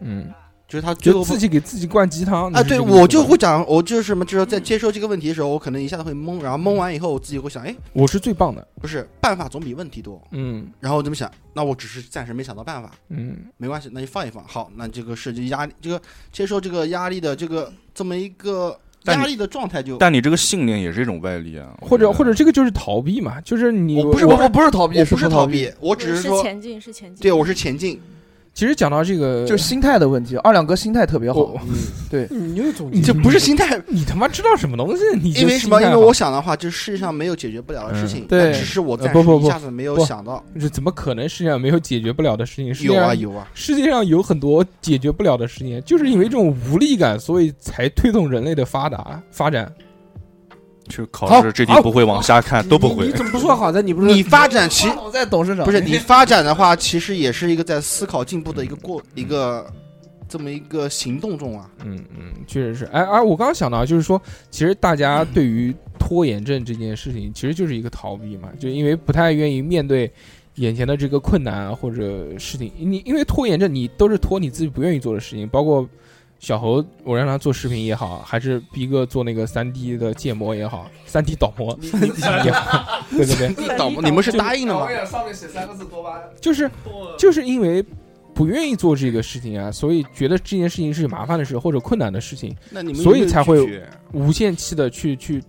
Speaker 1: 嗯，
Speaker 2: 就是他最
Speaker 1: 就
Speaker 2: 后
Speaker 1: 自己给自己灌鸡汤
Speaker 2: 啊，对我就会，讲，我就是什么，就是在接受这个问题的时候，我可能一下子会懵，然后懵完以后，我自己会想，哎，
Speaker 1: 我是最棒的，
Speaker 2: 不是办法总比问题多，
Speaker 1: 嗯
Speaker 2: 然后我这么想，那我只是暂时没想到办法，
Speaker 1: 嗯
Speaker 2: 没关系，那就放一放。好，那这个是就压力，这个接受这个压力的这个这么一个
Speaker 5: 但你
Speaker 2: 压力的状态就，
Speaker 5: 但你这个信念也是一种外力啊，我
Speaker 1: 或者
Speaker 5: 觉得
Speaker 1: 或者这个就是逃避嘛，就是你
Speaker 2: 我不是
Speaker 3: 我不是逃避，
Speaker 2: 我不
Speaker 3: 不
Speaker 2: 是逃，避，我只
Speaker 6: 是
Speaker 2: 说，
Speaker 6: 前进，是前进。
Speaker 2: 对我是前进，
Speaker 1: 其实讲到这个，
Speaker 3: 就心态的问题。二两哥心态特别好
Speaker 1: 我，
Speaker 4: 嗯你又总
Speaker 1: 你
Speaker 4: 结
Speaker 2: 这不是心态，
Speaker 1: 你他妈知道什么东西？你就
Speaker 2: 因为什么？
Speaker 1: 心
Speaker 2: 因
Speaker 1: 态
Speaker 2: 为
Speaker 1: 好
Speaker 2: 我想的话，这世界上没有解决不了的事情
Speaker 1: 嗯，对
Speaker 2: 但只是我暂
Speaker 1: 呃不不
Speaker 2: 时
Speaker 1: 不
Speaker 2: 一下子没有
Speaker 1: 不
Speaker 2: 想到。
Speaker 1: 这怎么可能世界上没有解决不了的事情？世界
Speaker 2: 有啊
Speaker 1: 上
Speaker 2: 有啊，
Speaker 1: 世界上有很多解决不了的事情，就是因为这种无力感，所以才推动人类的发达发展。
Speaker 5: 去考试这题不会往下看，都不
Speaker 4: 你
Speaker 5: 会
Speaker 4: 你。怎么不说好的？你不是
Speaker 2: 你发展其
Speaker 3: 我在董事长
Speaker 2: 不是你发展的话，其实也是一个在思考进步的一个过一个这么一个行动中啊。
Speaker 1: 嗯嗯，确实是。哎，而我刚刚想到，就是说，其实大家对于拖延症这件事情，其实就是一个逃避嘛，就因为不太愿意面对眼前的这个困难啊或者事情。你因为拖延症，你都是拖你自己不愿意做的事情，包括小猴，我让他做视频也好，还是逼哥做那个三 D 的建模也好，三 D 导模也好，对对对，
Speaker 2: 你导播，你们是答应了吗？
Speaker 3: 上面写三个字多巴胺，
Speaker 1: 就是就是因为不愿意做这个事情啊，所以觉得这件事情是麻烦的事或者困难的事情。
Speaker 2: 那你们
Speaker 1: 所以才会
Speaker 2: 有没有拒绝
Speaker 1: 无限期的去去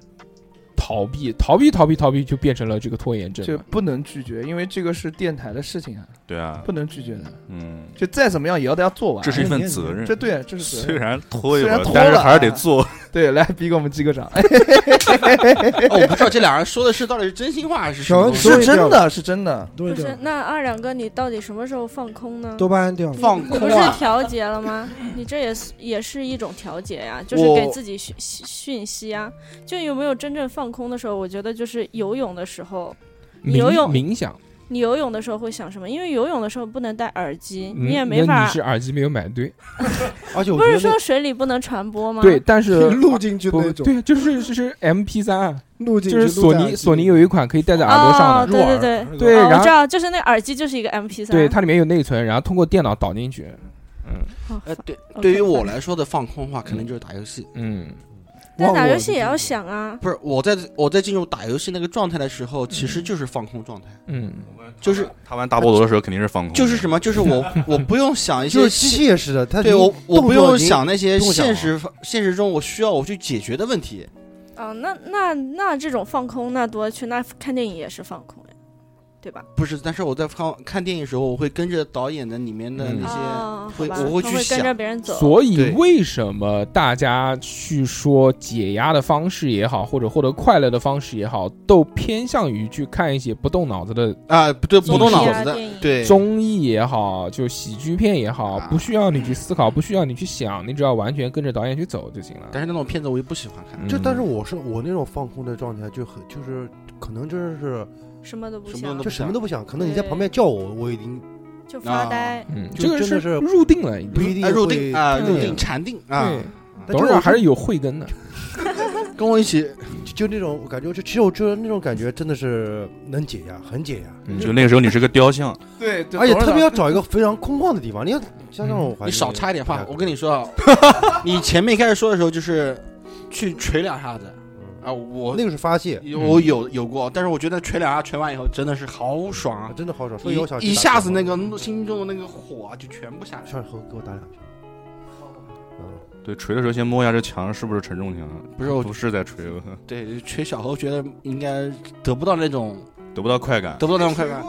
Speaker 1: 逃避，逃避，逃避，逃避，就变成了这个拖延症
Speaker 3: 就
Speaker 1: 了。
Speaker 3: 不能拒绝，因为这个是电台的事情啊，
Speaker 5: 对啊
Speaker 3: 不，能拒绝的。
Speaker 5: 嗯，
Speaker 3: 就再怎么样也要大家做完。
Speaker 5: 这是一份责任
Speaker 3: 这。对，啊这是责
Speaker 5: 虽
Speaker 3: 任。
Speaker 5: 然拖一
Speaker 3: 虽
Speaker 5: 会儿
Speaker 3: 然，拖
Speaker 5: 但是
Speaker 3: 了
Speaker 5: 还是得做。
Speaker 3: 对，来逼给我们击个掌。哎，
Speaker 2: 哦，我不知道这俩人说的是到底是真心话还是什么
Speaker 4: 小
Speaker 2: 东西
Speaker 4: 说
Speaker 3: 是真的，是真的。
Speaker 4: 多
Speaker 6: 不
Speaker 4: 一
Speaker 6: 是
Speaker 4: 点，
Speaker 6: 那二两哥，你到底什么时候放空呢？
Speaker 4: 多巴胺掉了。
Speaker 2: 放
Speaker 6: 不
Speaker 2: 空
Speaker 6: 是
Speaker 2: 啊。
Speaker 6: 调节了吗？你这也是也是一种调节呀、就是
Speaker 2: 我
Speaker 6: 给自己讯讯讯息啊。就有没有真正放空的时候？我觉得就是游泳的时候，
Speaker 1: 冥
Speaker 6: 游泳
Speaker 1: 冥想，
Speaker 6: 你游泳的时候会想什么？因为游泳的时候不能戴耳机，
Speaker 1: 嗯
Speaker 6: 你也没
Speaker 1: 那
Speaker 6: 法
Speaker 1: 你。是耳机没有买对，
Speaker 7: 哎
Speaker 4: 而且我
Speaker 6: 不是说水里不能传播吗？
Speaker 1: 对，，但
Speaker 4: 那
Speaker 1: 是
Speaker 4: 个 录进去
Speaker 1: 不
Speaker 4: 那种，
Speaker 1: 对，就是就是 M P 三，啊
Speaker 4: 录进
Speaker 1: 就
Speaker 4: 去
Speaker 1: 是索
Speaker 4: 录在耳
Speaker 1: 尼
Speaker 4: 机
Speaker 1: 索尼有一款可以戴在耳朵上
Speaker 6: 哦，
Speaker 1: 的，
Speaker 6: 对对对，
Speaker 1: 对，
Speaker 6: 哦，我
Speaker 1: 然
Speaker 6: 知
Speaker 1: 后
Speaker 6: 道，就是那耳机就是啊一个 MP 三。
Speaker 1: 对它里面有内存，然后通过电脑导进去，
Speaker 6: 哦
Speaker 2: 呃，对，
Speaker 6: OK，
Speaker 2: 对于我
Speaker 6: 反
Speaker 2: 来说的放空的话，可能就是打游戏。
Speaker 1: 嗯，
Speaker 6: 但
Speaker 4: 忘
Speaker 6: 打
Speaker 4: 我
Speaker 6: 游
Speaker 4: 的
Speaker 6: 戏也
Speaker 4: 地
Speaker 6: 要
Speaker 4: 方
Speaker 6: 想啊。
Speaker 2: 不是我在我在进入打游戏那个状态的时候，其实就是放空状态，
Speaker 1: 嗯，
Speaker 2: 就是
Speaker 5: 他玩大菠萝的时候肯定是放空，
Speaker 2: 就是什
Speaker 5: 么
Speaker 2: 么，就是我 我不用想一
Speaker 7: 就
Speaker 2: 些
Speaker 7: 是机器也是的，它
Speaker 2: 对
Speaker 7: 你
Speaker 2: 我，我
Speaker 7: 动
Speaker 2: 不
Speaker 7: 作
Speaker 2: 用
Speaker 7: 你
Speaker 2: 想那些
Speaker 7: 不用想啊
Speaker 2: 现实现实中我需要我去解决的问题。
Speaker 6: 哦，那那那这种放空那多了去，那看电影也是放空呀，对吧？
Speaker 2: 不是，但是我在看看电影的时候，我会跟着导演的里面的
Speaker 1: 嗯
Speaker 2: 那些，
Speaker 6: 哦，
Speaker 2: 会
Speaker 6: 好吧
Speaker 2: 我会
Speaker 6: 他
Speaker 2: 去
Speaker 6: 会跟
Speaker 2: 想
Speaker 6: 着别人走。
Speaker 1: 所以
Speaker 2: 对
Speaker 1: 为什么大家去说解压的方式也好，或者获得快乐的方式也好，都偏向于去看一些不动脑子的
Speaker 2: 啊，不对，不动脑
Speaker 6: 影
Speaker 2: 子
Speaker 6: 视啊
Speaker 2: 的
Speaker 6: 电影，
Speaker 2: 对，
Speaker 1: 综艺也好，就喜剧片也好，
Speaker 2: 啊
Speaker 1: 不需要你去思考，不需要你去想，你只要完全跟着导演去走就行了。嗯
Speaker 2: 但是那种片子我也不喜欢看，
Speaker 7: 就但是我是我那种放空的状态就很就是可能真的是
Speaker 6: 什么都不
Speaker 2: 什么
Speaker 6: 想
Speaker 2: 都
Speaker 7: 就，什么都不想，可能你在
Speaker 6: 对
Speaker 7: 旁边叫我，我已经
Speaker 6: 就
Speaker 2: 啊
Speaker 6: 发呆。
Speaker 1: 嗯，这
Speaker 7: 就
Speaker 1: 个
Speaker 7: 真的是
Speaker 1: 入定了，已
Speaker 7: 不
Speaker 1: 经。
Speaker 7: 一定
Speaker 2: 哎，入
Speaker 7: 会
Speaker 2: 定啊，
Speaker 1: 对
Speaker 2: 入定禅定啊
Speaker 1: 对，，
Speaker 7: 但
Speaker 1: 董
Speaker 7: 就
Speaker 1: 事长
Speaker 7: 是
Speaker 1: 还是有慧根的。
Speaker 2: 跟我一起
Speaker 7: 就那种感觉，就其实我就是那种感觉真的是能解压，很解压，
Speaker 1: 嗯
Speaker 5: 就那个时候你是个雕像，
Speaker 3: 对，对
Speaker 7: 而且特别要
Speaker 3: 董事长
Speaker 7: 找一个非常空旷的地方。你要像这种环境，
Speaker 2: 嗯你少插一点话，我跟
Speaker 7: 你
Speaker 2: 你说啊，你前面一开始说的时候就是去捶两下子啊，我
Speaker 7: 那个是发泄，
Speaker 2: 我有有过，但是我觉得捶两下捶完以后真的是好爽
Speaker 7: 啊
Speaker 2: 啊，
Speaker 7: 真的好爽。所以我想
Speaker 2: 一一下子那个心中的那个火啊就全部下来了。
Speaker 7: 嗯上后给我打两拳。嗯，
Speaker 5: 对，锤的时候先摸一下这墙是不是承重墙，
Speaker 2: 不是我
Speaker 5: 啊不是在锤，我
Speaker 2: 对捶小猴觉得应该得不到那种
Speaker 5: 得不到快感。
Speaker 2: 得不到那种快感，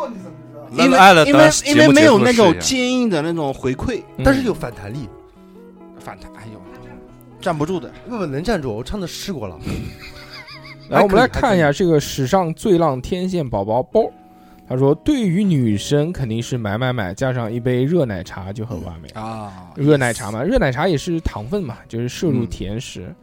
Speaker 5: 来
Speaker 2: 因为
Speaker 5: 来了，
Speaker 2: 因为
Speaker 5: 咱
Speaker 2: 因
Speaker 5: 节
Speaker 2: 为
Speaker 5: 目
Speaker 2: 没
Speaker 5: 结
Speaker 2: 有
Speaker 5: 束
Speaker 2: 那
Speaker 5: 试
Speaker 2: 种
Speaker 5: 一下
Speaker 2: 坚硬的那种回馈
Speaker 1: 嗯
Speaker 7: 但是有反弹力，
Speaker 2: 反弹，哎呦，站不住的。
Speaker 7: 不不能站住，我上次试过了。
Speaker 2: 嗯
Speaker 1: 来，我们来
Speaker 7: 还可以
Speaker 1: 看一下这个史上最浪天线宝宝包，他说：“对于女生肯定是买买买，加上一杯热奶茶就很完美。”
Speaker 2: 啊
Speaker 1: 热奶茶嘛，热奶茶也是糖分嘛，就是摄入甜食。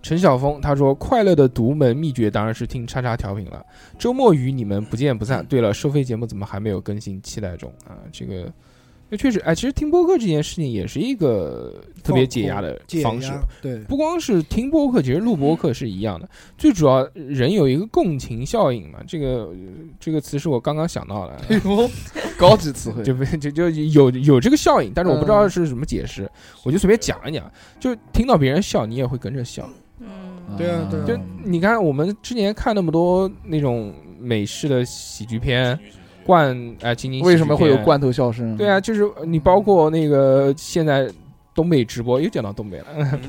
Speaker 1: 陈晓峰他说：“快乐的独门秘诀当然是听叉叉调频了。周末与你们不见不散。对了，收费节目怎么还没有更新？期待中啊，这个。”那确实，哎，其实听播客这件事情也是一个特别解压的
Speaker 4: 解
Speaker 1: 方式
Speaker 4: 压，对，
Speaker 1: 不光是听播客，其实录播客是一样的。最主要，人有一个共情效应嘛，这个呃这个词是我刚刚想到的。
Speaker 3: 哎呦，高级词汇。
Speaker 1: 就 不就就有有这个效应，但是我不知道是什么解释，我就随便讲一讲。就听到别人笑，你也会跟着笑。
Speaker 6: 嗯，
Speaker 4: 对啊对啊
Speaker 1: 就你看，我们之前看那么多那种美式的喜剧片，罐啊，情景喜剧片啊
Speaker 3: 为什么会有？罐头笑声？
Speaker 1: 对啊，就是你包括那个现在东北直播又讲到东北了，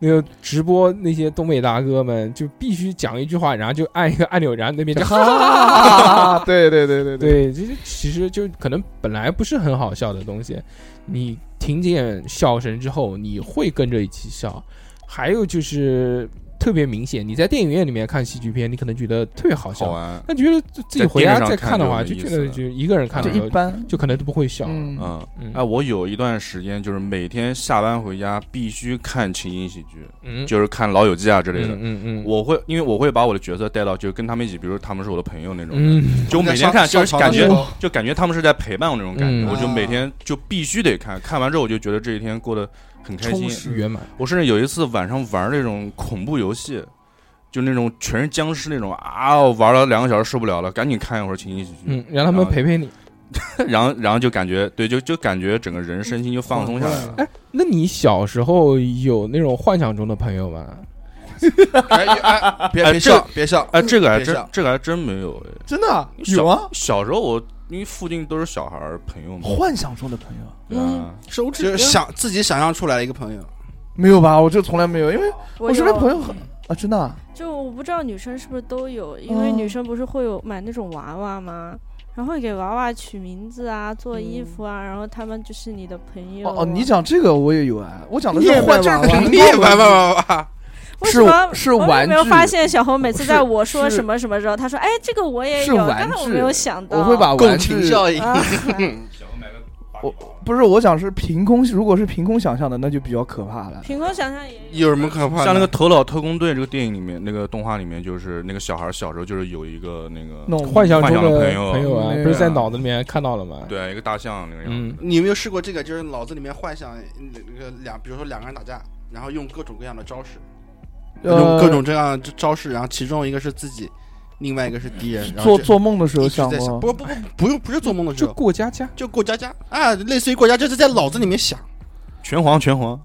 Speaker 1: 那个直播那些东北大哥们就必须讲一句话，然后就按一个按钮，然后那边就哈哈哈哈哈哈。
Speaker 3: 啊，对对对对对，
Speaker 1: 对，其实其实就可能本来不是很好笑的东西，你听见笑声之后，你会跟着一起笑。还有就是特别明显，你在电影院里面看喜剧片，你可能觉得特别好
Speaker 5: 好
Speaker 1: 笑，
Speaker 5: 玩，
Speaker 1: 但觉得自己
Speaker 5: 在
Speaker 1: 回
Speaker 5: 电视
Speaker 1: 家
Speaker 5: 上
Speaker 1: 再
Speaker 5: 看
Speaker 1: 看的
Speaker 5: 就
Speaker 1: 话，
Speaker 5: 没
Speaker 1: 就
Speaker 5: 意
Speaker 1: 觉
Speaker 5: 思
Speaker 1: 得
Speaker 5: 了
Speaker 1: 就一个人看
Speaker 3: 就
Speaker 1: 的时
Speaker 3: 一
Speaker 1: 候，
Speaker 3: 般，
Speaker 1: 就可能都不会笑了。
Speaker 3: 嗯，
Speaker 5: 嗯。
Speaker 1: 嗯
Speaker 5: 哎，我有一段时间就是每天下班回家必须看情景喜剧，
Speaker 1: 嗯，
Speaker 5: 就是看《老友记》啊之类的
Speaker 1: 嗯。嗯嗯，
Speaker 5: 我会，因为我会把我的角色带到，就跟他们一起，比如他们是我的朋友那种，
Speaker 1: 嗯
Speaker 5: 就我每天看，就是感觉就感觉他们是在陪伴我那种感
Speaker 1: 嗯
Speaker 5: 觉，我就
Speaker 2: 啊
Speaker 5: 每天就必须得看，看完之后我就觉得这一天过得很开
Speaker 2: 充
Speaker 5: 心。
Speaker 2: 实
Speaker 1: 圆满。
Speaker 5: 我甚至有一次晚上玩那种恐怖游戏，就那种全是僵尸那种啊，我玩了两个小时受不了了，赶紧看一会儿情景喜剧，
Speaker 1: 嗯，让他们陪陪你。
Speaker 5: 然后然后就感觉对，就就感觉整个人身心就放松下来
Speaker 2: 嗯
Speaker 5: 了。
Speaker 1: 那你小时候有那种幻想中的朋友吗？
Speaker 5: 嗯
Speaker 2: 哎哎，别别
Speaker 5: 哎这
Speaker 2: 笑，别笑，
Speaker 5: 哎，这个还
Speaker 2: 别
Speaker 5: 真
Speaker 2: 笑
Speaker 5: 这个还真没有哎。
Speaker 3: 真的啊
Speaker 5: 小
Speaker 3: 有啊，
Speaker 5: 小时候我因为附近都是小孩儿朋友嘛，
Speaker 3: 幻想中的朋友
Speaker 5: 对
Speaker 3: 嗯
Speaker 5: 啊，
Speaker 2: 手指就是想自己想象出来的一个朋 友，
Speaker 3: 没有吧？我就从来没有，因为
Speaker 6: 我
Speaker 3: 我身边
Speaker 6: 有
Speaker 3: 朋友很啊，真的啊，
Speaker 6: 就我不知道女生是不是都有，因为
Speaker 3: 哦
Speaker 6: 女生不是会有买那种娃娃吗？然后给娃娃取名字啊，做衣服啊，然后他们就是你的朋友啊。
Speaker 3: 嗯哦哦，你讲这个我也有啊，我讲的是
Speaker 2: 你也
Speaker 3: 幻，
Speaker 2: 买
Speaker 3: 就是
Speaker 2: 娃娃
Speaker 3: 平
Speaker 2: 你也
Speaker 3: 面
Speaker 2: 玩玩玩玩玩，
Speaker 6: 为
Speaker 3: 是
Speaker 6: 什么
Speaker 3: 是
Speaker 6: 我有
Speaker 3: 玩
Speaker 6: 没有
Speaker 3: 具
Speaker 6: 发现小红每次
Speaker 3: 是
Speaker 6: 在我说
Speaker 3: 是
Speaker 6: 什么什么时候，她说：“哎，这个我也
Speaker 3: 是
Speaker 6: 有。”
Speaker 3: 玩
Speaker 6: 但是我没有
Speaker 3: 具
Speaker 6: 想到，
Speaker 3: 我会把
Speaker 2: 共
Speaker 3: 玩具
Speaker 2: 情效应。
Speaker 6: 啊，
Speaker 3: 我不是我讲是凭空，如果是凭空想象的，那就比较可怕
Speaker 2: 嗯
Speaker 3: 了。
Speaker 6: 凭空想象也有。
Speaker 2: 有什么可怕的？
Speaker 5: 像那个《头脑特工队》这个电影里面，那个动画里面，就是那个小孩小时候就是有一个那个
Speaker 3: 那种
Speaker 1: 幻想中
Speaker 5: 幻想
Speaker 1: 的
Speaker 5: 的朋友
Speaker 1: 朋友啊，
Speaker 3: 嗯
Speaker 1: 不是在脑子里面看到了吗？，
Speaker 5: 对一个大象那个样子。
Speaker 1: 嗯，
Speaker 2: 你有没有试过这个？就是脑子里面幻想那个两，比如说两个人打架，然后用各种各样的招式，各种
Speaker 3: 呃
Speaker 2: 各种这样的招式，然后其中一个是自己，另外一个是敌人，然后
Speaker 3: 做
Speaker 2: 这
Speaker 3: 做梦的时候
Speaker 2: 一直
Speaker 3: 想
Speaker 2: 在想，
Speaker 3: 过，
Speaker 2: 不不不，不用不是做梦的时
Speaker 1: 就
Speaker 2: 候，
Speaker 1: 过家家。
Speaker 2: 就过家家啊，类似于过家家，就是在脑子里面想，
Speaker 5: 拳皇，拳皇，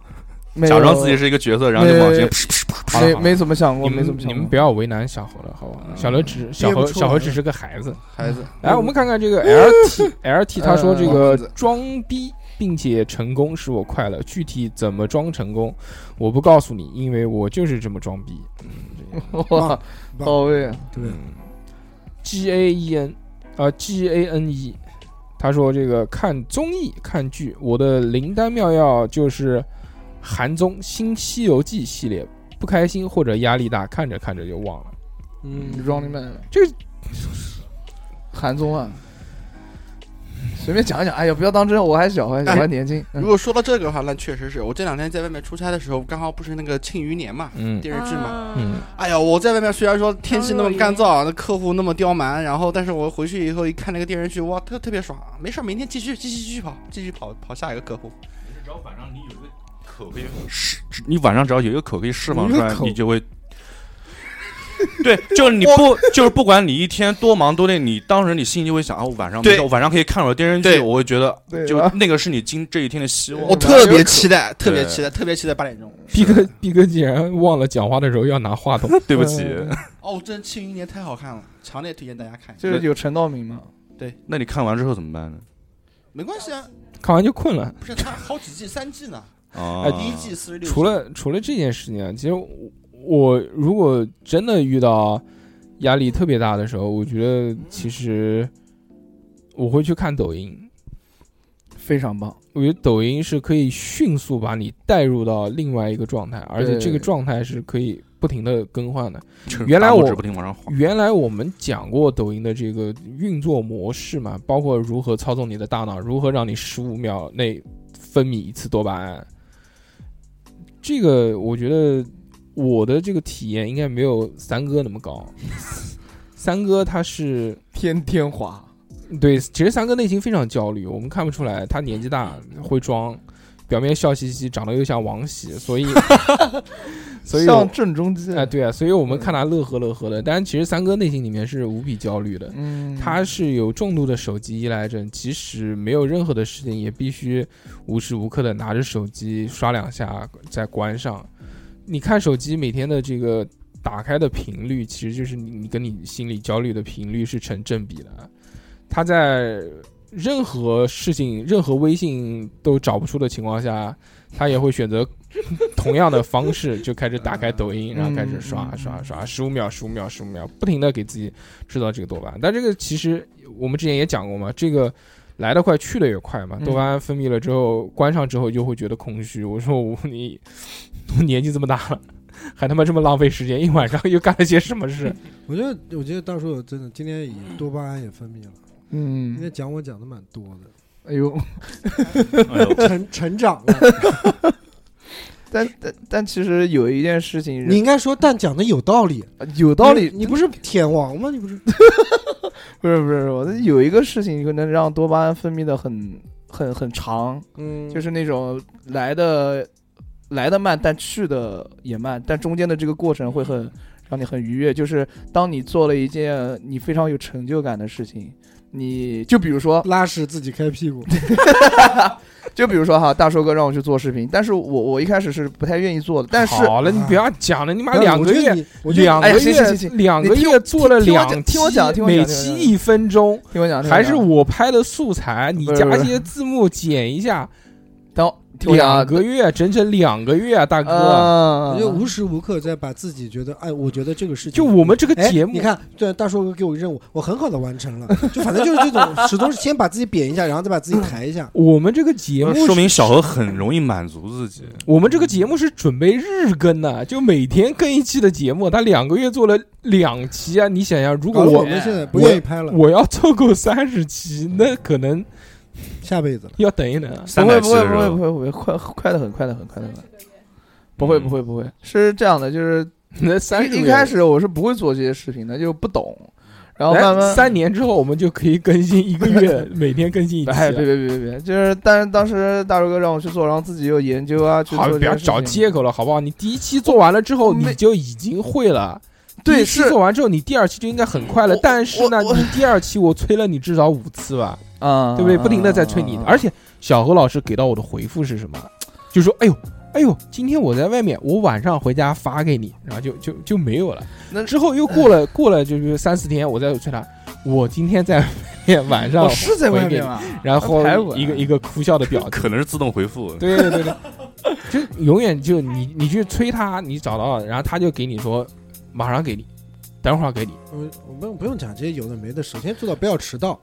Speaker 3: 没有
Speaker 5: 假装自己是一个角色，然后就往前噗噗噗噗。
Speaker 3: 没没怎么想过，
Speaker 1: 你
Speaker 3: 没
Speaker 1: 们
Speaker 3: 怎么
Speaker 1: 你
Speaker 3: 想
Speaker 1: 们不
Speaker 3: 过。
Speaker 1: 要为难小何了，好吧？
Speaker 5: 嗯
Speaker 1: 小何只小何
Speaker 2: 憋不出来
Speaker 1: 小何只是个孩子。嗯
Speaker 2: 孩子，
Speaker 1: 来，我们看看这个 L T L T，他说这个
Speaker 2: 嗯
Speaker 1: 装逼并且成功使我快乐，具体怎么装成功，我不告诉你，因为我就是这么装逼。
Speaker 3: 哇，到位，
Speaker 1: G A E N 啊、G A N E，他说这个看综艺看剧，我的灵丹妙药就是韩综《新西游记》系列，不开心或者压力大，看着看着就忘了。
Speaker 3: 嗯，Running Man，
Speaker 1: 这个
Speaker 3: 韩综啊，随便讲一讲，哎呀，不要当真，我还小，我还小，
Speaker 2: 哎
Speaker 3: 我还年轻。
Speaker 2: 如
Speaker 3: 嗯
Speaker 2: 果说到这个的话，那确实是我这两天在外面出差的时候，刚好不是那个《庆余年》嘛，
Speaker 1: 嗯
Speaker 2: 电视剧嘛。
Speaker 6: 啊
Speaker 1: 嗯，
Speaker 2: 哎呀，我在外面虽然说天气那么干燥，那客户那么刁蛮，然后但是我回去以后一看那个电视剧，哇，特特别爽，没事儿，明天继续继续继续跑，继续跑跑下一个客户。
Speaker 5: 只要晚上你有一个口可以释，你晚上只要有一个口可以释放出
Speaker 2: 有一
Speaker 5: 来
Speaker 2: 个，口
Speaker 5: 你就会。 对，就是你不，就是不管你一天多忙多累，你当时你心里就会想啊，我晚上没
Speaker 2: 对
Speaker 5: 事，我晚上可以看会儿电视剧，
Speaker 2: 对
Speaker 5: 我会觉得
Speaker 3: 对
Speaker 5: 就
Speaker 3: 吧
Speaker 5: 那个是你今这一天的希望。
Speaker 2: 我哦特别期待，特别期待，特别期待八点钟。
Speaker 1: 毕哥 毕哥竟然忘了讲话的时候要拿话 筒，
Speaker 5: 对不起，
Speaker 2: 哦，真《庆余年》太好看了，强烈推荐大家看一下。
Speaker 3: 就是有陈道明嘛，
Speaker 5: 那你看完之后怎么办呢？
Speaker 2: 没关系啊，
Speaker 1: 看完就困了。
Speaker 2: 不是它好几季，三季呢，
Speaker 5: 啊
Speaker 1: 哎，
Speaker 2: 第一季四十六。
Speaker 1: 除了除了这件事情啊，其实我我如果真的遇到压力特别大的时候，我觉得其
Speaker 2: 嗯
Speaker 1: 实我会去看抖音。
Speaker 3: 非常棒。
Speaker 1: 我觉得抖音是可以迅速把你带入到另外一个状态，而且这个状态是可以不停的更换的。
Speaker 5: 就是
Speaker 1: 原来
Speaker 5: 大拇
Speaker 1: 我
Speaker 5: 指不停往上滑，
Speaker 1: 原来我们讲过抖音的这个运作模式嘛，包括如何操纵你的大脑，如何让你十五秒内分泌一次多巴胺。这个我觉得我的这个体验应该没有三哥那么 高。三哥他是
Speaker 3: 天天滑，
Speaker 1: 对，其实三哥内心非常焦虑，我们看不出来，他年纪大会装，表面笑嘻嘻，长得又像王喜，所以，所以我
Speaker 3: 像郑中基
Speaker 1: 哎、，对啊，所以我们看他乐呵乐呵的，但是其实三哥内心里面是无比焦虑的，
Speaker 3: 嗯，
Speaker 1: 他是有重度的手机依赖症，即使没有任何的事情，也必须无时无刻的拿着手机刷两下再关上。你看手机每天的这个打开的频率，其实就是你你跟你心理焦虑的频率是成正比的。他在任何事情、任何微信都找不出的情况下，他也会选择同样的方式，就开始打开抖音，然后开始刷
Speaker 3: 嗯
Speaker 1: 刷刷，十五秒、十五秒、十五秒，不停的给自己制造这个多巴胺。但这个其实我们之前也讲过嘛，这个。来得快，去得也快嘛。
Speaker 3: 嗯
Speaker 1: 多巴胺分泌了之后，关上之后就会觉得空虚。我说我 你，我年纪这么大了，还他妈这么浪费时间，一晚上又干了些什么事？
Speaker 4: 我觉得，我觉得到时候真的今天也多巴胺也分泌了，今
Speaker 3: 嗯
Speaker 4: 天，讲我讲的蛮多 的，
Speaker 3: 哎呦，
Speaker 5: 哎
Speaker 1: 哦
Speaker 5: 呦
Speaker 4: 成成长了。
Speaker 3: 但但但其实有一件事情
Speaker 4: 你应该说，但讲的有道理，
Speaker 3: 有道理，
Speaker 4: 你你不是天王吗？你不是
Speaker 3: 不是不是，我的有一个事情就能让多巴胺分泌的很很很长，
Speaker 4: 嗯，
Speaker 3: 就是是那种来的来的慢，但去的也慢，但中间的这个过程会很让你很愉悦。就是当你做了一件你非常有成就感的事情，你就比如说，
Speaker 4: 拉屎自己开屁股，
Speaker 3: 就比如说哈，大寿哥让我去做视频，但是我我一开始是不太愿意做的，但是啊
Speaker 1: 好了，你不要讲了，你妈
Speaker 4: 不是
Speaker 1: 两
Speaker 4: 我
Speaker 1: 个
Speaker 4: 觉
Speaker 1: 月
Speaker 4: 得，你，我觉得
Speaker 1: 两
Speaker 3: 哎
Speaker 1: 个
Speaker 3: 呀行行
Speaker 1: 月
Speaker 3: 行
Speaker 1: 两个
Speaker 3: 你听
Speaker 1: 月做了
Speaker 3: 听我
Speaker 1: 两
Speaker 3: 讲
Speaker 1: 期，
Speaker 3: 听我讲听我讲
Speaker 1: 每
Speaker 3: 听我
Speaker 1: 期
Speaker 3: 讲
Speaker 1: 一分钟，
Speaker 3: 听我讲，听我
Speaker 1: 还是
Speaker 3: 讲
Speaker 1: 我拍的素材，你
Speaker 3: 不是
Speaker 1: 加
Speaker 3: 不是
Speaker 1: 些字幕剪一下，
Speaker 3: 等我听我讲啊
Speaker 1: 两个月，整整两个月啊，大哥，
Speaker 3: 啊
Speaker 4: 我就无时无刻在把自己觉得，哎，我觉得这个事情，
Speaker 1: 就我们这个
Speaker 4: 哎
Speaker 1: 节目
Speaker 4: 你，看，对，大叔哥给我任务，我很好的完成了，就反正就是这种，始终是先把自己贬一下，然后再把自己抬一下。
Speaker 1: 我们这个节目是
Speaker 5: 说明小何很容易满足自己。
Speaker 1: 我们这个节目是准备日更的，就每天更一期的节目，他两个月做了两期啊，你想想，如果
Speaker 4: 搞得我
Speaker 1: 我
Speaker 4: 们现在不
Speaker 1: 我
Speaker 4: 愿意拍了，
Speaker 1: 我要凑够三十期，那可能
Speaker 4: 下辈子了。
Speaker 1: 要等一等 啊。
Speaker 5: 三
Speaker 3: 不
Speaker 5: 百
Speaker 3: 会
Speaker 5: 期
Speaker 3: 不会
Speaker 5: 的时
Speaker 3: 不会不
Speaker 5: 候，
Speaker 3: 会不会，快快的很，快的很，快的很。不
Speaker 1: 嗯
Speaker 3: 会不会不会，是这样的，就是
Speaker 1: 那三十
Speaker 3: 一一开始我是不会做这些视频的，就不懂，
Speaker 2: 哎
Speaker 3: 然后
Speaker 1: 来
Speaker 3: 慢慢
Speaker 1: 三年之后，我们就可以更新一个 月，每天更新一期
Speaker 3: 哎，
Speaker 1: 啊。
Speaker 3: 别别别别别，就是，但是当时大周哥让我去做，然后自己又研究啊，去
Speaker 1: 好，
Speaker 3: 做
Speaker 1: 不要
Speaker 3: 这些事
Speaker 1: 找
Speaker 3: 情
Speaker 1: 借口了，好不好？你第一期做完了之后，
Speaker 3: 我没
Speaker 1: 你就已经会了。
Speaker 3: 对
Speaker 1: 第一期
Speaker 3: 是
Speaker 1: 做完之后，你第二期就应该很快了。
Speaker 3: 我
Speaker 1: 但是呢，
Speaker 3: 我我
Speaker 1: 你第二期我催了你至少五次吧，
Speaker 3: 啊，
Speaker 1: 对不对？不停的在催你，
Speaker 2: 啊
Speaker 3: 嗯
Speaker 1: 而且小何老师给到我的回复是什么？就说：“哎呦，哎呦，今天我在外面，我晚上回家发给你。”然后就就就没有了。
Speaker 3: 那
Speaker 1: 之后又过了过了就是三四天，我再催他，我今天在外面晚上
Speaker 3: 我是在外
Speaker 1: 回给
Speaker 3: 面
Speaker 1: 你，
Speaker 3: 嘛，
Speaker 1: 然后
Speaker 3: 排我啊
Speaker 1: 一个一个哭笑的 表情
Speaker 5: 可。能是自动回复。
Speaker 1: 对对对对，就永远就你你去催他，你找到，然后他就给你说，马上给你，等会儿给你。
Speaker 4: 我嗯我们不用讲这些有的没的，首先做到不要迟到。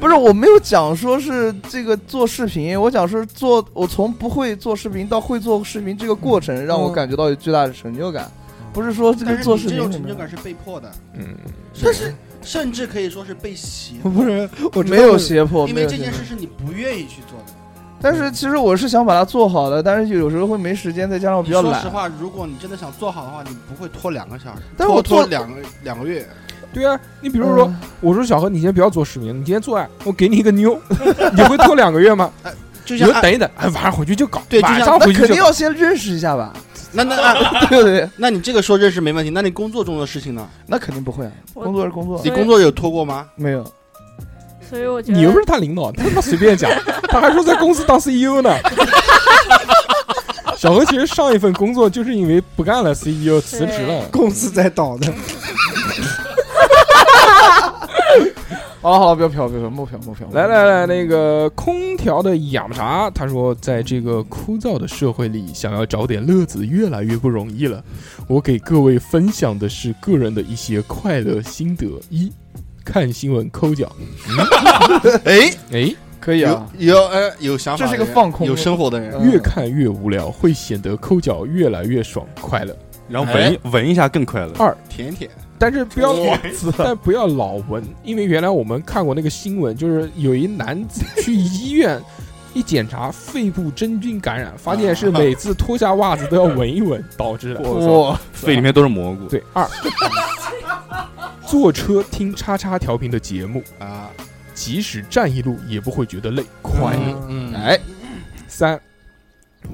Speaker 3: 不是我没有讲说是这个做视频，我讲是做我从不会做视频到会做视频这个过程，让我感觉到有巨大的成就感，不是说这
Speaker 2: 嗯但
Speaker 3: 个
Speaker 2: 是
Speaker 3: 做
Speaker 2: 你
Speaker 3: 视
Speaker 2: 这
Speaker 3: 频
Speaker 2: 种
Speaker 3: 什
Speaker 2: 成
Speaker 3: 么
Speaker 2: 就
Speaker 3: 的
Speaker 2: 感是被迫的，
Speaker 1: 嗯，
Speaker 2: 但是甚至可以说是被胁迫，
Speaker 4: 不是，我知道
Speaker 3: 没有胁迫，
Speaker 2: 因
Speaker 3: 没
Speaker 2: 为
Speaker 3: 有
Speaker 2: 这
Speaker 3: 胁
Speaker 2: 件
Speaker 3: 迫
Speaker 2: 事是你不愿意去做的。
Speaker 3: 但是其实我是想把它做好的，但是有时候会没时间，再加上我比
Speaker 2: 你
Speaker 3: 较
Speaker 2: 说实
Speaker 3: 懒。
Speaker 2: 话，如果你真的想做好的话，你不会拖两个小时，
Speaker 3: 但是我
Speaker 2: 拖拖嗯
Speaker 3: 做
Speaker 2: 两个两个月。
Speaker 1: 对啊，你比
Speaker 3: 比
Speaker 1: 如说，我说小何，你先不要做视频，你今天做爱，我给你一个妞， 你会拖两个月吗？
Speaker 2: 就
Speaker 1: 你
Speaker 2: 像
Speaker 1: 就
Speaker 2: 按
Speaker 1: 等一等，哎，晚上回去就搞，
Speaker 2: 对就像
Speaker 1: 晚上
Speaker 3: 那
Speaker 1: 回去
Speaker 3: 肯
Speaker 1: 就
Speaker 3: 定
Speaker 1: 搞。
Speaker 3: 要先认识一下 吧，
Speaker 2: 那那那
Speaker 3: 对不对？
Speaker 2: 那你这个说认识没问题，那你工作中的事情呢？
Speaker 3: 那肯定不会啊，
Speaker 6: 我
Speaker 3: 工作是工作
Speaker 2: 你
Speaker 6: 对，
Speaker 2: 工作有拖过吗？
Speaker 3: 没有。
Speaker 6: 所以我觉得
Speaker 1: 你又不是他领导，他他妈随便讲， 他还说在公司当 CEO 呢。 小何其实上一份工作就是因为不干了 CEO 辞职了。
Speaker 4: 公司在倒的，
Speaker 3: 好了好了，不要飘，不要飘，莫飘莫飘。
Speaker 1: 来来来，那个空调的亚木茶，他说，在这个枯燥的社会里，想要找点乐子越来越不容易了。我给各位分享的是个人的一些快乐心得：一，看新闻抠脚。
Speaker 2: 哎，
Speaker 1: 哎，
Speaker 3: 可以啊，
Speaker 2: 有有呃有想法
Speaker 3: 这
Speaker 2: 的
Speaker 3: 是
Speaker 2: 人，
Speaker 3: 个放空
Speaker 2: 有生活的人，
Speaker 3: 嗯
Speaker 1: 越看越无聊，会显得抠脚越来越爽快乐。
Speaker 5: 然后闻一闻一下更快乐。
Speaker 2: 舔一舔。
Speaker 1: 但是不要
Speaker 2: 哇
Speaker 1: 但不要老闻，因为原来我们看过那个新闻，就是有一男子去医院一检查，肺部真菌感染，发现是每次脱下袜子都要闻一闻导 致的。
Speaker 3: 哇，
Speaker 5: 肺里面都是蘑菇。
Speaker 1: 对，二， 坐车听叉叉调频的节目，
Speaker 2: 啊，
Speaker 1: 即使站一路也不会觉得累，快乐。
Speaker 2: 嗯，
Speaker 1: 哎，三，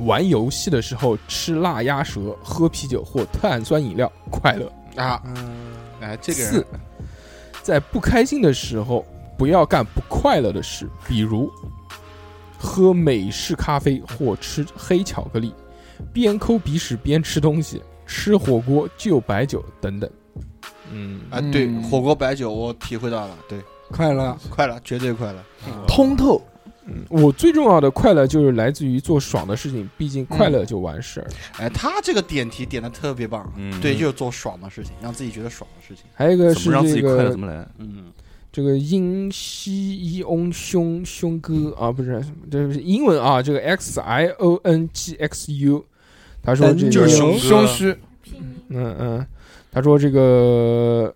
Speaker 1: 玩游戏的时候吃辣鸭舌，喝啤酒或碳酸饮料，快乐。
Speaker 2: 啊，
Speaker 4: 嗯，
Speaker 2: 哎，这个
Speaker 1: 四
Speaker 2: 人，
Speaker 1: 在不开心的时候，不要干不快乐的事，比如喝美式咖啡或吃黑巧克力，边抠鼻屎边吃东西，吃火锅就白酒等等。嗯，
Speaker 2: 啊，对，
Speaker 3: 嗯
Speaker 2: 火锅白酒我体会到了，对，
Speaker 4: 快乐，
Speaker 2: 快乐，绝对快乐。
Speaker 3: 通透，
Speaker 1: 嗯我最重要的快乐就是来自于做爽的事情，毕竟快乐就完事儿。
Speaker 2: 哎，他这个点题点的特别棒，
Speaker 5: 嗯
Speaker 2: 对，就是做爽的事情，让自己觉得爽的事情。
Speaker 1: 还有一个
Speaker 5: 怎
Speaker 1: 是
Speaker 5: 么让自
Speaker 1: 这
Speaker 5: 己快乐
Speaker 1: 个
Speaker 5: 怎么来？
Speaker 2: 嗯，
Speaker 1: 这个英西伊翁兄兄哥啊，不是，这是英文啊，这个 X I O N G X U，他说这个
Speaker 5: 就是兄哥
Speaker 3: 胸虚，
Speaker 1: 嗯嗯，他说这个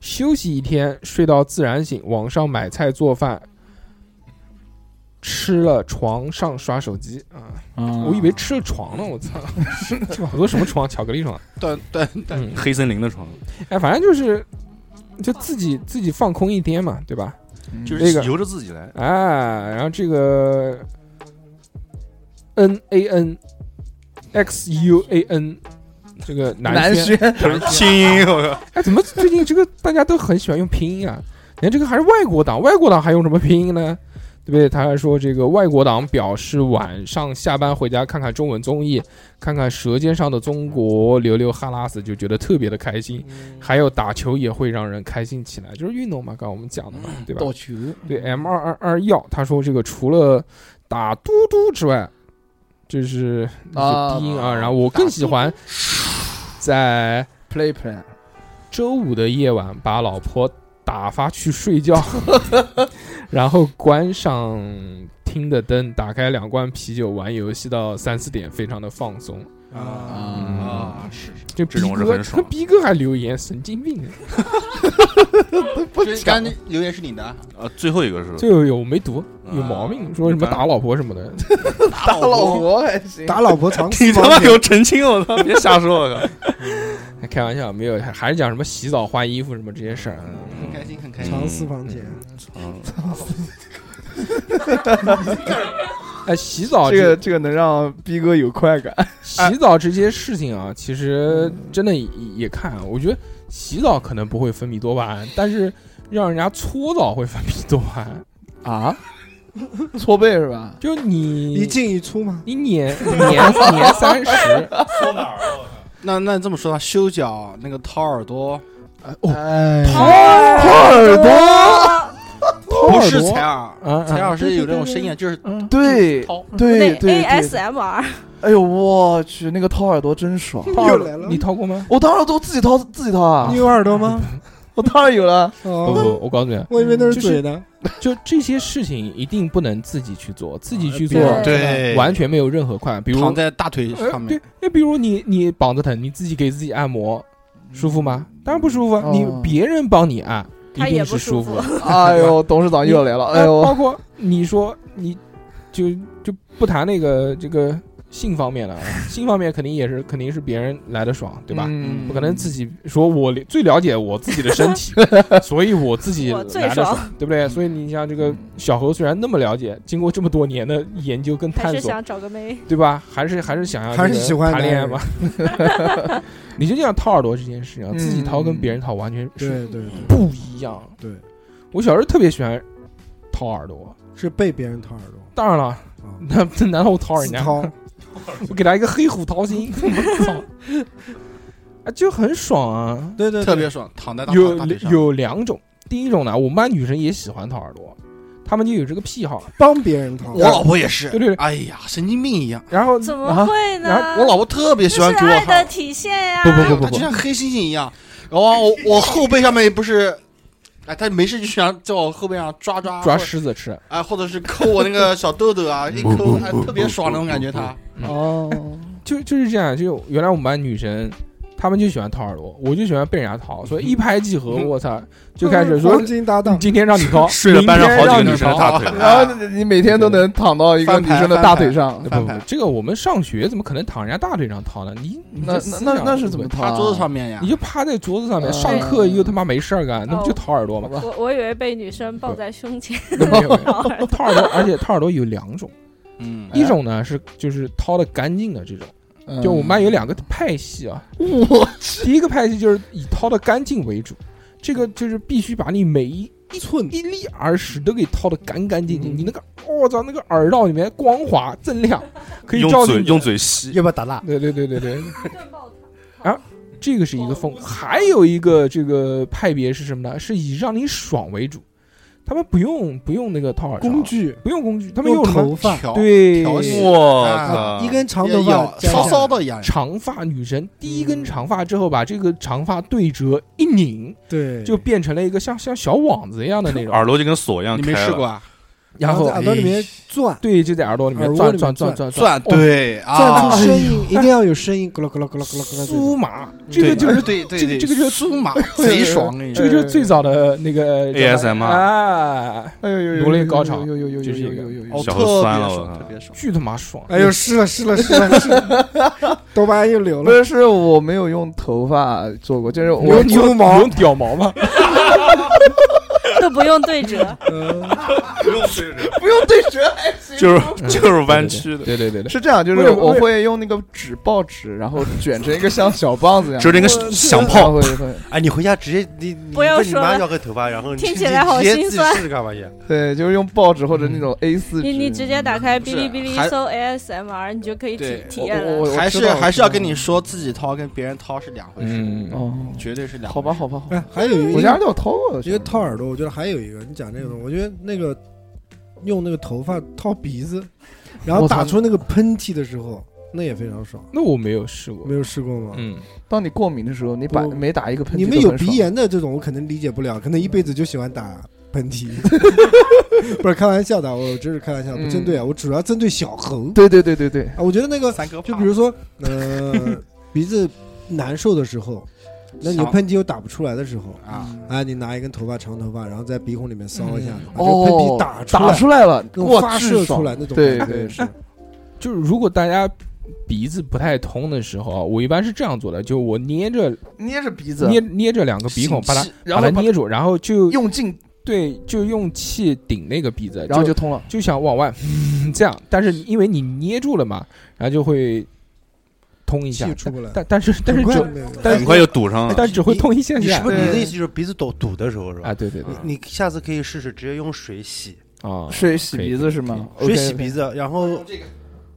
Speaker 1: 休息一天，睡到自然醒，网上买菜做饭，吃了床上刷手机啊，我以为吃了床呢，我 操，我说什么床？巧克力床？
Speaker 2: 对对，
Speaker 1: 嗯，
Speaker 5: 黑森林的床，
Speaker 1: 哎，反正就是就自己自己放空一天嘛，对吧？
Speaker 5: 就
Speaker 1: 那
Speaker 5: 是
Speaker 1: 个
Speaker 5: 由着自己 来。
Speaker 1: 啊，然后这个 N A N X U A N 这个
Speaker 3: 南
Speaker 1: 南轩
Speaker 3: 轩，
Speaker 5: 拼音，我靠！
Speaker 1: 哎，怎么最近这个大家都很喜欢用拼音啊？连这个还是外国党，外国党还用什么拼音呢？对不对？他还说这个外国党表示晚上下班回家看看中文综艺，看看《舌尖上的中国》，流流哈喇子就觉得特别的开心。还有打球也会让人开心起来，就是运动嘛，刚刚我们讲的嘛，对吧？
Speaker 2: 倒球，
Speaker 1: 对 M 二二二幺，他说这个除了打嘟嘟之外，这是那
Speaker 3: 啊
Speaker 1: 些低音啊，然后我更喜欢在
Speaker 3: play play，
Speaker 1: 周五的夜晚把老婆打发去睡 觉，然后关上厅的灯，打开两罐啤酒，玩游戏到三四点，非常的放松。
Speaker 2: 啊，是是，
Speaker 1: 这逼
Speaker 5: 这种是
Speaker 1: 哥，
Speaker 5: 很爽
Speaker 1: 逼哥还留言，神经病！
Speaker 2: 这刚刚留言是你的，
Speaker 5: 啊，最后一个是
Speaker 1: 这个有没读，有
Speaker 5: 啊
Speaker 1: 毛病，说什么打老婆什么的。
Speaker 2: 打
Speaker 3: 大老，婆还行，
Speaker 4: 打老婆藏 私
Speaker 5: 你他
Speaker 4: 房
Speaker 5: 妈给我澄
Speaker 4: 钱，
Speaker 5: 清！我操，别瞎说！我靠，
Speaker 1: 开玩笑，没有，还是讲什么洗澡、换衣服什么这些事儿。
Speaker 5: 嗯
Speaker 2: 很开心，很开心。
Speaker 4: 藏私房钱，
Speaker 1: 哎，洗澡
Speaker 3: 这
Speaker 1: 这
Speaker 3: 个这个能让逼哥有快感，
Speaker 1: 洗澡这些事情啊，其实真的也也看，啊我觉得洗澡可能不会分泌多巴胺，但是让人家搓澡会分泌多巴胺。
Speaker 3: 啊，搓背是吧？
Speaker 1: 就你
Speaker 4: 一进一出嘛。
Speaker 1: 你年 年年三十，
Speaker 2: 那那这么说吧，修脚那个掏耳朵，
Speaker 4: 哎，
Speaker 3: 掏耳朵，
Speaker 2: 不是采耳
Speaker 1: 啊啊，
Speaker 2: 采耳是有这种声音，就是
Speaker 3: 嗯对
Speaker 2: 掏。
Speaker 3: 对对对，
Speaker 6: ASMR，
Speaker 3: 哎呦我去，那个掏耳朵真爽！
Speaker 1: 掏
Speaker 4: 又来了
Speaker 1: 你，掏过吗？
Speaker 3: 我掏耳朵自己掏自己掏啊
Speaker 4: 你，有耳朵吗？
Speaker 3: 我当然有了，
Speaker 2: 嗯
Speaker 1: 不
Speaker 4: 哦，
Speaker 1: 不，我告诉你，
Speaker 4: 我以为那是
Speaker 1: 就是
Speaker 4: 嘴呢。
Speaker 1: 就这些事情一定不能自己去做，自己去做
Speaker 6: 对
Speaker 1: 完全没有任何快感。比如
Speaker 2: 躺在大腿
Speaker 1: 呃
Speaker 2: 上面
Speaker 1: 对，，那比如你你膀子疼，你自己给自己按摩，舒服吗？
Speaker 2: 嗯
Speaker 1: 当然不舒服啊！
Speaker 3: 哦
Speaker 1: 你别人帮你按，一
Speaker 6: 他也
Speaker 1: 定
Speaker 6: 不
Speaker 1: 是舒
Speaker 6: 舒服
Speaker 1: 的。
Speaker 3: 哎呦，董事长又来了，哎
Speaker 1: 呃包
Speaker 3: 呦，
Speaker 1: 括你说你就就不谈那个这个性方 面了啊，性方面肯定也是肯定是别人来的爽，对吧？
Speaker 3: 嗯
Speaker 1: 不可能自己说我了最了解我自己的身 体，所以我自己
Speaker 6: 我最
Speaker 1: 来的爽
Speaker 6: 爽，嗯
Speaker 1: 对不对？所以你像这个小何虽然那么了解，经过这么多年的研究跟
Speaker 6: 还
Speaker 1: 探
Speaker 6: 是
Speaker 1: 索，
Speaker 6: 想找个妹，
Speaker 1: 对吧？还是还是想要
Speaker 4: 还是
Speaker 1: 这个
Speaker 4: 喜欢
Speaker 1: 谈
Speaker 4: 男
Speaker 1: 恋爱
Speaker 4: 人
Speaker 1: 嘛。 你就这样掏耳朵这件事情啊，
Speaker 3: 嗯
Speaker 1: 自己掏跟别人掏完全是
Speaker 4: 对对对
Speaker 1: 不一样。
Speaker 4: 对，
Speaker 1: 我小时候特别喜欢掏耳朵，
Speaker 4: 是被别人掏耳朵。
Speaker 1: 当然了，
Speaker 4: 啊
Speaker 1: 难难道我掏人
Speaker 4: 自
Speaker 1: 家？
Speaker 4: 掏，
Speaker 1: 我给他一个黑虎掏心，我操！啊，就很爽啊。
Speaker 4: 哎对对，
Speaker 2: 特
Speaker 4: 对
Speaker 2: 别爽，躺在大
Speaker 1: 有
Speaker 2: 大腿上。
Speaker 1: 有两种，第一种呢，我们班女生也喜欢掏耳朵，她们就有这个癖好。
Speaker 4: 帮别人掏
Speaker 2: 我。老婆也是，
Speaker 1: 对对对
Speaker 2: 哎呀，神经病一样。
Speaker 1: 然后
Speaker 6: 怎
Speaker 1: 啊
Speaker 6: 么会呢？
Speaker 2: 我老婆特别喜
Speaker 6: 这
Speaker 2: 欢
Speaker 6: 是
Speaker 2: 给我
Speaker 6: 爱
Speaker 2: 掏
Speaker 6: 的体现呀！
Speaker 1: 不不不
Speaker 2: 它就像黑猩猩一样。然后我我后背上面不是，哎，他没事就想在我后背上抓抓
Speaker 1: 抓
Speaker 2: 或者
Speaker 1: 狮子吃，
Speaker 2: 哎，或者是抠我那个小豆豆啊，一抠哎特别爽那种感觉。他
Speaker 3: 哦，
Speaker 1: 就就是这样。就原来我们班女生，她们就喜欢掏耳朵，我就喜欢被人家掏，所以一拍即合，我操，就开始说
Speaker 4: 黄金搭档，
Speaker 1: 今天让你掏，
Speaker 5: 睡了班上好几个女生的大
Speaker 2: 明天让你
Speaker 5: 腿，
Speaker 3: 然后你每天都能躺到一个女生的大腿上
Speaker 1: 不，不
Speaker 2: 翻
Speaker 1: 不
Speaker 2: 盘，
Speaker 1: 这个我们上学怎么可能躺人家大腿上掏呢？你你
Speaker 3: 那
Speaker 1: 这思
Speaker 3: 那那
Speaker 1: 想
Speaker 3: 那是怎么
Speaker 1: 不对
Speaker 3: 掏啊？
Speaker 2: 趴桌子上面呀
Speaker 1: 你，就趴在桌子上面，
Speaker 3: 啊
Speaker 1: 上课又他妈没事儿干，那不就掏耳 朵吗？
Speaker 6: 我我以为被女生抱在胸前，
Speaker 1: 那没有没有
Speaker 6: 掏耳朵
Speaker 1: 掏耳朵，而且掏耳朵有两种，
Speaker 2: 嗯，
Speaker 1: 一种呢是就是掏的干净的这种，
Speaker 3: 嗯？
Speaker 1: 就我们班有两个派系啊，
Speaker 3: 我
Speaker 1: 第一个派系就是以掏的干净为主，这个就是必须把你每一
Speaker 4: 一寸
Speaker 1: 一粒耳屎都给掏的干干净净，你那个我操、那个耳道里面光滑锃亮，可以
Speaker 5: 用
Speaker 1: 照
Speaker 5: 嘴
Speaker 1: 进去。
Speaker 5: 用嘴吸，
Speaker 4: 要不要打蜡？
Speaker 1: 对对对对对，这个是一个风，还有一个这个派别是什么呢？是以让你爽为主，他们不用不用那个掏耳勺
Speaker 4: 工，具
Speaker 1: 不用工具，他们用什么
Speaker 4: 头发，
Speaker 2: 条
Speaker 1: 对
Speaker 2: 调戏
Speaker 5: 我
Speaker 2: 啊
Speaker 5: 靠，
Speaker 4: 一根长
Speaker 2: 也
Speaker 4: 头发
Speaker 2: 咬
Speaker 4: 夹
Speaker 2: 稍
Speaker 4: 下
Speaker 2: 稍
Speaker 4: 来
Speaker 2: 的痒，
Speaker 1: 长发女
Speaker 2: 嗯
Speaker 1: 神第一根长发之后，把这个长发对折一拧，
Speaker 4: 对，
Speaker 1: 就变成了一个像像小网子一样的那种，
Speaker 5: 耳朵就跟锁一样
Speaker 2: 你
Speaker 5: 开
Speaker 2: 没
Speaker 5: 了，
Speaker 2: 试过啊？
Speaker 1: 然后
Speaker 4: 在耳朵里面转
Speaker 1: 对，就在耳朵里面
Speaker 4: 耳
Speaker 1: 转
Speaker 4: 朵里面
Speaker 1: 转转转
Speaker 4: 转
Speaker 2: 钻，
Speaker 3: 哦
Speaker 1: 哦
Speaker 2: 对
Speaker 4: 转
Speaker 2: 啊
Speaker 4: 出，声音，一定要有声音，咕噜咕噜咕噜咕噜咕噜这
Speaker 1: 酥
Speaker 4: 种。
Speaker 1: 麻，这个就是
Speaker 2: 对对
Speaker 1: 这个
Speaker 2: 对，
Speaker 1: 这个就是
Speaker 2: 酥麻，贼爽，跟你
Speaker 1: 这
Speaker 2: 说
Speaker 1: 个就是最早的那个
Speaker 5: ASMR
Speaker 1: 啊，
Speaker 4: 哎呦呦
Speaker 1: 奴隶高潮
Speaker 4: 呦呦呦呦
Speaker 1: 这是一
Speaker 4: 呦
Speaker 1: 个
Speaker 4: 呦呦！
Speaker 2: 哦，
Speaker 5: 小
Speaker 2: 特
Speaker 5: 河酸了
Speaker 2: 别
Speaker 5: 我
Speaker 2: 爽，
Speaker 5: 靠
Speaker 2: 特别爽。
Speaker 1: 巨他妈爽！
Speaker 4: 哎呦，湿了湿了湿了湿了， 多巴胺又流
Speaker 3: 不
Speaker 4: 了。
Speaker 3: 是，是我没有用头发做过，就是我
Speaker 4: 用
Speaker 1: 有
Speaker 4: 猪毛
Speaker 1: 有屌毛吗？
Speaker 6: 都不用对折，
Speaker 4: 嗯
Speaker 3: 不用对折，
Speaker 5: 就是 就是弯曲的，
Speaker 1: 对对对对，
Speaker 3: 是这样，就
Speaker 1: 为
Speaker 3: 是
Speaker 1: 了
Speaker 3: 我
Speaker 1: 为
Speaker 3: 会用那个纸报纸，然后卷成一个像小棒子一样，
Speaker 5: 折成一个响
Speaker 3: 然后
Speaker 5: 炮，
Speaker 3: 会会
Speaker 7: 哎，你回家直接你你
Speaker 6: 不要
Speaker 7: 问你
Speaker 6: 说
Speaker 7: 妈
Speaker 6: 了
Speaker 7: 要个头发，然后你
Speaker 6: 听
Speaker 7: 自
Speaker 6: 起
Speaker 7: 己
Speaker 6: 来好
Speaker 7: 直接
Speaker 6: 心
Speaker 7: 自己
Speaker 6: 酸
Speaker 7: 试试干 嘛去？
Speaker 3: 对，就是用报纸或者那种 A 四纸。
Speaker 6: 你你直接打开
Speaker 2: 不
Speaker 6: 哔
Speaker 2: 是
Speaker 6: 哩哔哩
Speaker 2: 还
Speaker 6: 搜 ASMR，你就可以
Speaker 2: 对
Speaker 6: 体体
Speaker 3: 我
Speaker 6: 验
Speaker 3: 我
Speaker 6: 了。
Speaker 3: 我
Speaker 2: 还
Speaker 3: 知
Speaker 2: 是
Speaker 3: 道
Speaker 2: 还是要跟
Speaker 3: 我
Speaker 2: 你说，自己掏跟别人掏是两回事，
Speaker 1: 嗯
Speaker 3: 知道，哦，
Speaker 2: 绝对是两回事。
Speaker 3: 好吧好吧好吧，
Speaker 4: 哎，还有一个
Speaker 3: 我家都有掏过的，
Speaker 4: 一个掏耳朵，我觉得还有一个，你讲这个东西，我觉得那个用那个头发掏鼻子，然后
Speaker 3: 我操
Speaker 4: 打出那个喷嚏的时候，那也非常爽。
Speaker 1: 那我没有试过
Speaker 4: 没。有试过吗？
Speaker 1: 嗯，
Speaker 3: 当你过敏的时候，你把
Speaker 4: 不
Speaker 3: 每打一个喷嚏，
Speaker 4: 你们有鼻，炎的这种，我可能理解不了，可能一辈子就喜欢打 喷嚏。不是开玩笑的，我真是开玩笑，不针对啊，我主要针对小猴
Speaker 3: 嗯对对对对对，
Speaker 4: 啊。我觉得那个，
Speaker 2: 三哥怕，
Speaker 4: 就比如说，呃，鼻子难受的时候，那你
Speaker 2: 想
Speaker 4: 喷嚏又打不出来的时候，
Speaker 2: 啊，
Speaker 4: 啊，你拿一根头发长头发，然后在鼻孔里面搔一下
Speaker 1: 嗯，
Speaker 4: 把这个喷嚏
Speaker 3: 哦，
Speaker 4: 打出
Speaker 3: 打
Speaker 4: 来，
Speaker 3: 出来了，
Speaker 4: 那
Speaker 3: 哇
Speaker 4: 种发射
Speaker 3: 巨爽
Speaker 4: 出来那种
Speaker 3: 对
Speaker 4: 感觉
Speaker 3: 对
Speaker 4: 是。
Speaker 1: 就是如果大家鼻子不太通的时候啊，我一般是这样做的，就我捏着
Speaker 3: 捏着鼻子，
Speaker 1: 捏捏着两个鼻孔，把它
Speaker 3: 然
Speaker 1: 把
Speaker 3: 后
Speaker 1: 它捏住，然后就
Speaker 3: 用劲，
Speaker 1: 对，就用气顶那个鼻子，
Speaker 3: 然后
Speaker 1: 就
Speaker 3: 就通了。
Speaker 1: 就想往外、嗯这样，但是因为你捏住了嘛，然后就会通一下
Speaker 4: 气，出不来
Speaker 1: 但但是但是
Speaker 4: 很快
Speaker 1: 只
Speaker 4: 没有
Speaker 1: 但
Speaker 5: 很快就堵上了。
Speaker 1: 但只会通一下
Speaker 7: 你是
Speaker 1: 下
Speaker 7: 不是你的
Speaker 3: 对
Speaker 7: 意思就是鼻子堵堵的时候是吧
Speaker 1: 啊，？对对对
Speaker 7: 你你下次可以试试直接用水洗，
Speaker 1: 啊，
Speaker 3: 水洗鼻子是吗？
Speaker 7: 水洗鼻
Speaker 3: 子，
Speaker 7: 子，然后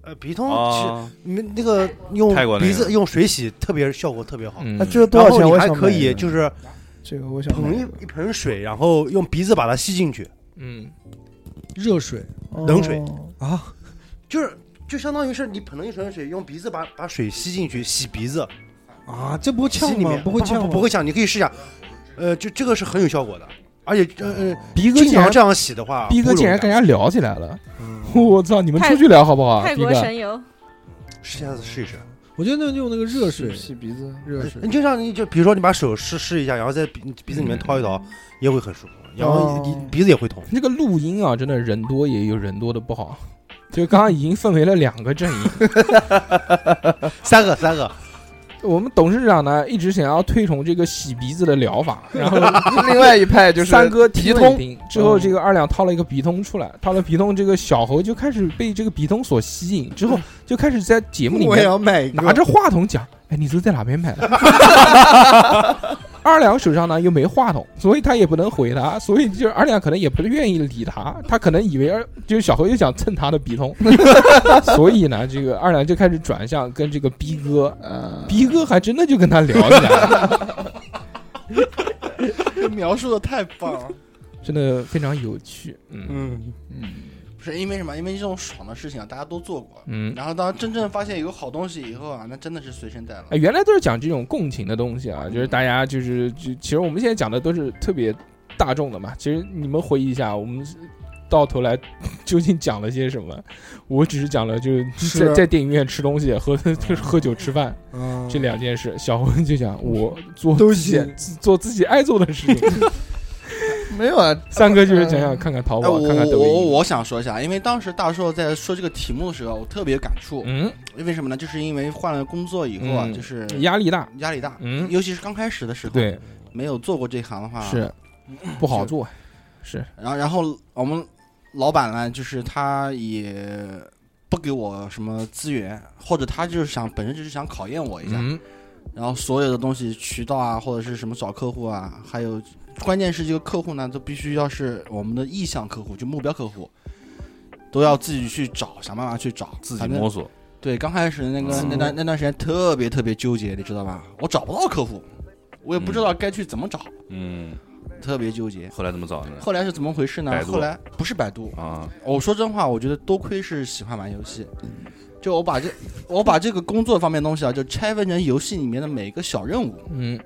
Speaker 7: 呃鼻通
Speaker 2: 哦
Speaker 7: 其实
Speaker 5: 啊，
Speaker 7: 你那个用
Speaker 5: 泰国那个
Speaker 7: 鼻子用水洗特别效果特别好。
Speaker 1: 嗯
Speaker 3: 那这个多少
Speaker 7: 然
Speaker 3: 钱？
Speaker 7: 后
Speaker 3: 我
Speaker 7: 你还
Speaker 3: 想
Speaker 7: 可
Speaker 3: 买一
Speaker 7: 以
Speaker 3: 个
Speaker 7: 就是
Speaker 3: 这个我想买
Speaker 7: 捧
Speaker 3: 一
Speaker 7: 一
Speaker 3: 个
Speaker 7: 一盆水，然后用鼻子把它吸进去，
Speaker 1: 嗯，
Speaker 4: 热水，
Speaker 7: 冷水
Speaker 3: 哦
Speaker 7: 就是就相当于是你捧了一盆水，用鼻子把把水吸进去，洗鼻子，
Speaker 1: 哦
Speaker 4: 啊，这不会
Speaker 7: 吸
Speaker 4: 呛
Speaker 7: 里
Speaker 4: 吗
Speaker 7: 面？
Speaker 4: 不会
Speaker 7: 不
Speaker 4: 呛吗？
Speaker 7: 不会呛，你可以试一下。呃，就这个是很有效果的，而且呃呃，
Speaker 1: 逼哥
Speaker 7: 经
Speaker 1: 竟然
Speaker 7: 常这样洗的话，
Speaker 1: 逼哥
Speaker 7: 不
Speaker 1: 竟然
Speaker 7: 容
Speaker 1: 跟
Speaker 7: 易啊
Speaker 1: 人家啊聊起来了，
Speaker 4: 嗯
Speaker 1: 我操，你们
Speaker 6: 泰
Speaker 1: 出去聊好不好？
Speaker 6: 泰
Speaker 1: 逼
Speaker 6: 国
Speaker 1: 哥，
Speaker 6: 神游，
Speaker 7: 试下次试一试。
Speaker 4: 我觉得那用那个热水
Speaker 3: 洗，洗鼻子，
Speaker 4: 热水
Speaker 7: 你就像你就比如说你把手试试一下，然后在鼻鼻子里面掏一掏，也会很舒服，然后
Speaker 3: 哦
Speaker 7: 你鼻子也会痛。
Speaker 1: 这个录音啊，真的人多也有人多的不好。就刚刚已经分为了两个阵营，
Speaker 7: 三个三个，
Speaker 1: 我们董事长呢一直想要推崇这个洗鼻子的疗法， 然后
Speaker 3: 另外一派就 是
Speaker 1: 三哥提
Speaker 3: 鼻
Speaker 1: 了一
Speaker 3: 通，
Speaker 1: 听之后，这个二两掏了一个鼻通出来，掏了鼻通，这个小猴就开始被这个鼻通所吸引，之 后就开始在节目里
Speaker 4: 我也
Speaker 1: 面
Speaker 4: 要买一个。
Speaker 1: 拿着话筒讲：“哎，你是在哪边买的？” 二两手上呢又没话筒，所以他也不能回答，所以就是二两可能也不愿意理他，他可能以为二就是小猴又想蹭他的鼻通， 所以呢，这个二两就开始转向跟这个逼哥，
Speaker 3: 呃，
Speaker 1: 逼哥还真的就跟他聊起来了，
Speaker 2: 这描述的太棒了。
Speaker 1: 真的非常有趣，嗯
Speaker 4: 嗯，
Speaker 3: 嗯
Speaker 2: 不是因为什么？因为这种爽的事情啊，大家都做过。
Speaker 1: 嗯。
Speaker 2: 然后当真正发现有好东西以后啊，那真的是随身带了
Speaker 1: 哎，。原来都是讲这种共情的东西
Speaker 2: 嗯
Speaker 1: 啊，就是大家就是就其实我们现在讲的都是特别大众的嘛。其实你们回忆一下，我们到头来究竟讲了些什么？我只是讲了就是
Speaker 4: 吃
Speaker 1: 在在电影院吃东西和
Speaker 2: 嗯
Speaker 1: 就是喝 酒吃饭
Speaker 4: 啊
Speaker 1: 这两件事。小红就讲我做
Speaker 4: 都
Speaker 1: 自己
Speaker 4: 行
Speaker 1: 自做自己爱做的事 情。
Speaker 3: 没有啊，嗯
Speaker 1: 三哥就是想
Speaker 4: 嗯
Speaker 1: 想看看淘
Speaker 2: 哎，
Speaker 1: 宝，
Speaker 2: 我
Speaker 1: 看看抖
Speaker 2: 我我
Speaker 1: 音。
Speaker 2: 我想说一下，因为当时大硕在说这个题目的时候，我特别有感触。
Speaker 1: 嗯，
Speaker 2: 因为什么呢？就是因为换了工作以后啊，
Speaker 1: 嗯
Speaker 2: 就是
Speaker 1: 压力大。
Speaker 2: 压力大，
Speaker 1: 嗯，
Speaker 2: 尤其是刚开始的时候，
Speaker 1: 对，
Speaker 2: 没有做过这行的话，
Speaker 1: 是不好
Speaker 2: 是
Speaker 1: 做，是
Speaker 2: 然后，然后我们老板呢，就是他也不给我什么资源，或者他就是想本身就是想考验我一下。
Speaker 1: 嗯
Speaker 2: 然后所有的东西渠道啊，或者是什么找客户啊，还有关键是这个客户呢，都必须要是我们的意向客户，就目标客户，都要自己去找，想办法去找，
Speaker 5: 自己
Speaker 2: 反正
Speaker 5: 摸索，
Speaker 2: 对，刚开始那个
Speaker 5: 嗯
Speaker 2: 那段那段时间特别特别纠结，你知道吧？我找不到客户，我也不知道该去怎么找。
Speaker 5: 嗯，
Speaker 2: 特别纠结。
Speaker 5: 后来怎么找的呢？
Speaker 2: 后来是怎么回事呢
Speaker 5: 百？度
Speaker 2: 后来不是百度，
Speaker 5: 啊，
Speaker 2: 我说真话，我觉得多亏是喜欢玩游戏。就我把这，我把这个工作方面的东西啊，就拆分成游戏里面的每个小任务
Speaker 1: 嗯，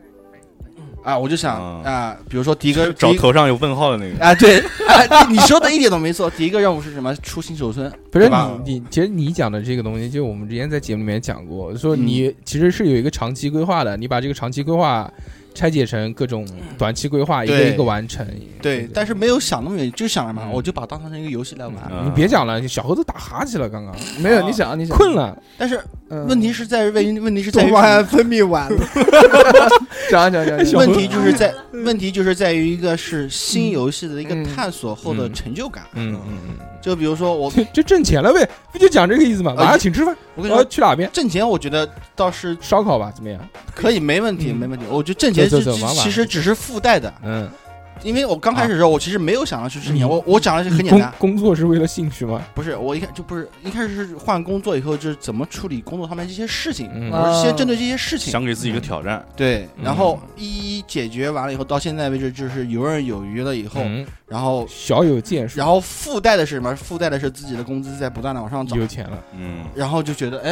Speaker 2: 啊，我就想
Speaker 5: 啊
Speaker 2: 啊，比如说第一个
Speaker 5: 找
Speaker 2: 第一
Speaker 5: 头上有问号的那个，
Speaker 2: 啊，对，啊你说的一点都没错。第一个任务是什么？出新手村，
Speaker 1: 不是
Speaker 2: 对吧
Speaker 1: 你你，其实你讲的这个东西，就我们之前在节目里面讲过，说
Speaker 2: 嗯
Speaker 1: 你其实是有一个长期规划的，你把这个长期规划拆解成各种短期规划，一个
Speaker 2: 对
Speaker 1: 一个完成。
Speaker 2: 对，但是没有想那么远，就想了嘛，
Speaker 1: 嗯
Speaker 2: 我就把它当成成一个游戏来玩。
Speaker 5: 嗯
Speaker 1: 你别讲了，小猴子打哈欠了，刚刚
Speaker 2: 嗯
Speaker 3: 没有，你想啊，你想啊
Speaker 1: 困，了。
Speaker 2: 但是
Speaker 1: 嗯
Speaker 2: 问题是在于问问题是在于
Speaker 4: 多巴胺分泌 完了，
Speaker 3: 讲啊讲啊讲啊讲啊，
Speaker 2: 问题就是在问题就是在于一个是新游戏的一个
Speaker 3: 嗯
Speaker 2: 探索后的
Speaker 1: 嗯
Speaker 2: 成就感。
Speaker 1: 嗯嗯嗯，
Speaker 2: 就比如说我，
Speaker 1: 就就挣钱了呗，不就讲这个意思吗？晚上
Speaker 2: 呃
Speaker 1: 请吃饭，
Speaker 2: 我跟你
Speaker 1: 呃，
Speaker 2: 说，
Speaker 1: 去哪边？
Speaker 2: 挣钱我觉得倒是
Speaker 1: 烧烤吧，怎么样？
Speaker 2: 可以，没问题，
Speaker 1: 嗯
Speaker 2: 没问题。我觉得挣钱
Speaker 1: 走
Speaker 2: 是
Speaker 1: 走走玩玩
Speaker 2: 其实只是附带的，
Speaker 1: 嗯，
Speaker 2: 因为我刚开始的时候，我其实没有想要去挣
Speaker 1: 啊嗯
Speaker 2: 钱，我我讲的是很简
Speaker 1: 工
Speaker 2: 单，
Speaker 1: 工作是为了兴趣吗？
Speaker 2: 不是我一开就不是一开始是换工作以后就是怎么处理工作上面这些事情，
Speaker 1: 嗯
Speaker 2: 我是
Speaker 3: 啊
Speaker 2: 先针对这些事情。
Speaker 5: 想给自己一个挑战，
Speaker 2: 对，
Speaker 1: 嗯
Speaker 2: 然后一一解决完了以后，到现在为止就是游刃有余了以后，
Speaker 1: 嗯，
Speaker 2: 然后
Speaker 1: 小有建树
Speaker 2: 然，后附带的是什么？附带的是自己的工资在不断的往上涨，
Speaker 1: 有钱了，
Speaker 5: 嗯，
Speaker 2: 然后就觉得哎。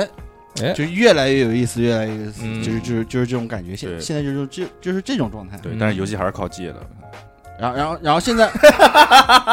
Speaker 1: 哎
Speaker 2: 就越来越有意思，越来越有意思，
Speaker 1: 嗯
Speaker 2: 就是就是就是这种感觉。现
Speaker 5: 对
Speaker 2: 现在就是就就是这种状态。
Speaker 5: 对，但是游戏还是靠借的，
Speaker 2: 然后然后然后 现在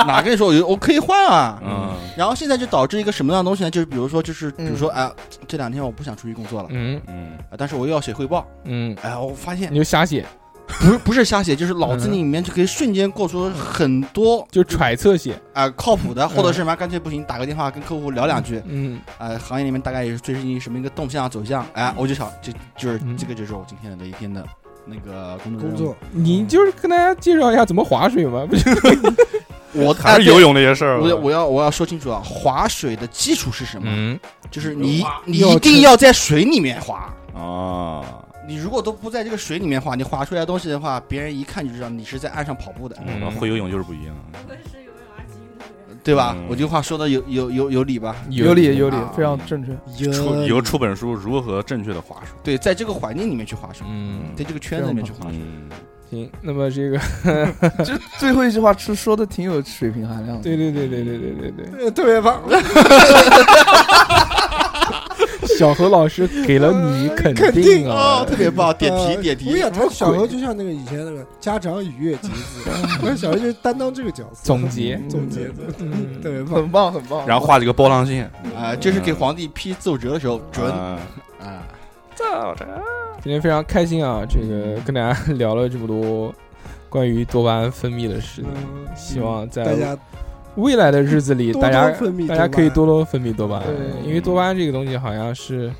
Speaker 2: 哪跟你说我有我可以换啊？
Speaker 5: 嗯，
Speaker 2: 然后现在就导致一个什么样的东西呢？就是比如说就是比
Speaker 3: 嗯
Speaker 2: 如说哎，这两天我不想出去工作了，
Speaker 1: 嗯
Speaker 5: 嗯，
Speaker 2: 啊但是我又要写汇报。
Speaker 1: 嗯，
Speaker 2: 哎，我发现
Speaker 1: 你就瞎写，
Speaker 2: 不是不是瞎写，就是脑子里面就可以瞬间过出很多
Speaker 1: 嗯就揣嗯测写，
Speaker 2: 啊、靠谱的，或者是什么干脆不行，打个电话跟客户聊两句，
Speaker 1: 嗯，
Speaker 2: 呃，行业里面大概也是最近什么一个动向走向，哎、我就想这就是、
Speaker 1: 嗯
Speaker 2: 这个就是我今天的一天的那个工作
Speaker 4: 工
Speaker 2: 任务
Speaker 4: 作，
Speaker 1: 你就是跟大家介绍一下怎么划水嘛，不就
Speaker 2: 我
Speaker 5: 还是游、泳这些事
Speaker 2: 哎
Speaker 5: 儿
Speaker 2: 对
Speaker 5: 吧，
Speaker 2: 我我要我要说清楚啊，划水的基础是什么？
Speaker 1: 嗯
Speaker 2: 就是你你
Speaker 4: 要
Speaker 2: 一定要在水里面划。
Speaker 5: 啊，
Speaker 2: 你如果都不在这个水里面划，你划出来的东西的话，别人一看就知道你是在岸上跑步的，
Speaker 5: 嗯会游泳就是不一样，
Speaker 2: 对吧？
Speaker 5: 嗯
Speaker 2: 我这话说的有有有有 理吧？
Speaker 3: 有理有理
Speaker 2: 啊，
Speaker 3: 非常正确，
Speaker 5: 出以
Speaker 4: 有
Speaker 5: 后出本书如何正确的划水，
Speaker 2: 对，在这个环境里面去划水，
Speaker 1: 嗯，
Speaker 2: 在这个圈子里面去划水。
Speaker 5: 嗯，
Speaker 1: 行，那么这 个，
Speaker 3: 就最后一句话是说的挺有水平含量的，
Speaker 1: 对对对对对对对对，
Speaker 4: 呃特别棒，
Speaker 1: 小何老师给了你肯
Speaker 4: 肯
Speaker 1: 定
Speaker 4: 定
Speaker 1: 啊
Speaker 2: 哦，，特别棒，点题点
Speaker 4: 呃我
Speaker 2: 题
Speaker 4: 想，他小时候就像那个以前那个家长与月节子，我小时候就是担当这个角色，
Speaker 1: 总结
Speaker 4: 总结，
Speaker 1: 嗯
Speaker 4: 特别棒。
Speaker 3: 很棒很棒。
Speaker 5: 然后画几个波浪线，
Speaker 2: 啊！这是给皇帝批奏折的时候准
Speaker 5: 啊
Speaker 2: 啊，
Speaker 5: 嗯
Speaker 1: 今天非常开心啊，这个跟大家聊了这么多关于多巴胺分泌的事情，
Speaker 4: 嗯
Speaker 1: 希望在
Speaker 4: 大家
Speaker 1: 未来的日子里，
Speaker 4: 多
Speaker 1: 大家
Speaker 4: 多分泌
Speaker 1: 大家
Speaker 4: 多巴胺
Speaker 1: 可以多多分泌多巴胺，
Speaker 3: 对
Speaker 1: 因为多巴胺这个东西好像是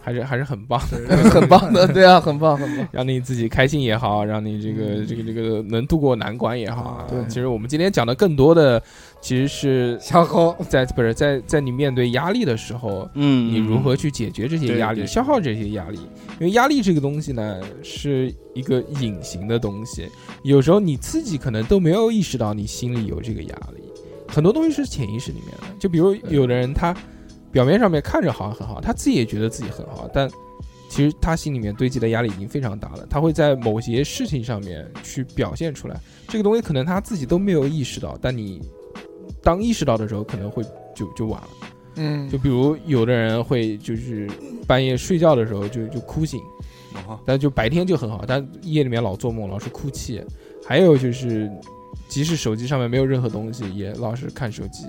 Speaker 1: 还是还是很棒的，
Speaker 3: 很棒的， 对啊，很棒，很棒。
Speaker 1: 让你自己开心也好，让你这个这个这个能度过难关也好啊。
Speaker 4: 对
Speaker 1: 其实我们今天讲的更多的其实是
Speaker 4: 小猴，
Speaker 1: 在不是在在你面对压力的时候，
Speaker 2: 嗯，
Speaker 1: 你如何去解决这些压力，
Speaker 2: 对对
Speaker 1: 消耗这些压力？因为压力这个东西呢，是一个隐形的东西，有时候你自己可能都没有意识到你心里有这个压力，很多东西是潜意识里面的。就比如有的人他表面上面看着好像很好，他自己也觉得自己很好，但其实他心里面堆积的压力已经非常大了，他会在某些事情上面去表现出来。这个东西可能他自己都没有意识到，但你当意识到的时候，可能会就就晚了。
Speaker 3: 嗯
Speaker 1: 就，比如有的人会就是半夜睡觉的时候就就哭醒，
Speaker 5: 哦
Speaker 1: 但就白天就很好，但夜里面老做梦，老是哭泣。还有就是，即使手机上面没有任何东西，也老是看手机。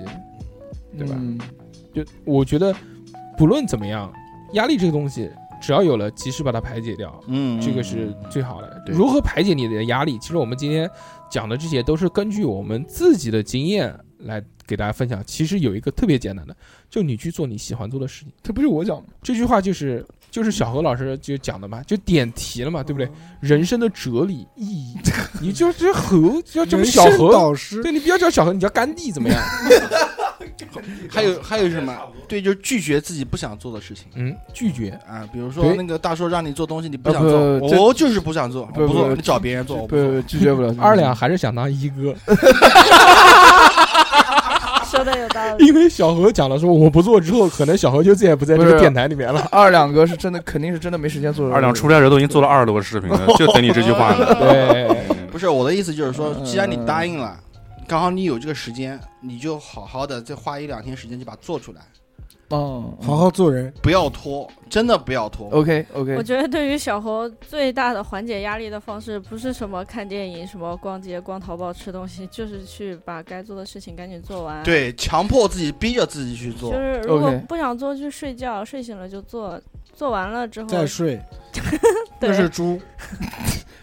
Speaker 1: 对吧
Speaker 3: 嗯
Speaker 1: 就我觉得，不论怎么样，压力这个东西，只要有了，及时把它排解掉，
Speaker 2: 嗯，
Speaker 1: 这个是最好的。
Speaker 2: 对
Speaker 1: 如何排解你的压力？其实我们今天讲的这些都是根据我们自己的经验来给大家分享。其实有一个特别简单的，就你去做你喜欢做的事情。
Speaker 3: 这不是我讲的，
Speaker 1: 这句话就是就是小何老师就讲的嘛，就点题了嘛，对不
Speaker 3: 哦
Speaker 1: 对？人生的哲理意 义，你就这猴，就这么
Speaker 4: 人
Speaker 1: 小
Speaker 4: 生
Speaker 1: 猴，
Speaker 4: 导师，
Speaker 1: 对你不要叫小何，你叫甘地怎么 样？
Speaker 2: 嗯还有还有什么？对，就是拒绝自己不想做的事情
Speaker 1: 嗯，拒绝。
Speaker 2: 啊，比如说
Speaker 1: 对
Speaker 2: 那个大叔让你做东西，你不
Speaker 3: 啊
Speaker 2: 想
Speaker 3: 不
Speaker 2: 做，
Speaker 3: 这
Speaker 2: 我就是不想做，
Speaker 3: 不
Speaker 2: 我不做，
Speaker 3: 不
Speaker 2: 你找别人做，我不做。
Speaker 3: 不 拒绝不了。
Speaker 1: 二两还是想当一 哥，
Speaker 6: 说的有道理。
Speaker 1: 因为小何讲了说我不做之后，可能小何就再也不在这
Speaker 3: 不
Speaker 1: 个
Speaker 3: 是
Speaker 1: 电台里面 了。
Speaker 3: 二两哥是真的，肯定是真的没时间 做。
Speaker 5: 二两出差的时候都已经做了二十多个视频了，就等你这句话呢。
Speaker 1: 对，
Speaker 2: 不不是我的意思就是说，
Speaker 3: 嗯
Speaker 2: 既然你答应了，嗯刚好你有这个时间，你就好好的再花一两天时间就把它做出来，
Speaker 3: 哦，
Speaker 4: 好好做人，
Speaker 2: 不要拖，真的不要拖。
Speaker 3: ，OK OK，
Speaker 6: 我觉得对于小猴最大的缓解压力的方式，不是什么看电影、什么逛街、逛淘宝、吃东西，就是去把该做的事情赶紧做完。，
Speaker 2: 对，强迫自己，逼着自己去做
Speaker 6: 就。是如果
Speaker 3: OK
Speaker 6: 不想做，就睡觉，睡醒了就做，做完了之后
Speaker 4: 再睡，
Speaker 6: 对
Speaker 4: 那是猪。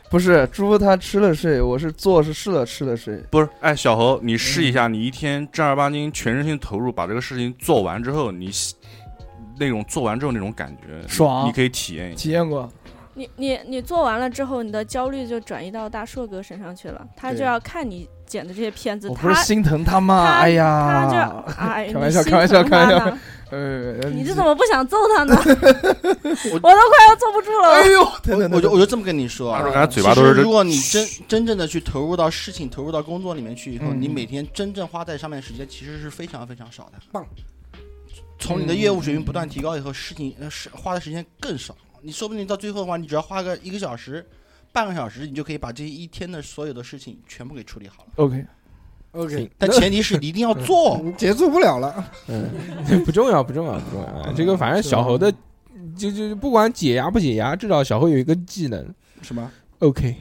Speaker 3: 不是猪它吃了睡，我是做是试了吃了睡。
Speaker 5: 不是，哎，小侯，你试一下，你一天正儿八经、全身心投入把这个事情做完之后，你喜那种做完之后那种感觉
Speaker 1: 爽
Speaker 5: 你可以体验一下。
Speaker 1: 体验过，
Speaker 6: 你你你做完了之后，你的焦虑就转移到大硕哥身上去了，他就
Speaker 2: 对
Speaker 6: 要看你剪的这些片子，
Speaker 3: 我不
Speaker 6: 他
Speaker 3: 是心疼他吗？
Speaker 6: 他
Speaker 3: 哎
Speaker 6: 他就
Speaker 3: 呀，
Speaker 6: 哎，
Speaker 3: 开玩笑
Speaker 6: 你心
Speaker 3: 开玩笑
Speaker 6: 疼他
Speaker 3: 开玩
Speaker 6: 呢
Speaker 3: 笑呃，
Speaker 6: 你 这怎么不想揍他呢？
Speaker 2: 我
Speaker 6: 我都快要坐不住 了。
Speaker 3: 哎呦，等等
Speaker 2: 我我就
Speaker 3: 等等，
Speaker 2: 我就这么跟你说
Speaker 5: 大
Speaker 2: 啊
Speaker 5: 叔，刚才嘴巴都是
Speaker 2: 其实如
Speaker 5: 这
Speaker 2: 果你真真正的去投入到事情、投入到工作里面去以后，
Speaker 3: 嗯
Speaker 2: 你每天真正花在上面的时间其实是非常非常少的。
Speaker 4: 棒！
Speaker 2: 从你的业务水平不断提高以后，事情呃是花的时间更少。你说不定到最后的话，你只要花个一个小时、半个小时，你就可以把这一天的所有的事情全部给处理好了。
Speaker 3: OK，
Speaker 4: OK，
Speaker 2: 但前提是你一定要做。
Speaker 4: 你结束不了了，
Speaker 1: 不重要，不重要，不重要。哎这个反正小猴的，就就不管解压不解压，至少小猴有一个技能
Speaker 2: 什么？
Speaker 1: ，OK。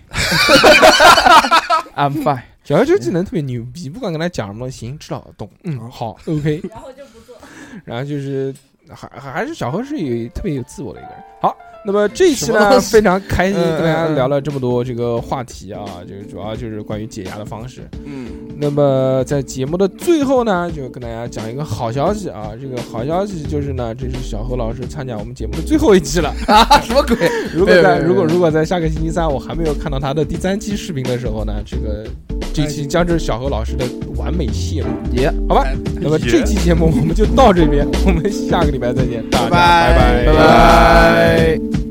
Speaker 3: I'm fine。
Speaker 1: 小猴这个技能特别牛逼，不管跟他讲什么，行，知道懂，嗯，好，OK。
Speaker 6: 然后就不做。
Speaker 1: 然后就是还还还是小何是有特别有自我的一个人。好，那么这一期
Speaker 4: 什么
Speaker 1: 呢
Speaker 4: 东西
Speaker 1: 非常开心
Speaker 3: 嗯
Speaker 1: 跟大家
Speaker 3: 嗯嗯
Speaker 1: 聊了这么多这个话题啊，就是主要就是关于解压的方式。
Speaker 2: 嗯，
Speaker 1: 那么在节目的最后呢，就跟大家讲一个好消息啊，这个好消息就是呢，这是小何老师参加我们节目的最后一期了。
Speaker 3: 啊，什么鬼？
Speaker 1: 如果在
Speaker 3: 对对对
Speaker 1: 如果如果在下个星期三我还没有看到他的第三期视频的时候呢，这个这期将是小何老师的完美谢幕。
Speaker 3: 耶，
Speaker 1: 好吧，那么这期节目我们就到这边，我们下个礼拜再见，大家拜
Speaker 2: 拜
Speaker 1: 拜
Speaker 3: 拜拜。